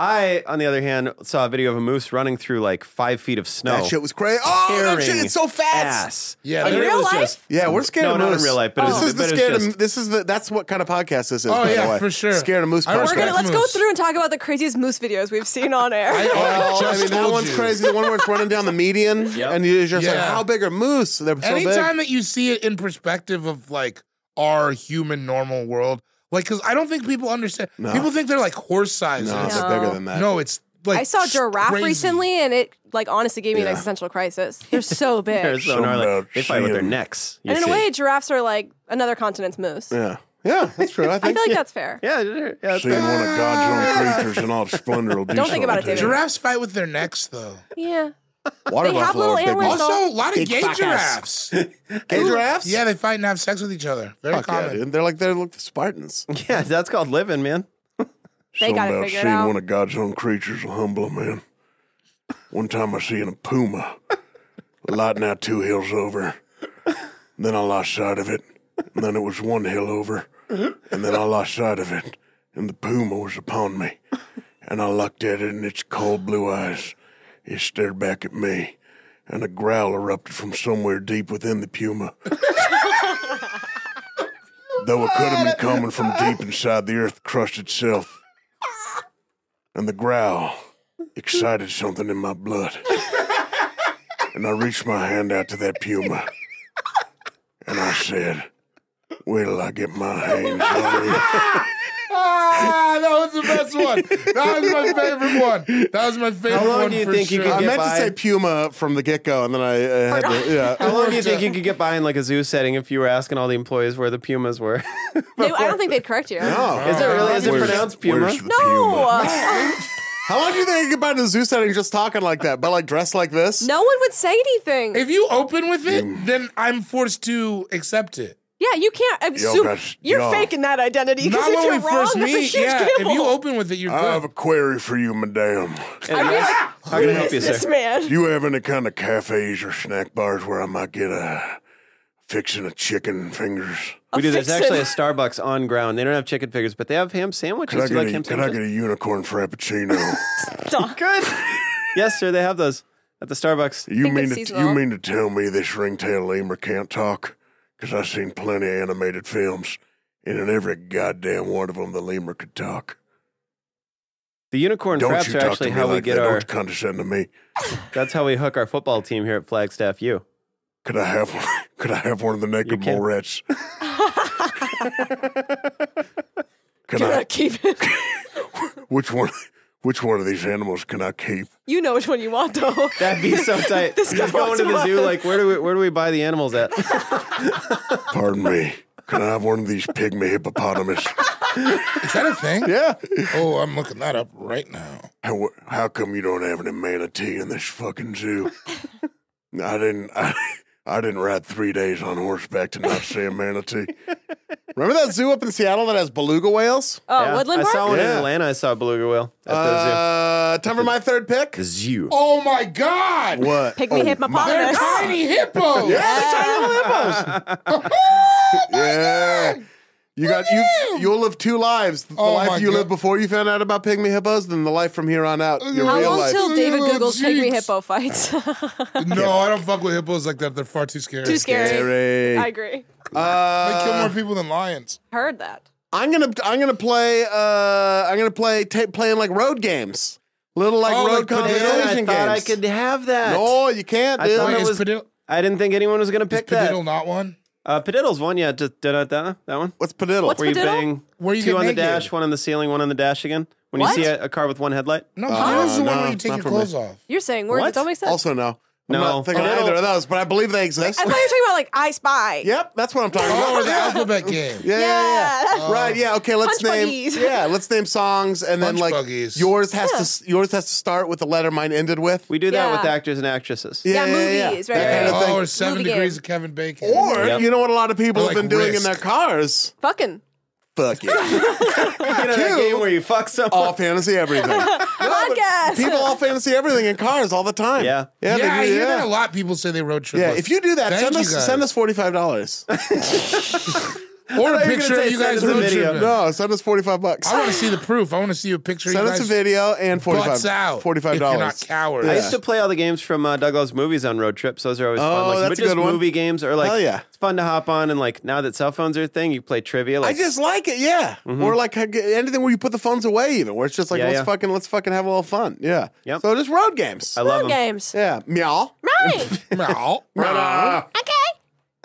C: I, on the other hand, saw a video of a moose running through like five feet of snow.
F: That shit was crazy. Oh, that shit!
C: Tearing
F: It's so fast.
C: ass.
E: Yeah,
C: I mean,
E: In
C: it
D: real
C: was
D: life?
C: just-
F: Yeah, we're scared
C: No,
F: of
C: not
F: moose.
C: in real life, but it
F: this
C: was-
F: is the
C: but it was
F: scared. of,
C: just-
F: this is the. That's what kind of podcast this is.
E: Oh,
F: by
E: yeah,
F: the way.
E: for sure.
F: Scared of moose.
E: I
F: podcast.
D: We're gonna,
E: That's
D: let's go
E: moose.
D: through and talk about the craziest moose videos we've seen on air.
F: Well, I
E: just
F: mean, that
E: told
F: one's
E: you.
F: crazy. The one where it's running down the median, and you're just like,
E: Yeah.
F: "How big are moose? They're so
E: Anytime
F: big."
E: that you see it in perspective of like our human normal world, like because I don't think people understand.
F: No.
E: People think they're like horse size.
F: No,
E: It's-
D: No.
F: they're bigger than that.
E: no, it's like
D: I saw a giraffe
E: crazy.
D: recently, and it like honestly gave me
F: Yeah.
D: an existential crisis. They're so big,
C: There's
D: and
C: no- no, like,
B: about
C: they fight with their
B: seeing-
C: necks. you
D: in a
C: see.
D: way, giraffes are like another continent's moose.
F: Yeah, yeah, that's true. I
D: I
F: think.
D: feel like that's fair.
C: Yeah, yeah, that's
B: Seeing one of God's own creatures in all its splendor will do
D: Don't think about it,
B: something to
D: David.
B: you.
E: Giraffes fight with their necks though.
D: Yeah,
F: Water
D: They have
F: buffalo are
D: little
F: big.
D: animals.
F: Also,
E: Also, a lot of
F: Big
E: gay
F: fuckers.
E: giraffes.
F: gay giraffes.
E: yeah, they fight and have sex with each other. Very
F: Fuck yeah,
E: common.
F: dude. They're like they're like the Spartans.
C: Yeah, that's called living, man.
D: They got it
B: Something about
D: figured
B: seeing
D: out.
B: one of God's own creatures will humble a man. One time I seen a puma lighting out two hills over. Then I lost sight of it. And then it was one hill over. And then I lost sight of it. And the puma was upon me. And I looked at it in its cold blue eyes. It stared back at me. And a growl erupted from somewhere deep within the puma. Though it could have been coming from deep inside the earth crust itself and the growl excited something in my blood. And I reached my hand out to that puma and I said, Wait till I get my hands on you.
E: Ah, that was the best one. That was my favorite one. That was my favorite
C: How long
E: one
C: do you
E: for
C: think you
E: sure.
C: could
F: I
C: get
F: meant
C: by?
F: to say puma from the get go, and then I uh, had to.
C: How
F: Yeah,
C: long do you
B: uh,
C: think you could get by in like a zoo setting if you were asking all the employees where the pumas were?
D: They, I don't think they'd correct you.
F: no.
C: Is it really? Is it
B: Where's-
C: pronounced puma?
B: where's the
D: No,
F: How long do you think you could buy in a zoo setting just talking like that, but like dressed like this?
D: no one would say anything.
E: If you open with it, then I'm forced to accept it.
D: yeah, you can't. I'm
B: Yo,
D: su-
B: guys,
D: you're
B: yo.
D: faking that identity because
E: Not
D: if
E: when
D: you're
E: we
D: wrong,
E: first
D: that's a
E: meet.
D: huge
E: Yeah,
D: gamble.
E: if you open with it, you're
B: I have a
E: good.
B: query for you, madame.
C: And yes, How can I help you,
D: this
C: sir?
B: Do
D: man.
B: you have any kind of cafes or snack bars where I might get a fixing of chicken fingers?
C: We do. There's
D: fixin'.
C: actually a Starbucks on ground. They don't have chicken fingers, but they have ham
B: Could, I
C: sandwiches.
B: get,
C: You like
B: a,
C: ham
B: could I
C: sandwiches?
B: get a unicorn frappuccino?
C: Good. yes, sir. They have those at the Starbucks.
B: You
D: think
B: mean
D: it's
B: to, you
D: seasonal.
B: mean to tell me this ringtail lemur can't talk? Because I've seen plenty of animated films, and in every goddamn one of them, the lemur could talk.
C: The unicorn
B: Don't
C: fraps
B: you
C: are
B: talk
C: actually
B: to me
C: how we
B: like
C: get
B: that.
C: our.
B: Don't condescend to me.
C: That's how we hook our football team here at Flagstaff U.
B: Could I have one? Could I have one of the naked
C: can.
B: mole rats? can
D: You're
B: I?
D: not keeping.
B: Which one? Which one of these animals can I keep?
D: You know which one you want, though.
C: That'd be so tight.
D: This
C: Just
D: guy
C: going
D: wants
C: to the
D: one.
C: zoo. Like, where do we where do we buy the animals at?
B: Pardon me. Can I have one of these pygmy hippopotamus?
E: Is that a thing?
F: Yeah.
E: Oh, I'm looking that up right now.
B: How, how come you don't have any manatee in this fucking zoo? I didn't. I, I didn't ride three days on horseback to not see a manatee.
F: Remember that zoo up in Seattle that has beluga whales?
D: Oh,
C: Yeah.
D: Woodland
C: I
D: Park.
C: saw one in
F: Yeah.
C: Atlanta. I saw a beluga whale at the
F: Uh, time for my third pick. Oh,
C: zoo.
E: Oh my God!
F: What?
D: Pick
B: Oh,
D: me
E: They're
D: hippopotamus.
E: tiny hippos.
F: Yeah. You got you. You'll live two lives: the
E: Oh my
F: life you
E: God.
F: lived before you found out about pygmy hippos, then the life from here on out. Your
D: How
F: real
D: long
F: life.
D: till David
E: Little
D: Google's pygmy
E: cheeks.
D: hippo fights?
E: No, I don't fuck with hippos like that. They're far too scary.
D: Too scary.
F: Scary.
D: I agree.
E: They
F: Uh,
E: kill more people than lions.
D: Heard that.
F: I'm gonna I'm gonna play uh I'm gonna play ta playing like road games, little like
E: Oh, like
F: road
E: potato-
C: I thought
F: competition
C: I
F: games.
C: could have that.
F: no, you can't,
C: I
F: dude.
C: thought
E: Wait,
C: it
E: is
C: was-
E: Padiddle,
C: I didn't think anyone was going to
E: is
C: pick
E: Padiddle
C: that.
E: not one?
C: Uh, Padiddle's one, yeah. Just da da da. That one.
F: What's padiddle?
D: What's
C: Where you
D: Padiddle?
C: bang
E: Where you
C: two
E: get
C: on the
E: naked.
C: dash, one on the ceiling, one on the dash again. When
D: What?
C: you see a, a car with one headlight.
E: No, Padiddle's the one
F: no,
E: where you take
F: not
E: your
F: for me.
E: clothes off.
D: You're saying words.
C: What?
D: It don't make sense.
F: also no?
C: No.
F: I'm not thinking of
C: Padiddle-
F: either of those, but I believe they exist.
D: I thought you were talking about like I Spy.
F: yep, that's what I'm talking
E: Oh, or
F: about.
E: the alphabet game.
F: Yeah, Oh. yeah, yeah.
E: Oh.
F: right, yeah. Okay, let's
D: Punch
F: name.
D: buggies.
F: Yeah, let's name songs, and then
E: Punch
F: like
E: buggies.
F: yours has to s- yours has to start with the letter mine ended with.
C: We do that
D: Yeah.
C: with actors and actresses.
D: Yeah, movies, right,
F: That
D: right,
F: kind of
E: Oh,
F: thing.
E: or seven
D: Movie
E: degrees
D: game.
E: of Kevin Bacon.
F: Or
C: Yep.
F: you know what a lot of people
E: Or,
F: have
E: like,
F: been doing in
E: Risk.
F: their cars?
D: Fucking.
F: Fuck it.
C: You know that game where you fuck someone.
F: all fantasy everything. No, but
D: Podcast.
F: People all fantasy everything in cars all the time.
C: Yeah.
F: Yeah,
E: yeah, I
F: they do,
E: hear that a
F: yeah.
E: lot. People say they road trip.
F: Yeah,
E: with-
F: if you do that,
E: Thank
F: send
E: you
F: us
E: guys.
F: send us forty five dollars.
E: Or a
C: you were
E: picture
C: gonna
E: of
C: say
E: you
C: send
E: guys
C: us a
E: road
C: video.
E: tripping.
B: No, send us forty five bucks.
E: I want to see the proof. I want to see a picture
B: Send
E: of you
B: us a
E: guys
B: video and forty
E: butts
B: five.
E: out.
B: Forty five
E: if You're
B: dollars.
E: not cowards.
C: I
B: Yeah.
C: used to play all the games from uh, Doug Loves Movies on road trips. Those are always
B: Oh,
C: fun. Like,
B: that's
C: but
B: a
C: just
B: good one.
C: movie games or like
B: Hell yeah.
C: it's fun to hop on and like now that cell phones are a thing, you play trivia.
B: I
C: Like,
B: just like it, yeah. Or like
F: uh,
B: I get- anything where you put the phones away, even where it's just like
C: Yeah,
B: let's
C: yeah.
B: fucking let's fucking have a little fun, yeah.
C: Yep.
B: So just road games,
C: I love them.
D: games.
B: yeah. Meow.
D: Right.
E: No.
D: Okay.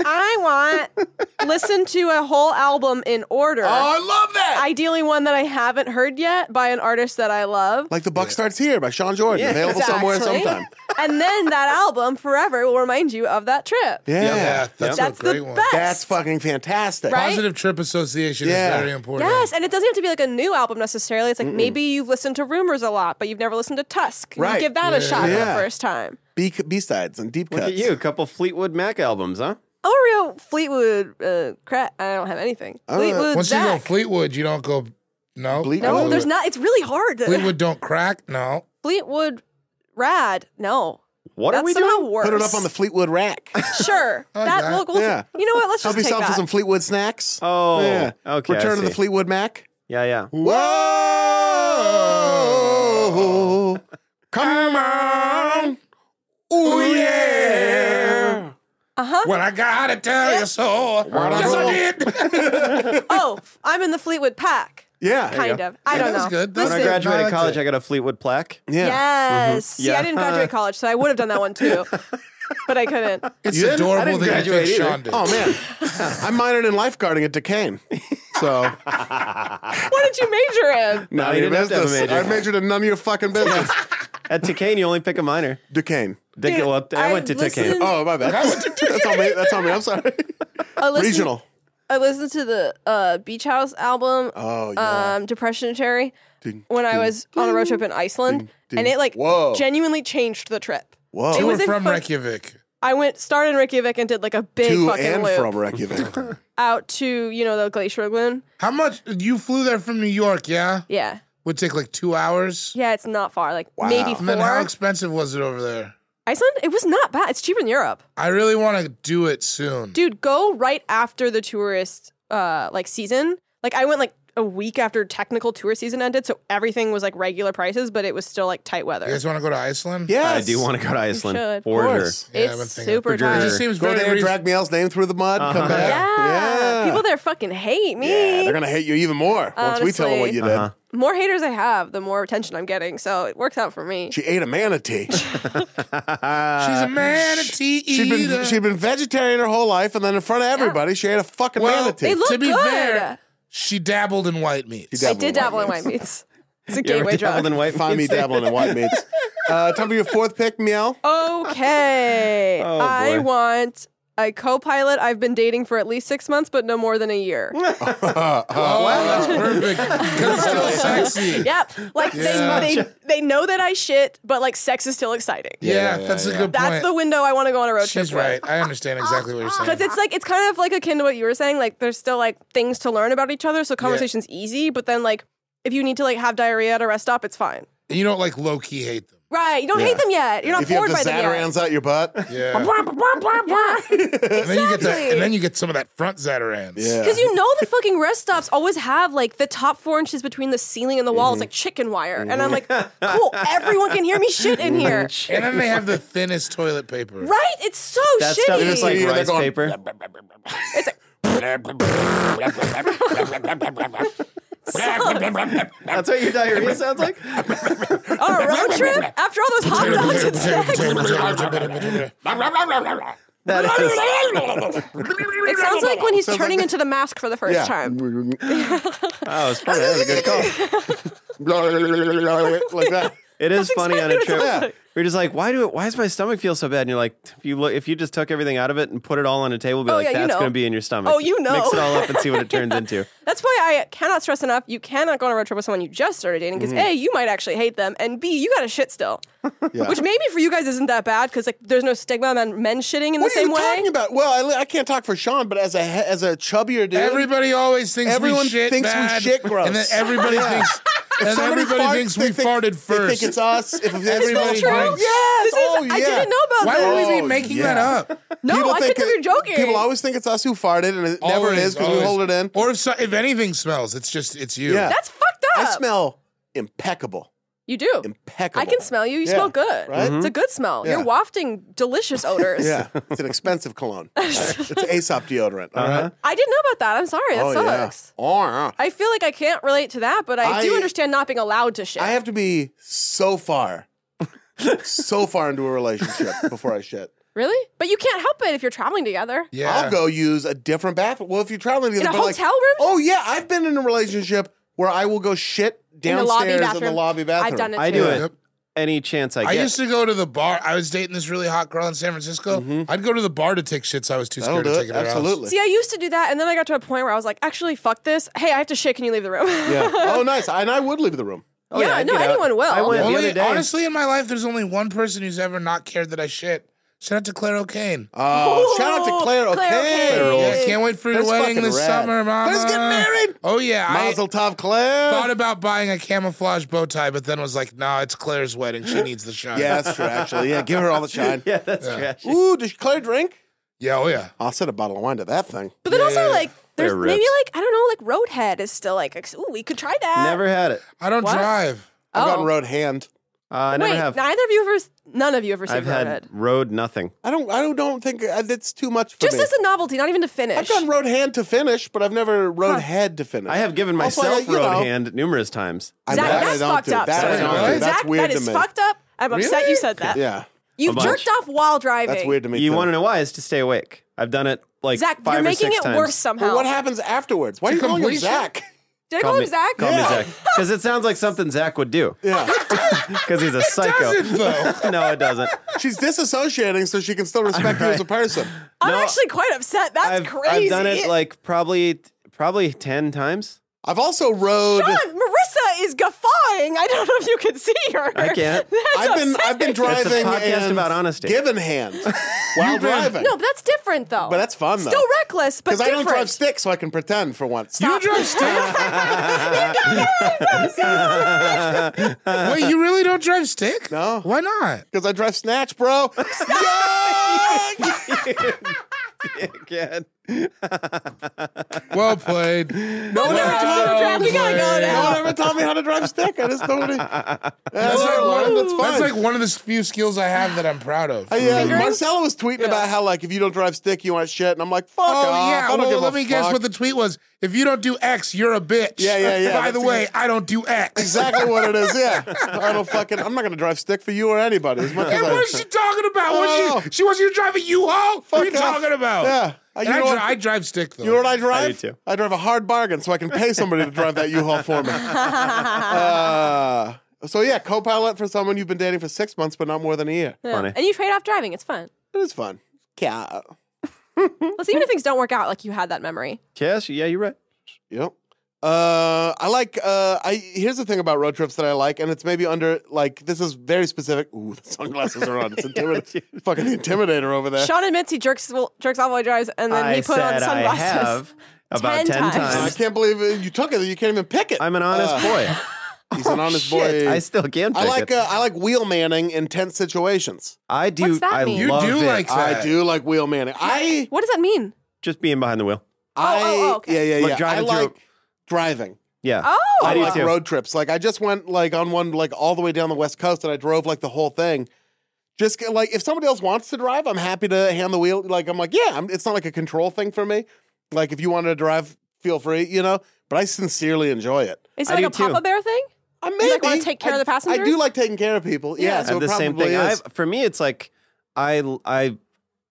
D: I want listen to a whole album in order.
B: Oh, I love that.
D: Ideally, one that I haven't heard yet by an artist that I love.
B: like the buck starts here by Sean Jordan, available somewhere
D: Exactly.
B: sometime.
D: and then that album forever will remind you of that trip.
B: Yeah,
E: Yeah, that's
D: That's
E: a great
D: the
E: one.
D: best.
B: that's fucking fantastic.
D: Right?
E: Positive trip association
B: Yeah.
E: is very important.
D: Yes, and it doesn't have to be like a new album necessarily. It's like maybe you've listened to Rumors a lot, but you've never listened to Tusk. You
B: Right.
D: give that a shot for
B: Yeah.
D: the first time.
B: B B sides and deep
C: Look
B: cuts.
C: at you, a couple Fleetwood Mac albums, huh?
D: Oreo Fleetwood uh, crap. I don't have anything. Fleetwood
E: Once you go
D: Zac.
E: Fleetwood, you don't go. No.
B: Bleak-
D: no,
B: Oh,
D: there's not. It's really hard.
E: Fleetwood don't crack. No.
D: Fleetwood Rad. No.
C: What
D: That's
C: are we
D: somehow
C: doing?
D: worse.
B: Put it up on the Fleetwood rack.
D: Sure. that
E: that.
D: will we'll,
B: Yeah.
D: You know what? Let's
B: Help
D: just take
B: yourself to
D: that.
B: some Fleetwood snacks.
C: Oh, okay, I
B: Return of the
C: see.
B: Fleetwood Mac.
C: Yeah, yeah.
B: Whoa! Come on! Ooh yeah!
E: When I gotta tell you so. Yes, I did.
D: oh, I'm in the Fleetwood pack.
B: Yeah.
D: Kind of. I don't know.
E: That's
D: Listen,
E: good. That's
C: When I
E: Listen,
C: graduated
E: I liked
C: college,
E: it.
C: I got a Fleetwood plaque.
B: Yeah.
D: Yes. See,
C: Yeah.
D: I didn't graduate college, so I would have done that one too, but I couldn't.
E: It's
B: didn't? I
E: adorable
B: didn't
E: that you
C: graduate
E: think
C: either.
E: Sean did.
B: Oh man, I minored in lifeguarding at Duquesne. So
D: What did you major in?
C: No, you didn't have to have a major.
B: I majored in none of your fucking business.
C: At Duquesne, you only pick a minor.
B: Duquesne.
C: Dick,
D: Dude,
C: well, I,
D: I
C: went to Duquesne.
D: listened-
B: Oh my bad. That's on me. That's on me. I'm sorry.
D: I listened,
B: Regional.
D: I listened to the uh, Beach House album,
B: Oh, yeah.
D: um, Depression Terry,
B: Ding,
D: when I
B: ding,
D: was on a road trip in Iceland,
B: ding.
D: and it like
B: Whoa.
D: genuinely changed the trip.
B: Whoa.
D: It
E: You were
D: was in
E: from
D: Fo-
E: Reykjavik.
D: I went started in Reykjavik and did like a big
B: to
D: fucking
B: and
D: loop
B: from Reykjavik.
D: out to you know the glacier lagoon.
E: How much? You flew there from New York, yeah?
D: Yeah,
E: Would take like two hours.
D: yeah, it's not far, like maybe
E: And then how
D: four.
E: expensive was it over there?
D: Iceland, it was not bad. It's cheaper than Europe.
E: I really want to do it soon.
D: dude go right after the tourist uh like season like i went like a week after technical tour season ended so everything was like regular prices but it was still like tight weather
E: you guys want to go to Iceland?
B: yes.
C: I do want to go to Iceland.
D: should.
C: For sure.
B: course.
E: Yeah, I've been
D: it's
E: thinking-
D: super
C: For sure.
E: It
D: tight
E: just seems
B: Go
E: very
B: there,
E: reason-
B: drag Miel's name through the mud,
C: Uh-huh.
B: come back.
D: yeah.
B: Yeah.
D: people there fucking hate me
B: Yeah, they're gonna hate you even more once we tell them what you did.
C: Uh-huh.
D: more haters i have the more attention i'm getting so it works out for me
B: She ate a manatee.
E: She's a manatee
B: she'd
E: eater.
B: been she'd been vegetarian her whole life, and then in front of everybody, she ate a fucking
E: Well,
B: manatee.
D: they look
E: to be
D: good
E: fair, she dabbled in white meat.
B: She
D: i
B: dabbled
D: did
B: in
D: dabble in white meats it's
C: You
D: a
C: ever
D: gateway
C: dabbled
D: drug
C: in white
B: Find me
C: meats?
B: dabbling in white meats. Uh, time for your fourth pick, Meow.
D: okay
C: Oh,
D: i
C: boy.
D: want a co-pilot i've been dating for at least six months but no more than a year
E: Oh, that's perfect. 'Cause it's still sexy.
D: Yep. Like
E: Yeah.
D: They, they they know that I shit, but like sex is still exciting.
E: Yeah, that's a good
D: That's the
E: point.
D: window I want to go on a road
E: She's
D: trip
E: right. I understand exactly what you're saying.
D: Because it's like it's kind of like akin to what you were saying. Like there's still like things to learn about each other, so conversation's easy. But then like if you need to like have diarrhea at a rest stop, it's fine.
E: And you don't like low key hate them.
D: Right? You don't hate them yet. You're not
B: If you have
D: bored
B: the
D: by them yet.
B: Zatarans out your butt,
E: Yeah. and then you get that, and then you get some of that front Zatarans.
B: yeah.
D: Because you know the fucking rest stops always have like the top four inches between the ceiling and the wall is like chicken wire, and I'm like, cool, everyone can hear me shit in here,
E: And then they have the thinnest toilet paper.
D: right? It's so
C: That
D: shitty.
C: stuff is like
B: They're
C: rice
B: going-
C: paper. That's what your diarrhea sounds like?
D: on Oh, a road trip after all those hot dogs and snacks.
C: That is,
D: It sounds like when he's turning into the mask for the first
B: Yeah.
D: time.
C: oh, it's funny. That was a good call.
B: like that.
C: It is funny on a
D: exactly
C: trip.
D: what it
B: sounds like.
C: We're just like, why do it? Why does my stomach feel so bad? And you're like, if you look, if you just took everything out of it and put it all on a table, be
D: Oh,
C: like,
D: yeah, you
C: that's
D: know.
C: going to be in your stomach.
D: Oh, you know.
C: Mix it all up and see what it turns into.
D: That's why I cannot stress enough you cannot go on a road trip with someone you just started dating because A, you might actually hate them, and B, you got a shit still. Which maybe for you guys isn't that bad because like there's no stigma on men shitting in
B: What
D: the
B: are
D: same
B: you talking
D: way.
B: about? Well, I, li- I can't talk for Sean, but as a he- as a chubbier dude,
E: Everybody always thinks
B: Everyone
E: we shit
B: thinks we
E: bad,
B: shit gross.
E: and then everybody thinks and
F: somebody
E: everybody
F: farts,
E: thinks
F: they
E: we
F: think-
E: farted
F: They
E: first.
F: think it's us. If
E: Everybody
F: everybody
D: true?
E: thinks-
F: Yes.
D: This is-
F: oh, yeah.
D: I didn't know about
E: Why
D: this.
E: would we be
F: Oh,
E: making
F: yeah.
E: that up?
D: No, I think we were joking.
F: People always think it's us who farted, and it never
E: Always,
F: is because we
E: always.
F: hold it in.
E: Or if so, if anything smells, it's just it's you.
F: Yeah.
D: That's fucked up.
F: I smell impeccable.
D: You do.
F: Impeccable.
D: I can smell you. You
F: Yeah,
D: smell good.
F: right?
E: Mm-hmm.
D: It's a good smell.
F: Yeah.
D: You're wafting delicious odors.
F: Yeah, it's an expensive cologne. it's Aesop deodorant.
E: Uh-huh.
F: All right.
D: I didn't know about that. I'm sorry. That
F: Oh
D: sucks.
F: yeah. Or
D: I feel like I can't relate to that, but I, do
F: I-
D: understand not being allowed to shit.
F: I have to be so far, so far into a relationship before I shit.
D: really? But you can't help it if you're traveling together.
E: Yeah.
F: I'll go use a different bathroom. Well, if you're traveling together,
D: In a
F: but like-
D: hotel room?
F: oh yeah, I've been in a relationship where I will go shit
D: In the lobby
F: downstairs in the
D: bathroom.
F: lobby bathroom.
D: I've done it
C: I
D: too.
C: do
E: Yep.
C: it any chance I
E: I
C: get.
E: used to go to the bar. I was dating this really hot girl in San Francisco. I'd go to the bar to take shits. I was too
F: Mm-hmm.
E: scared
F: That'll do
E: to
F: it.
E: take it.
F: Absolutely.
D: See, I used to do that, and then I got to a point where I was like, actually, fuck this. Hey, I have to shit. Can you leave the room?
F: Yeah. Oh, nice. And I would leave the room.
C: Oh,
D: yeah,
C: I'd
D: no,
C: get out.
D: anyone will.
C: I went the
E: Only,
C: other day.
E: honestly, in my life, there's only one person who's ever not cared that I shit. Shout out to Claire O'Kane.
F: Oh, shout out to Claire O'Kane.
D: Claire O'Kane.
E: yeah, can't wait for your
F: That's
E: wedding
F: fucking
E: this
F: rad.
E: summer, mama.
F: Let's get married.
E: Oh yeah, I
F: Mazel tov, Claire.
E: thought about buying a camouflage bow tie, but then was like, nah, it's Claire's wedding. She needs the shine.
F: yeah, that's true. Actually, yeah, give her all the shine.
C: yeah, that's trash.
F: Ooh, does Claire drink?
E: Yeah. Oh yeah.
F: I'll set a bottle of wine to that thing.
D: But then also, like, there's
C: They're rips.
D: maybe like I don't know, like Roadhead is still like, ex- ooh, we could try that.
C: Never had it.
E: I don't
D: What?
E: drive.
F: I've gotten
D: Oh.
F: road hand.
C: Uh, I
D: Wait,
C: never have.
D: neither of you ever, none of you ever
C: I've
D: seen
C: had
D: Roadhead.
C: road nothing.
F: I don't. I don't, don't think uh, that's too much for
D: Just
F: me.
D: as a novelty, not even to finish.
F: I've gotten road hand to finish, but I've never road head to finish.
C: I have given
F: Also, I-
C: myself
F: you
C: road
F: know,
C: hand numerous times.
F: I-
D: Zach,
F: that I
D: that's
F: don't
D: fucked
F: do.
D: up.
F: That I
D: Sorry.
F: don't do.
D: Zach,
F: That's weird
D: that
F: to
D: is
F: me.
D: fucked up. I'm upset you said that.
F: Yeah,
D: You've
C: A bunch.
D: jerked off while driving.
F: that's weird to me.
C: you
F: too.
C: want to know why? It's to stay awake. I've done it like
D: Zach,
C: five
D: you're
C: or
D: making
C: six
D: it
C: times.
D: worse somehow.
F: Well, what happens afterwards? Why are you calling him
E: completion?
F: Zach?
D: Did I
C: Call
D: call
C: me,
D: him Zach?
C: Call
F: Yeah.
C: me Zach. Because it sounds like something Zach would do.
F: Yeah,
C: Because he's a psycho.
E: Doesn't though.
C: no, it doesn't.
F: she's disassociating so she can still respect you as a person.
D: I'm
C: No,
D: actually quite upset. That's
C: I've,
D: crazy.
C: I've done it like probably probably ten times.
F: I've also rode.
D: John, Marissa is guffawing. I don't know if you can see her.
C: I can't.
D: That's
F: I've been
D: upsetting.
F: I've been driving
C: podcast
F: and
C: about honesty.
F: Given hand while driving.
D: No, but that's different though.
F: But that's fun, though.
D: Still reckless, but
F: because I
D: different.
F: don't drive stick, so I can pretend for once.
E: You drive stick? Wait, you really don't drive stick?
F: No.
E: Why not?
F: Because I drive snatch, bro. Yuck!
C: Again.
E: Well played.
F: no one ever
D: Drive,
F: taught
D: drive, we gotta go
F: no
D: now.
F: one ever taught me how to drive stick. I just don't. e- That's
E: That's like, one,
F: That's fine.
E: that's like one of the few skills I have that I'm proud of.
F: Uh, yeah,
D: Fingering?
F: Marcella was tweeting about how like if you don't drive stick, you aren't shit, and I'm like, fuck
E: Oh
F: off. I
E: yeah.
F: don't
E: Well,
F: give
E: let
F: a
E: me guess
F: fuck.
E: what the tweet was. If you don't do X, you're a bitch.
F: Yeah, yeah, yeah.
E: By
F: That's
E: the way,
F: exact-
E: I don't do X.
F: exactly what it is. Yeah, I don't fucking. I'm not gonna drive stick for you or anybody. As much
E: Hey,
F: as I,
E: what is she talking about? What
F: I don't
E: is
F: know.
E: she, she wants you to drive a U-Haul? what are you
F: Oh. Fuck off.
E: talking about?
F: Yeah.
E: And
F: You
E: I,
F: know
E: dri-
F: what-
E: I drive stick though.
F: You know what I drive?
C: do too.
F: I drive a hard bargain so I can pay somebody to drive that U-Haul for me. Uh, so yeah, co-pilot for someone you've been dating for six months, but not more than a year.
D: Yeah.
C: Funny.
D: And you trade off driving. It's fun.
F: It is fun. Yeah.
D: Let's even if things don't work out, like you had that memory.
C: Yes, yeah, you're right.
F: Yep. Uh, I like. Uh, I here's the thing about road trips that I like, and it's maybe under like this is very specific. Ooh, the sunglasses are on. It's intimidating. Fucking the intimidator over there.
D: Sean admits he jerks well, jerks off while he drives, and then
C: I
D: he put on
C: said I
D: sunglasses.
C: have about
D: 10
C: ten,
D: times.
F: I
C: times.
F: can't believe it. you took it. You can't even pick it.
C: I'm an honest boy.
F: boy. He's an honest
C: Shit,
F: Uh, boy.
C: I still can.
F: I
C: pick
F: like.
C: it.
F: Uh, I like wheel manning in tense situations.
C: I do.
D: What's that
C: I
D: mean?
E: You
C: love
E: do
C: it.
E: like that.
F: I do like wheel manning. I
D: What does that mean?
C: just being behind the wheel.
F: I
D: oh, oh, okay.
F: yeah yeah yeah.
C: Like driving
F: I
C: through-
F: like driving.
C: Yeah.
D: Oh,
C: I
F: I
C: do
F: like
C: too.
F: road trips. Like I just went like on one like all the way down the west coast and I drove like the whole thing. Just get- like if somebody else wants to drive, I'm happy to hand the wheel. Like I'm like yeah, I'm, it's not like a control thing for me. Like if you wanted to drive, feel free, you know. But I sincerely enjoy it.
D: is
C: I
D: it like
C: do
D: a
C: too.
D: Papa Bear thing?
F: I maybe
D: You, like, wanna take care
F: I-
D: of the
F: I
D: passengers?
F: do like taking care of people. Yeah,
D: Yeah.
F: so
C: I have
F: it
C: the same
F: probably
C: thing.
F: is.
C: I've, for me, it's like I I.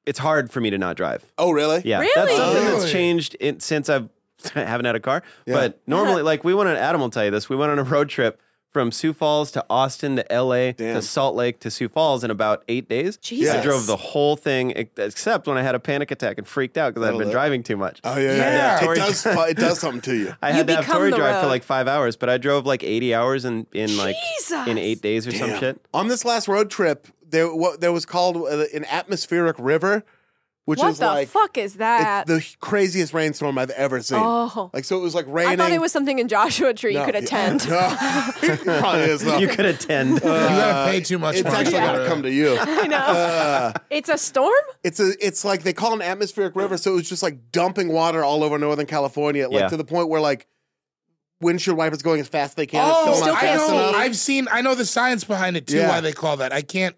C: It's hard for me to not drive.
F: oh really?
C: Yeah,
D: Really?
C: that's something that's
E: Really?
C: changed in, since I've I haven't had a car. But normally, like we went on. Adam will tell you this. We went on a road trip from Sioux Falls to Austin to L.A. to
F: Damn.
C: Salt Lake to Sioux Falls in about eight days.
D: Jesus.
C: I drove the whole thing ex- except when I had a panic attack and freaked out because I'd
F: That'll
C: been
F: do.
C: driving too much.
F: Oh yeah, yeah.
E: Yeah.
F: yeah.
C: Tory-
F: It does. fu- It does something to you.
C: I
D: You
C: had to have
D: become
C: Tory
D: the
C: drive for
D: road.
C: like five hours, but I drove like eighty hours in in like in eight days or some
F: Yeah.
C: shit.
F: On this last road trip, there what there was called uh, an atmospheric river which
D: what
F: is
D: the
F: like
D: fuck is
F: it's
D: that?
F: the craziest rainstorm I've ever seen.
D: Oh.
F: Like so, it was like
D: I
F: raining.
D: thought it was something in Joshua Tree
F: No,
D: you could
F: yeah.
D: attend.
F: No, it probably is though.
A: You could attend.
E: you gotta pay too much.
F: it's
E: money
F: actually
E: for
F: got to
E: it.
F: come to you.
D: I know.
F: uh,
D: it's a storm?
F: It's a, it's like they call it an atmospheric river, so it was just like dumping water all over Northern California, like
A: Yeah.
F: to the point where like windshield wipers going as fast as they can.
E: Oh,
F: it's still not
E: I
F: fast
E: know.
F: enough.
E: I've seen. I know the science behind it too.
F: Yeah.
E: Why they call that? I can't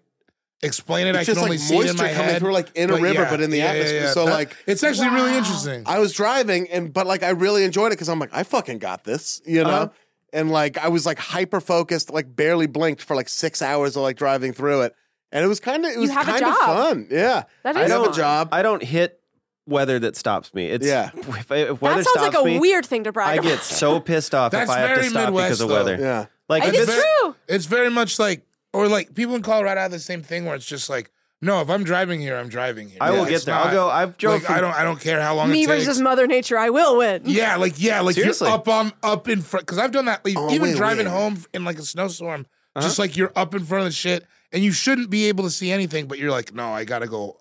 E: explain it.
F: It's
E: I
F: just
E: can only
F: like
E: see it in
F: moisture
E: my
F: coming
E: head.
F: through, like, in a river, but in the atmosphere. So,
E: That-
F: like-
E: it's actually really interesting.
F: I was driving and but like I really enjoyed it because I'm like, I fucking got this, you know?
E: Uh-huh.
F: And like I was like hyper focused, like barely blinked for like six hours of like driving through it. And it was kind of it was
D: have a
F: kind of
D: job.
F: fun. Yeah.
D: That
F: I
D: is
F: have a
D: fun.
F: job.
A: I don't hit weather that stops me. It's
F: Yeah.
A: If, if weather
D: That sounds like
A: stops
D: a
A: me,
D: weird thing to brag
A: I
D: about.
A: get so pissed off if
E: That's
A: I have to
E: very
A: stop
E: Midwest,
A: because of
E: though.
A: weather.
F: yeah.
A: Like
D: It
A: if
D: is
A: it's-
D: true.
E: it's very much like, or like people in Colorado have the same thing where it's just like, no, if I'm driving here, I'm driving here.
A: I will
E: Like,
A: get
E: it's
A: there. I'll
E: not-
A: go- I've drove
E: like,
A: from-
E: I don't. I don't care how long
D: Me
E: it takes.
D: versus Mother Nature, I will win.
E: Yeah, like yeah, like
A: Seriously.
E: you're up on up in front because I've done that. Like,
F: Oh,
E: even
F: wait,
E: driving
F: wait. Uh-huh.
E: home in like a snowstorm, just like you're up in front of the shit, and you shouldn't be able to see anything, but you're like, no, I gotta go.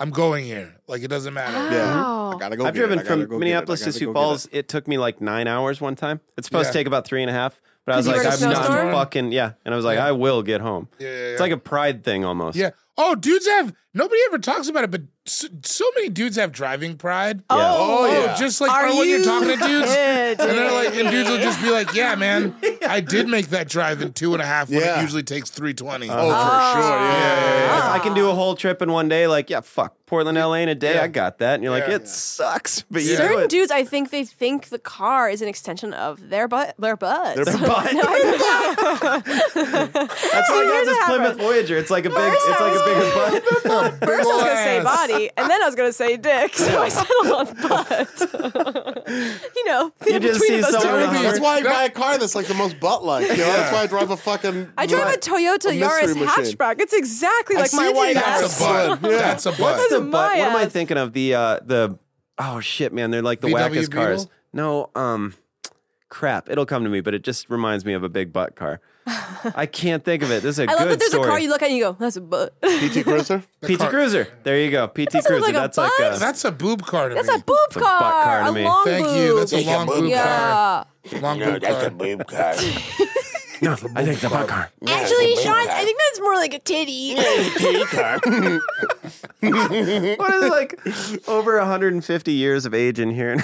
E: I'm going here. Like it doesn't matter.
D: Ah.
F: Yeah.
D: Wow.
F: I gotta go.
A: I've
F: get it.
A: driven
F: I gotta
A: from
F: go get it.
A: Minneapolis
F: I
A: to
F: gotta go
A: Sioux
F: get
A: Falls. It. took me like nine hours one time. It's supposed
E: Yeah.
A: to take about three and a half, but I was
D: you
A: like,
D: were in a
A: I'm not
D: snowstorm?
A: fucking yeah. And I was like, I will get home.
E: Yeah, yeah,
A: It's
E: yeah.
A: like a pride thing almost.
E: Yeah. Oh, dudes have nobody ever talks about it, but so, so many dudes have driving pride.
D: Oh,
F: Oh, yeah.
E: just like
D: Are
E: or when you're
D: you
E: talking to dudes, and
D: kidding?
E: they're like, and dudes will just be like, "Yeah, man, I did make that drive in two and a half when
F: Yeah.
E: it usually takes three twenty.
F: Oh, for sure. Yeah, yeah, yeah,
A: If
F: yeah.
A: I can
D: Ah.
A: do a whole trip in one day, like yeah, fuck Portland, LA in a day,
E: Yeah.
A: I got that. And you're like,
E: Yeah.
A: it sucks, but you do
D: Certain
A: it.
D: dudes, I think they think the car is an extension of their butt, their butts. Their
A: butt. That's
D: so
A: like
D: here's
A: that's this
D: what
A: Plymouth
D: happened.
A: Voyager. It's like a big, it's like a bigger butt.
D: First, I was gonna say
E: ass.
D: body, and then I was gonna say dick, so I settled on butt. you know, the
A: You
D: in
A: just
D: between
A: see
D: of those two
A: someone
D: would
A: on
D: be-
A: a-
F: That's why I buy a car that's like the most butt like. You know? That's why I drive a fucking.
D: I drive a Toyota Yaris
F: mystery machine.
D: hatchback. It's exactly like
F: see
D: my
F: the
D: white
F: Yaris.
D: ass.
E: That's a butt.
F: Yeah.
E: That's a butt.
D: That's
A: the
D: a
A: butt. What am I
D: bias.
A: thinking of? The uh the oh shit, man, they're like the
E: VW
A: wackest cars.
E: Beetle?
A: No, um crap. It'll come to me, but it just reminds me of a big butt car. I can't think of it. This is a
D: I
A: good
D: love that there's
A: story.
D: a car you look at and you go, "That's a butt."
F: PT Cruiser.
A: PT Cruiser. There you go. PT
D: doesn't
A: Cruiser.
D: look like a
A: That's like
D: butt.
A: a
E: That's a boob card. To
D: That's
E: me.
D: a boob
A: a butt
D: car,
A: car to
D: a
A: me.
D: long
E: Thank
D: boob.
E: you. That's a
B: Take a
E: long
B: boob
E: boob card.
D: yeah.
E: Long
B: No,
E: boob
B: that's a
E: card.
B: boob car.
A: no, I think the butt car.
B: Yeah, it's a
D: Actually,
B: boob
D: Sean,
B: car.
D: I think that's more like a titty.
B: Kitty car.
A: What is it like over 150 years of age in here?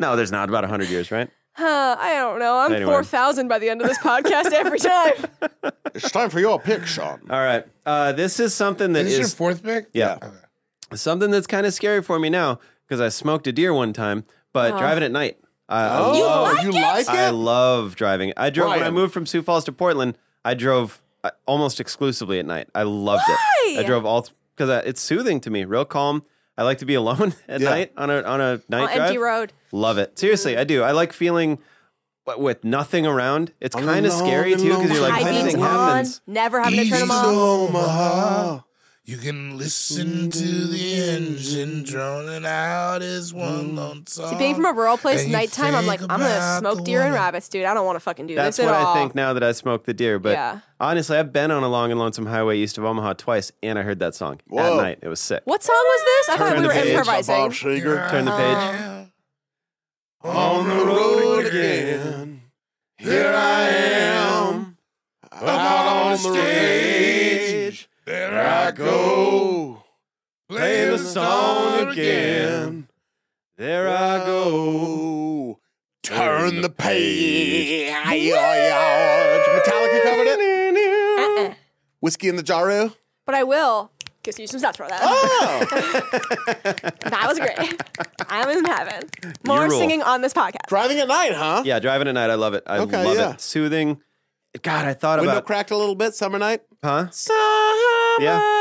A: no, there's not about 100 years, right?
D: Huh, Uh, I don't know. I'm
A: Anyway.
D: four thousand by the end of this podcast every time.
F: It's time for your pick, Sean.
A: All right. Uh, this is something that
E: Is this your
A: is
E: fourth pick?
A: Yeah. something that's kind of scary for me now because I smoked a deer one time, but
D: Oh.
A: driving at night. I- I
F: Oh,
D: like
F: you
D: it?
F: like
A: I
F: it?
A: love driving. I drove when I
F: Ryan.
A: moved from Sioux Falls to Portland. I drove uh, almost exclusively at night. I loved it. I
D: Why?
A: drove all because it's soothing to me, real calm. I like to be alone at
F: Yeah.
A: night on a on a night
D: On
A: drive.
D: empty road.
A: Love it. Seriously, I do. I like feeling w- with nothing around. It's
F: I'm
A: kind of
F: alone
A: scary too because you're like
D: High
F: alone.
D: beams
A: anything
D: on,
A: happens.
D: never having to turn them
E: Easy
D: off.
F: Omaha.
E: You can listen to the engine Mm. droning out his one lone song.
D: See, being from a rural place,
E: And you
D: nighttime, I'm like,
E: think
D: I'm gonna
E: about
D: smoke
E: the
D: deer and
E: woman.
D: rabbits, dude. I don't want to fucking do
A: That's
D: this
A: what
D: at all.
A: I think now that I smoked the deer. But
D: Yeah.
A: honestly, I've been on a long and lonesome highway east of Omaha twice, and I heard that song at
F: Whoa.
A: night. It was sick.
D: What song was this? I thought
A: Turn
D: we
A: the
D: were
A: page.
D: improvising.
F: Bob Seger.
A: Turn the page.
F: On the road again. Here I am. Out on the stage.
E: There
F: Here I go.
E: Play the song again.
A: There
F: Here
A: I
F: I
A: go.
F: go. Turn the page. Metallica covered it.
D: Uh-uh.
F: Whiskey in the Jaru.
D: But I will kiss you some stuff for that. that was great. I'm in heaven. More
A: rule.
D: singing on this podcast.
F: Driving at night, huh?
A: Yeah, driving at night, I love it. I
F: Okay,
A: love
F: yeah.
A: it. Soothing. God, I thought
F: Window
A: about
F: cracked a little bit, summer night.
A: huh?
D: Uh-huh.
F: Summer
A: Yeah.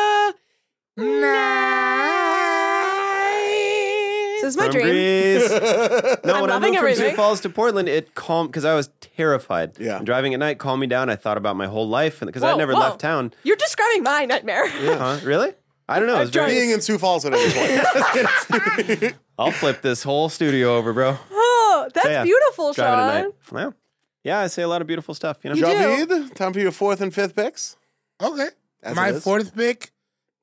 D: This is my
A: From
D: dream.
A: Greece. No,
D: I'm
A: when I
D: loving
A: moved from
D: everything.
A: Sioux Falls to Portland, it calmed because I was terrified.
F: Yeah.
A: And driving at night calmed me down. I thought about my whole life because I
D: Whoa,
A: never
D: whoa.
A: left town.
D: You're describing my nightmare.
A: Huh? Really? I don't know. It was very-
F: Being in Sioux Falls at any point.
A: I'll flip this whole studio over, bro.
D: Oh, that's
A: Yeah.
D: beautiful,
A: Driving
D: Sean.
A: at night. Well, yeah, I say a lot of beautiful stuff. You know,
D: do.
F: Javid, time for your fourth and fifth picks.
E: Okay.
F: As
E: my
F: it is.
E: fourth pick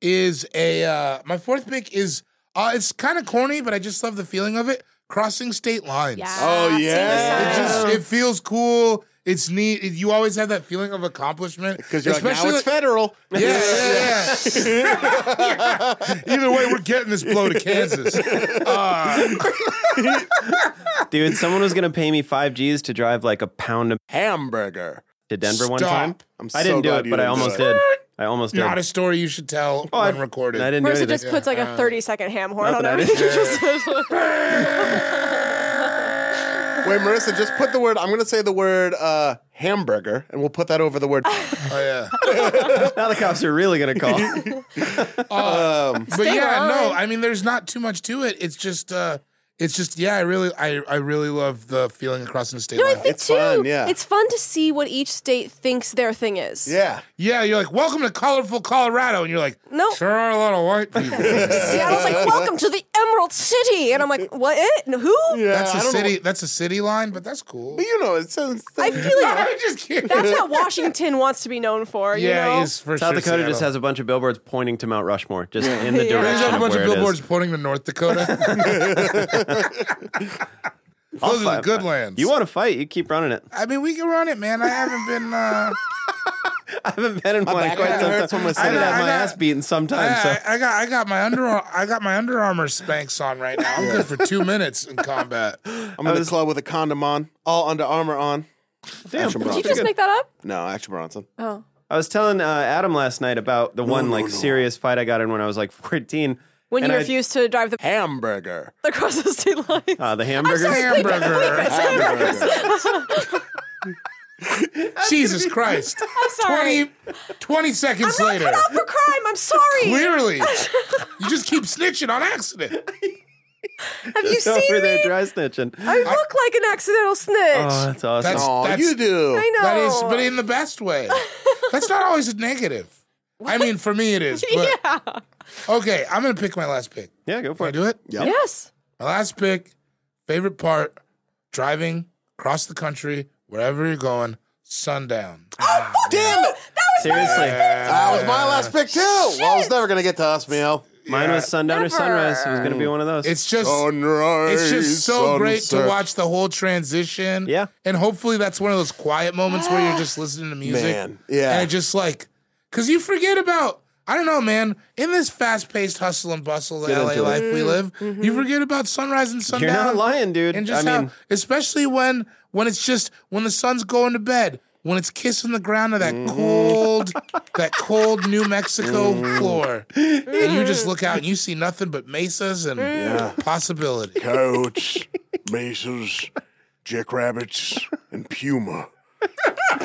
E: is a uh, my fourth pick is Uh, it's kind of corny, but I just love the feeling of it. Crossing state lines.
D: Yeah.
B: Oh,
D: see the
B: yeah.
D: sign.
E: It just it feels cool. It's neat. It- you always have that feeling of accomplishment
B: Because you're like, now
E: especially
B: it's federal.
E: yeah, yeah, yeah. Either way, we're getting this blow to Kansas. Uh,
C: Dude, someone was going to pay me 5 Gs to drive like a pound of
B: Hamburger.
C: to Denver one
E: Stop.
C: time.
B: I'm
C: I didn't
B: so
C: do
B: glad
C: it,
B: you
C: but I
B: didn't do
C: almost
B: it.
C: did. I almost did.
E: not a story you should tell
C: I-
E: when recorded.
C: I didn't do
D: Marissa
C: anything.
D: just puts like a 30 second ham horn
C: Nothing
D: on
C: I
D: everything.
C: did.
D: Just-
B: Wait, Marissa, just put the word, I'm going to say the word uh, hamburger, and we'll put that over the word.
E: Oh yeah.
C: now the cops are really going to call.
B: Um,
E: but
D: Stay
E: yeah, no,
D: on.
E: I mean, there's not too much to it. It's just, uh, it's just, yeah, I really, I, I really love the feeling of crossing the state
D: No, I
E: line.
D: think
B: It's
D: too.
B: fun, yeah.
D: It's fun to see what each state thinks their thing is.
B: yeah.
E: yeah, you're like, welcome to colorful Colorado, and you're like,
D: Nope.
E: sure are a lot of white people.
D: Seattle's like, welcome to the Emerald City, and I'm like, what? It? Who?
B: Yeah,
E: that's
B: I
E: a
B: don't know
E: city. That's a city line, but that's cool.
B: But you know, it sounds.
D: I feel like
E: I'm just kidding.
D: that's what Washington wants to be known for. You
E: yeah,
D: know?
E: it's for
C: South
E: sure
C: Dakota just
E: Seattle.
C: has a bunch of billboards pointing to Mount Rushmore, just in the
D: Yeah.
E: There's
C: direction
E: a
C: of
E: bunch of
C: where it is.
E: billboards pointing to North Dakota. Those are the
C: fight-
E: good lands.
C: You want to fight? You keep running it.
E: I mean, we can run it, man. I haven't been. Uh,
C: I haven't been in one in
B: back
C: quite
B: kinda
C: some
B: hurts
C: time.
B: when we're
C: I
B: sitting
C: haven't
E: down.
C: had my
E: I got-
C: ass beaten sometime. So
E: I, I, I got I got my under I got my Under Armour spanks on right now. I'm good for two minutes in combat.
B: I'm in the club with a condom on, all Under Armour on.
C: damn.
B: Did you
D: Did you
C: pretty
D: just
C: good.
D: make that up?
B: No, Action Bronson.
D: Oh,
C: I was telling uh, Adam last night about the one like serious fight I got in when I was like 14.
D: when
C: And
D: you
C: I-
D: refused to drive the
B: Hamburger.
D: across the state lines.
C: Uh, the hamburger.
E: Hamburger.
B: Hamburger.
E: Jesus Christ.
D: I'm sorry.
E: 20, 20 seconds
D: I'm not
E: later.
D: cut out for crime. I'm sorry.
E: Clearly. You just keep snitching on accident.
D: Have you
C: over
D: seen me?
C: there dry snitching.
D: I look like an accidental snitch.
C: oh, that's awesome.
E: That's-
B: Oh, you do.
D: I know.
E: That is but in the best way. That's not always a negative. I mean for me it is. But
D: yeah.
E: okay, I'm gonna pick my last pick.
C: yeah, go for
E: Can I
C: it.
E: do it?
D: Yes.
E: My last pick, favorite part, driving across the country, wherever you're going, sundown.
B: Damn it.
C: Seriously.
B: That was my last pick, too. Well, it's never going to get to us, Meow.
C: Mine was sundown or
D: Never.
C: sunrise. It was going to be one of those.
E: It's just
B: Sunrise.
E: It's just so great to
B: sunset.
E: watch the whole transition.
C: Yeah.
E: And hopefully that's one of those quiet moments where you're just listening to music.
B: Man, yeah.
E: And it just like, because you forget about, I don't know, man, in this fast paced hustle and bustle that LA life we live,
B: Mm-hmm.
E: you forget about sunrise and sundown.
C: You're not lying, dude.
E: And just
C: I
E: how,
C: mean,
E: especially when when it's just when the sun's going to bed, when it's kissing the ground of that
C: Mm-hmm.
E: cold, that cold New Mexico
C: Mm-hmm.
E: floor, and you just look out and you see nothing but mesas and possibility.
G: Coats, mesas, jackrabbits, and puma.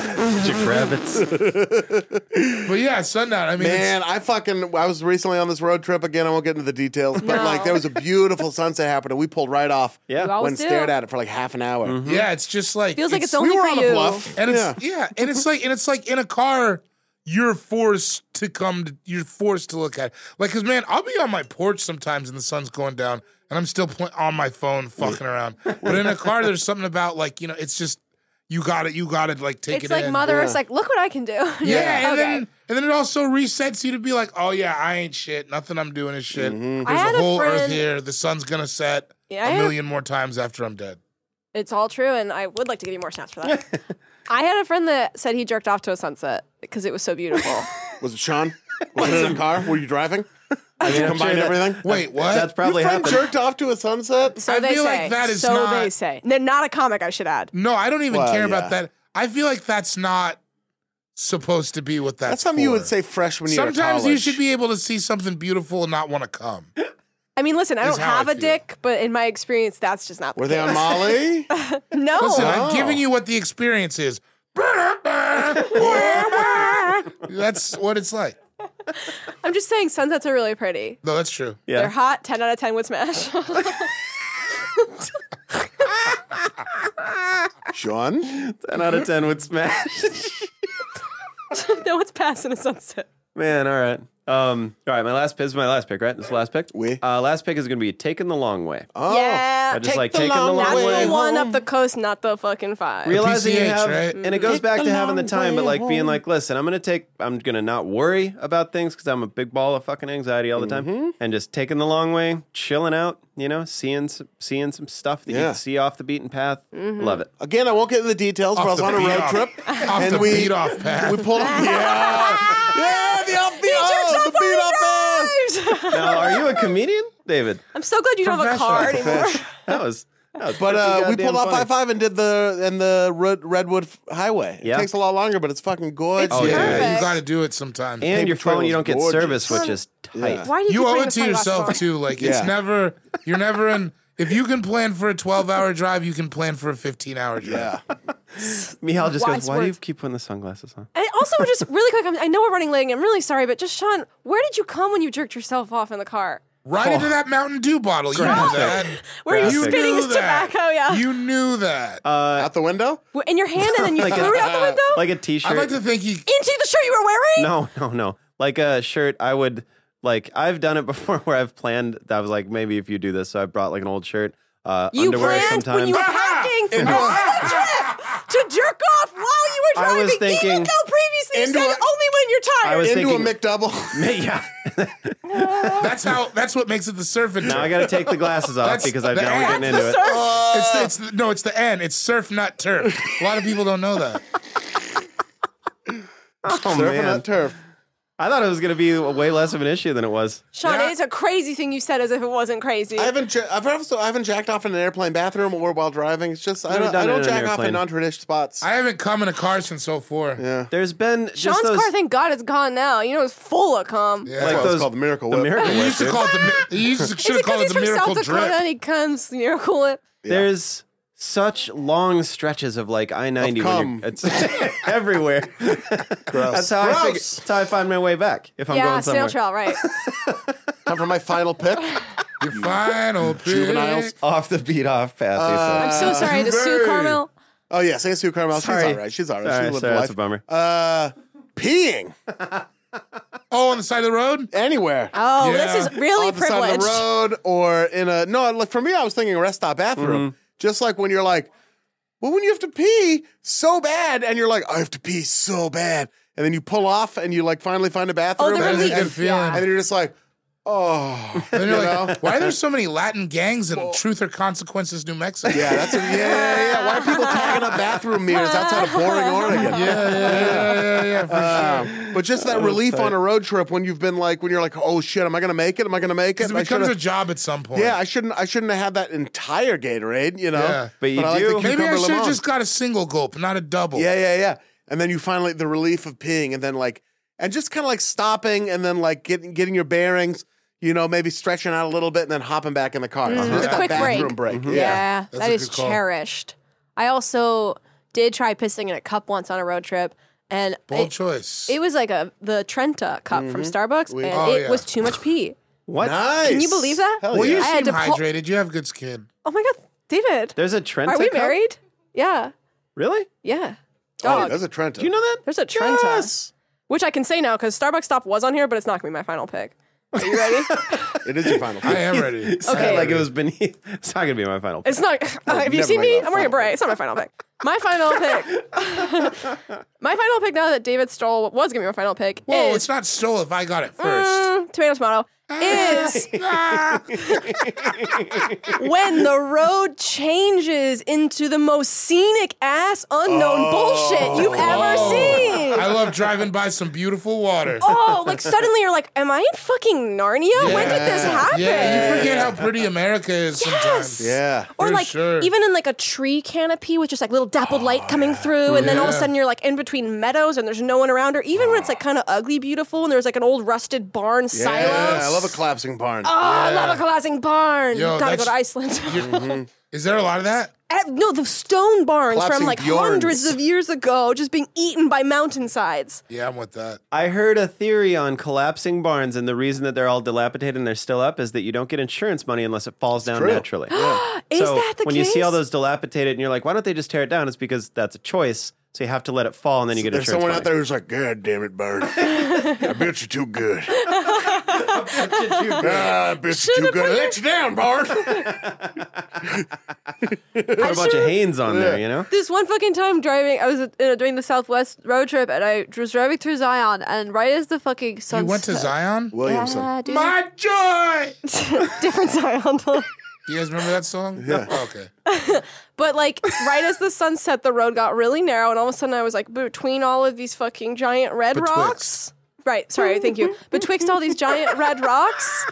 C: jackrabbits.
E: But yeah, sundown. I mean,
B: Man, I fucking I was recently on this road trip again. I won't get into the details, but
D: No.
B: like there was a beautiful sunset happening. We pulled right off.
C: Yeah. You
D: always
B: when
D: do.
B: stared at it for like half an hour.
E: it's, yeah, it's just like
D: Feels like it's
B: We
D: only
B: were
D: for
B: on
D: you.
B: a bluff,
E: and it's yeah. and it's like and it's like in a car, you're forced to come. To, you're forced to look at it. like because man, I'll be on my porch sometimes and the sun's going down, and I'm still pl- on my phone fucking around. But in a car, there's something about like you know, it's just you got it. You got to like take
D: It's
E: it.
D: like
E: in.
D: mother. It's like look what I can do.
E: Yeah, and
D: Okay.
E: then and then it also resets you to be like, oh yeah, I ain't shit. Nothing I'm doing is shit.
C: Mm-hmm.
D: I
E: There's
D: had
E: a
D: a
E: whole earth
D: friend-
E: here. The sun's gonna set
D: Yeah, I
E: a
D: had a-
E: million more times after I'm dead.
D: It's all true, and I would like to give you more snaps for that. I had a friend that said he jerked off to a sunset because it was so beautiful.
B: Was it Sean? Was it in a car? Were you driving? Did you combine
C: sure that-
B: everything?
E: Wait, what?
C: That's probably
B: Your friend
C: happened.
B: jerked off to a sunset.
D: So
E: I
D: they
E: feel
D: say.
E: like that is
D: so
E: not-
D: they say. No, not a comic, I should add.
E: No, I don't even
B: Well,
E: care
B: yeah.
E: about that. I feel like that's not supposed to be what that's.
B: That's something you
E: for.
B: would say freshman year. of
E: Sometimes you
B: college.
E: should be able to see something beautiful and not want to come.
D: I mean, listen, I
E: Is
D: don't
E: how
D: have
E: I
D: a
E: feel.
D: dick, but in my experience, that's just not.
B: Were
D: the
B: they on Molly?
D: case. No,
E: Listen,
B: Oh.
E: I'm giving you what the experience is. that's what it's like.
D: I'm just saying sunsets are really pretty.
E: No, that's true.
C: Yeah.
D: They're hot. Ten out of ten would smash.
B: Sean?
C: 10 out of 10 would smash.
D: no one's passing a sunset.
C: Man, all right.
A: Um, all right, my last this is my last pick, right? This is the last pick.
F: Oui.
A: Uh, last pick is going to be taking the long way.
F: Oh,
D: yeah.
A: I just like
H: the
A: taking the
H: long
A: long
D: That's
A: way.
D: the one up the coast, not the fucking five.
A: Realizing you
E: PCH,
A: have,
E: right?
A: and it goes
H: Take
A: back
H: the
A: to having the
H: long
A: time, but
H: way
A: like being
H: home.
A: like, listen, I'm gonna take, I'm gonna not worry about things because I'm a big ball of fucking anxiety all the time,
E: Mm-hmm.
A: and just taking the long way, chilling out, you know, seeing some, seeing some stuff that you
F: Yeah.
A: can see off the beaten path.
H: Mm-hmm.
A: Love it.
F: again, I won't get into the details, but I was
E: the
F: on a
E: beat
F: road
E: off-
F: trip,
E: off
F: and
E: the
F: we
E: beat off path.
F: we pulled up. Yeah, yeah, the off the, oh, the beat off path.
A: Now, are you a comedian, David?
D: I'm so glad you don't have a car anymore.
A: That was, that was
F: But
A: pretty
F: uh, we
A: goddamn
F: pulled off
A: funny.
F: I five and did the and the Red, Redwood F- Highway.
A: Yeah. Oh,
F: It takes a lot longer, but it's fucking good.
D: It's
E: yeah,
D: Perfect.
E: you got to do it sometimes.
A: and
F: Paper
A: your phone,
F: trail
A: you
F: is
A: don't get
F: gorgeous.
A: service, which is tight.
F: Yeah.
D: Why do you,
E: you
D: keep
E: owe
D: bringing
E: it
D: this
E: to
D: up
E: yourself
D: wrong?
E: too. Like
F: Yeah.
E: it's never you're never in. If you can plan for a 12 hour drive, you can plan for a 15 hour drive.
F: Yeah,
A: Mihal just goes,
D: Wise
A: "Why do you
D: words.
A: keep putting the sunglasses on?"
D: And also, just really quick, I'm, I know we're running late. and I'm really sorry, but just Sean, where did you come when you jerked yourself off in the car?
E: Right into that Mountain Dew bottle. You knew that.
D: Where are you
E: You
D: spitting
E: knew
D: his
E: that.
D: tobacco? Yeah,
E: You knew that.
A: Uh,
F: out the window.
D: Well, in your hand, and then you
A: Like
D: threw
A: a-
D: it out the window
A: Like a t-shirt.
E: I'd like to think he.
D: into the shirt you were wearing.
C: Oh,
A: no, no, no. Like a shirt. I would like. I've done it before where I've planned. I was like, maybe if you do this, so I brought like an old shirt, uh,
D: You
A: underwear.
D: planned
A: Sometimes
D: when you were packing
F: Into
D: ahead of the trip to jerk off while you were
A: I
D: driving,
A: was thinking-
D: even though previously you
F: Into
D: said
F: a-
D: only when you're tired.
A: I was
F: Into
A: thinking,
F: a McDouble.
A: yeah.
E: That's how. That's what makes it the surfing.
A: now I
E: trip.
A: got to take the glasses off
E: That's-
A: because I've now
E: that's
A: we're getting into it.
E: It's, the- it's the- no, it's the N. It's surf, not turf. A lot of people don't know that.
A: Oh
F: Surfing
A: man,
F: on turf.
A: I thought it was gonna be way less of an issue than it was.
D: Sean,
E: Yeah.
D: it is a crazy thing you said as if it wasn't crazy.
F: I haven't. Ja- I've also I haven't jacked off in an airplane bathroom or while driving. It's just I
A: Never
F: don't.
A: done
F: I
A: it
F: don't
A: in an
F: jack off
A: airplane.
F: in non-traditional spots.
E: I haven't come in a car since 04.
F: yeah,
A: There's been just
D: Sean's
A: those
D: car, thank God, it's gone now. You know, it's full of cum.
E: Yeah.
F: that's
A: like
F: why it's
A: those-
F: called the miracle.
A: the
F: Whip.
A: miracle
E: He
A: whip,
E: used to
A: dude.
E: call it the. He used to should
D: Is
E: have
D: it because
E: called it
D: he's
E: the
D: from
E: miracle
D: South Dakota
E: drip.
D: and he comes miracle whip?
A: There's such long stretches of like I ninety when
F: cum.
A: you're, it's everywhere. That's how I figure,
F: Gross.
A: that's how I find my way back if I'm
D: yeah,
A: going somewhere.
D: snail trail, right.
F: Time for my final pick.
E: Your final pick.
F: Juveniles.
A: Off the beat off path.
F: Uh,
A: they said.
D: I'm so sorry to Sue
F: Hey.
D: Carmel.
F: Oh yeah, Saint Sue Carmel. She's
A: Sorry.
F: all right. She's all right.
A: Sorry,
F: she lived
A: sorry,
F: a
A: that's
F: life.
A: a bummer.
F: Uh, peeing
E: Oh, on the side of the road.
F: anywhere.
D: Oh,
E: Yeah.
D: this is really
F: on the side of
D: privileged.
F: the road or in a no. Like for me, I was thinking rest stop
A: Mm-hmm.
F: bathroom. Just like when you're like, well, when you have to pee so bad, and you're like, I have to pee so bad, and then you pull off and you like finally find a bathroom,
D: Oh, the
F: and,
E: That is a
D: relief.
F: and-
E: good feeling.
D: Yeah.
F: and then you're just like, oh,
E: Then you're
F: you
E: like,
F: know?
E: why are there so many Latin gangs in Truth or Consequences, New Mexico?
F: Yeah, that's yeah, yeah, yeah. Why are people tagging up bathroom mirrors outside of boring Oregon?
E: yeah, yeah, yeah, yeah, yeah, for sure.
F: Um, but just that relief on a road trip when you've been like when you're like, oh shit, am I gonna make it? Am I gonna make it?
E: Because it
F: I
E: becomes a
F: should've-
E: job at some point.
F: yeah, I shouldn't. I shouldn't have had that entire Gatorade, you know.
E: Yeah.
A: But you
F: I like
A: do.
F: the
E: Maybe I
F: cucumber
E: should have
F: limon.
E: just got a single gulp, not a double.
F: Yeah, yeah, yeah. And then you finally the relief of peeing, and then like, and just kind of like stopping, and then like getting getting your bearings, you know, maybe stretching out a little bit, and then hopping back in the car. Just
D: The
F: that
D: quick
F: bathroom break.
E: Mm-hmm.
D: Yeah,
F: Yeah.
E: That's
D: that
E: a
D: is
E: good call.
D: cherished. I also did try pissing in a cup once on a road trip, and
E: Bold
D: it,
E: choice.
D: it was like a the Trenta cup from Starbucks, and
E: Oh,
D: it
E: yeah.
D: was too much pee.
A: What?
F: Nice.
D: Can you believe that?
F: Hell
E: well,
F: yeah.
E: you
D: I had
E: seem
D: to pull-
E: hydrated. You have good skin.
D: Oh my god, David,
A: There's a Trenta.
D: are we
A: cup?
D: married? Yeah,
A: Really?
D: yeah.
F: Oh,
D: Dog,
F: that's a Trenta.
A: Do you know that?
D: there's a Trenta, which I can say now because Starbucks stop was on here, but it's not gonna be my final pick. Are you ready?
F: It is your final.
E: I am ready.
A: Sounded
D: Okay.
A: like it was beneath. It's not gonna be my final. pick.
D: It's not. have you
F: never
D: seen
F: mind,
D: me?
F: not
D: I'm wearing a
F: final
D: beret. It's not my final pick. My final pick. my final pick. Now that David stole what was gonna be my final pick
E: Whoa,
D: is
E: Oh, it's not stole if I got it first.
D: Mm, tomato tomato is
E: Ah,
D: when the road changes into the most scenic ass unknown
E: Oh.
D: bullshit you've ever seen.
E: I love driving by some beautiful water.
D: Oh, like suddenly you're like, am I in fucking Narnia? When did this
E: Yeah.
D: happen?
E: Yeah, you forget how pretty America is sometimes.
F: Yeah.
D: Or
E: For
D: like
E: sure. Oh,
D: even in like a tree canopy with just like little dappled light coming through, and then all of a
E: Yeah.
D: sudden you're like in between meadows and there's no one around, or even when it's like kind of ugly, beautiful, and there's like an old rusted barn silo.
F: Yeah, I love a collapsing barn.
D: Oh, I love a collapsing barn.
E: Yo,
D: Gotta go
E: that's-
D: to Iceland.
E: Is there a lot of that?
D: Eh, No, the stone barns from
F: Collapsing
D: like
F: fjords.
D: hundreds of years ago, just being eaten by mountainsides.
E: Yeah, I'm with that.
A: I heard a theory on collapsing barns, and the reason that they're all dilapidated and they're still up is that you don't get insurance money unless it falls down
F: true.
A: naturally.
D: Is
A: so
D: that the
A: when
D: case?
A: you see all those dilapidated, and you're like, why don't they just tear it down? It's because that's a choice. So you have to let it fall, and then you get
F: There's
A: insurance
F: someone
A: money.
F: out there who's like, God damn it, Bart. I built you too good.
B: Ah, that bitch is too good. I let you down, Bart.
C: Put a bunch of Hanes on there, you know?
A: this one fucking time driving, I was uh, doing the Southwest road trip, and I was driving through Zion, and right as the fucking sun
E: You went to Zion?
F: Williamson.
A: Yeah, dude.
E: My joy!
D: Different Zion.
E: You guys remember that song? Yeah. okay.
D: But like right as the sun set, the road got really narrow, and all of a sudden I was like between all of these fucking giant red
E: Betwixt.
D: rocks. Right, sorry, thank you. Betwixt all these giant red rocks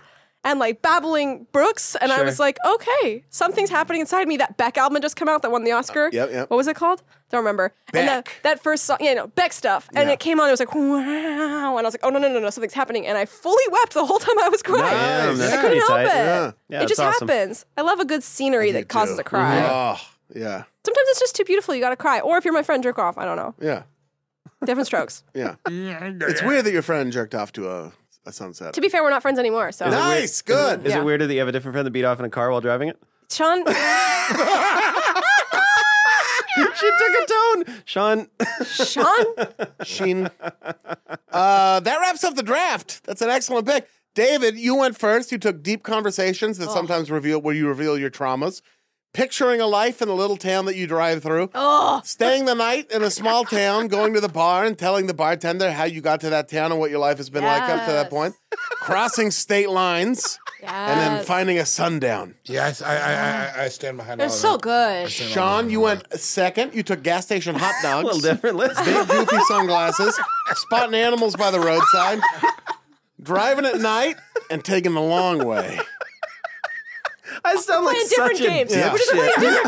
D: and like babbling brooks, and I
C: Sure.
D: was like, okay, something's happening inside me. That Beck album had just come out that won the Oscar.
F: yep, yep.
D: What was it called? Don't remember. And the,
F: Beck.
D: that first song, yeah, no, Beck stuff, and
F: Yeah.
D: it came on. It was like wow, and I was like, oh no, no, no, no, something's happening, and I fully wept the whole time I was crying.
C: Damn, that's
D: I
C: pretty
D: couldn't help
C: tight.
D: it.
F: Yeah.
C: Yeah,
D: it
C: that's
D: just
C: awesome.
D: happens. I love a good scenery that causes
F: do.
D: a cry.
F: Oh, yeah,
D: Sometimes it's just too beautiful. You got to cry. Or if you're my friend, jerk off. I don't know.
F: yeah,
D: Different strokes.
F: yeah. It's weird that your friend jerked off to a, a sunset.
D: to be fair, we're not friends anymore. So,
F: nice, good.
C: Is
D: Yeah.
C: it weirder that you have a different friend that beat off in a car while driving it?
D: Sean,
C: she took a tone. Sean,
D: Sean,
F: Sheen. Uh, that wraps up the draft. That's an excellent pick. David, you went first. You took deep conversations that sometimes reveal where you reveal your traumas. Picturing a life in the little town that you drive through. Staying the night in a small town, going to the bar and telling the bartender how you got to that town and what your life has been like up to that
A: Yes.
F: point. Crossing state lines and then finding a sundown.
E: Yeah, I, I, I, I stand behind
A: They're
E: all
C: Oh,
A: so
E: that.
A: good.
F: Sean, you went second. You took gas station hot
C: a little
F: dogs.
C: different list.
F: big goofy sunglasses, spotting animals by the roadside, driving at night, and taking the long way.
C: I sound like
D: playing different
C: such a
D: games.
F: Yeah.
C: dipshit.
F: We're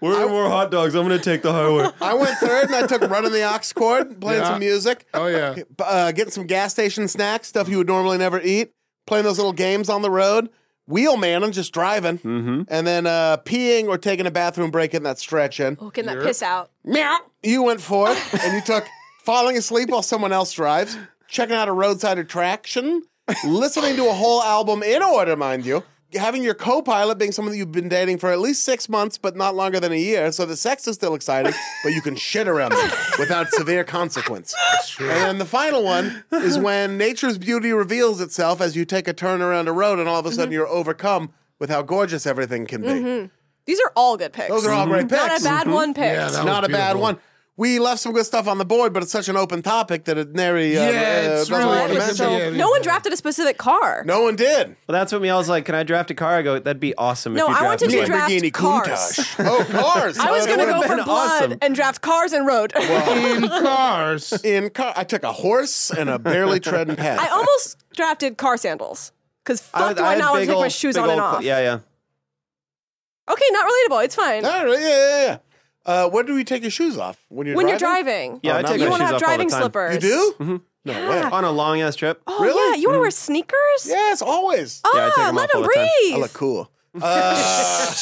F: just
C: We're more hot dogs. I'm gonna take the highway.
F: I went third and I took running the ox cord, playing some music,
E: Oh, yeah.
F: uh, getting some gas station snacks, stuff you would normally never eat, playing those little games on the road, wheel man and just driving,
E: Mm-hmm.
F: and then uh, peeing or taking a bathroom break in that stretch in.
D: oh, getting that piss out.
F: Meow. You went forth and you took falling asleep while someone else drives, checking out a roadside attraction, listening to a whole album in order, mind you. Having your co pilot being someone that you've been dating for at least six months, but not longer than a year, so the sex is still exciting, but you can shit around them without severe consequence. And then the final one is when nature's beauty reveals itself as you take a turn around a road, and all of a sudden
D: Mm-hmm.
F: you're overcome with how gorgeous everything can be.
D: These are all good picks.
F: Those are all great picks
D: Mm-hmm.
C: Mm-hmm.
D: not a bad one pick.
E: Yeah, that
F: not a
E: was
F: bad
E: beautiful.
F: one. We left some good stuff on the board, but it's such an open topic that it nary. Uh,
E: Yeah,
F: uh,
E: it's
F: doesn't
E: really-
F: want to
E: it's
F: mention.
D: so,
E: yeah, yeah.
D: no one drafted a specific car.
F: No one did.
C: Well, that's what Mia's like. Can I draft a car? I go. That'd be awesome.
D: No,
C: if you
D: I want to
C: drafted
D: do
C: one."
D: draft
F: Lamborghini
D: cars.
F: Countach. Oh, cars.
D: I was
F: That
D: going to
F: would've
D: go
F: been
D: for
C: been
D: blood
C: awesome.
D: and draft cars and road.
E: In cars.
F: in car. I took a horse and a barely treading path.
D: I almost drafted car sandals. Because fuck do I,
C: had
D: not want to
C: big
D: take my
C: old-
D: shoes
C: big
D: on and
C: old-
D: off.
C: Yeah, yeah.
D: Okay, not relatable. It's fine.
F: All right, yeah, yeah, yeah. Uh, where do we take your shoes off when you're
D: when you're driving,
F: driving?
C: Yeah,
F: Oh,
C: I
F: now
C: take
D: you
C: my
D: want to
C: shoes off
D: have
C: all the
D: driving
C: time.
D: slippers.
F: You do? No way.
C: on a long ass trip.
D: Oh,
F: Really?
D: yeah. You want to wear sneakers?
F: Yes, always.
C: Mm. Yeah, I take
D: Ah,
C: 'em
D: let
C: off all
D: him
C: the time.
D: breathe.
F: I look cool. Uh,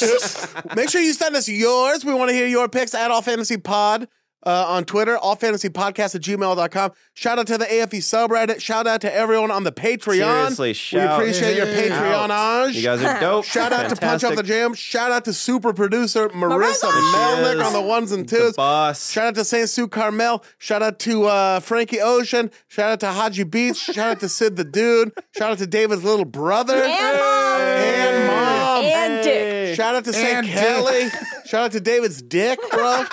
F: make sure you send us yours. We want to hear your picks at All Fantasy Pod uh, on Twitter, all fantasy podcast at gmail.com. Shout out to the AFE subreddit. Shout out to everyone on the Patreon.
C: Seriously,
F: we
C: shout
F: appreciate your
C: out.
F: Patreonage.
C: You guys are dope.
F: Shout out to Punch Up the
C: Fantastic.
F: Jam. Shout out to super producer Marissa
D: Marissa!
F: Melnick
C: Yes.
F: on the ones and
C: The
F: twos.
C: boss.
F: Shout out to Saint Sue Carmel. Shout out to uh, Frankie Ocean. Shout out to Haji Beats. Shout out to Sid the Dude. Shout out to David's little brother.
D: And mom.
F: And mom.
D: And dick.
F: Shout out to St.
E: And
F: Kelly. Shout out to David's dick, bro.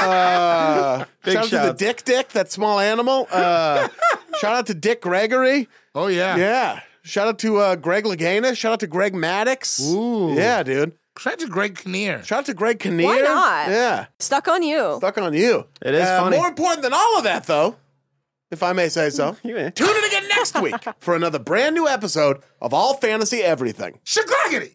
F: Uh,
C: Big
F: shout out to the
C: shouts.
F: dick dick, that small animal. Uh, shout out to Dick Gregory.
E: Oh, yeah.
F: Yeah. Shout out to uh, Greg Lagana. Shout out to Greg Maddox.
E: Ooh.
F: Yeah, dude.
E: Such a great Kinnear.
F: Shout out to Greg Kinnear.
D: Why not?
F: Yeah.
D: Stuck on you.
F: Stuck on you. Uh,
C: It is funny.
F: More important than all of that, though, if I may say so. Tune
C: may.
F: in again next week for another brand new episode of All Fantasy Everything.
E: Shagloggity!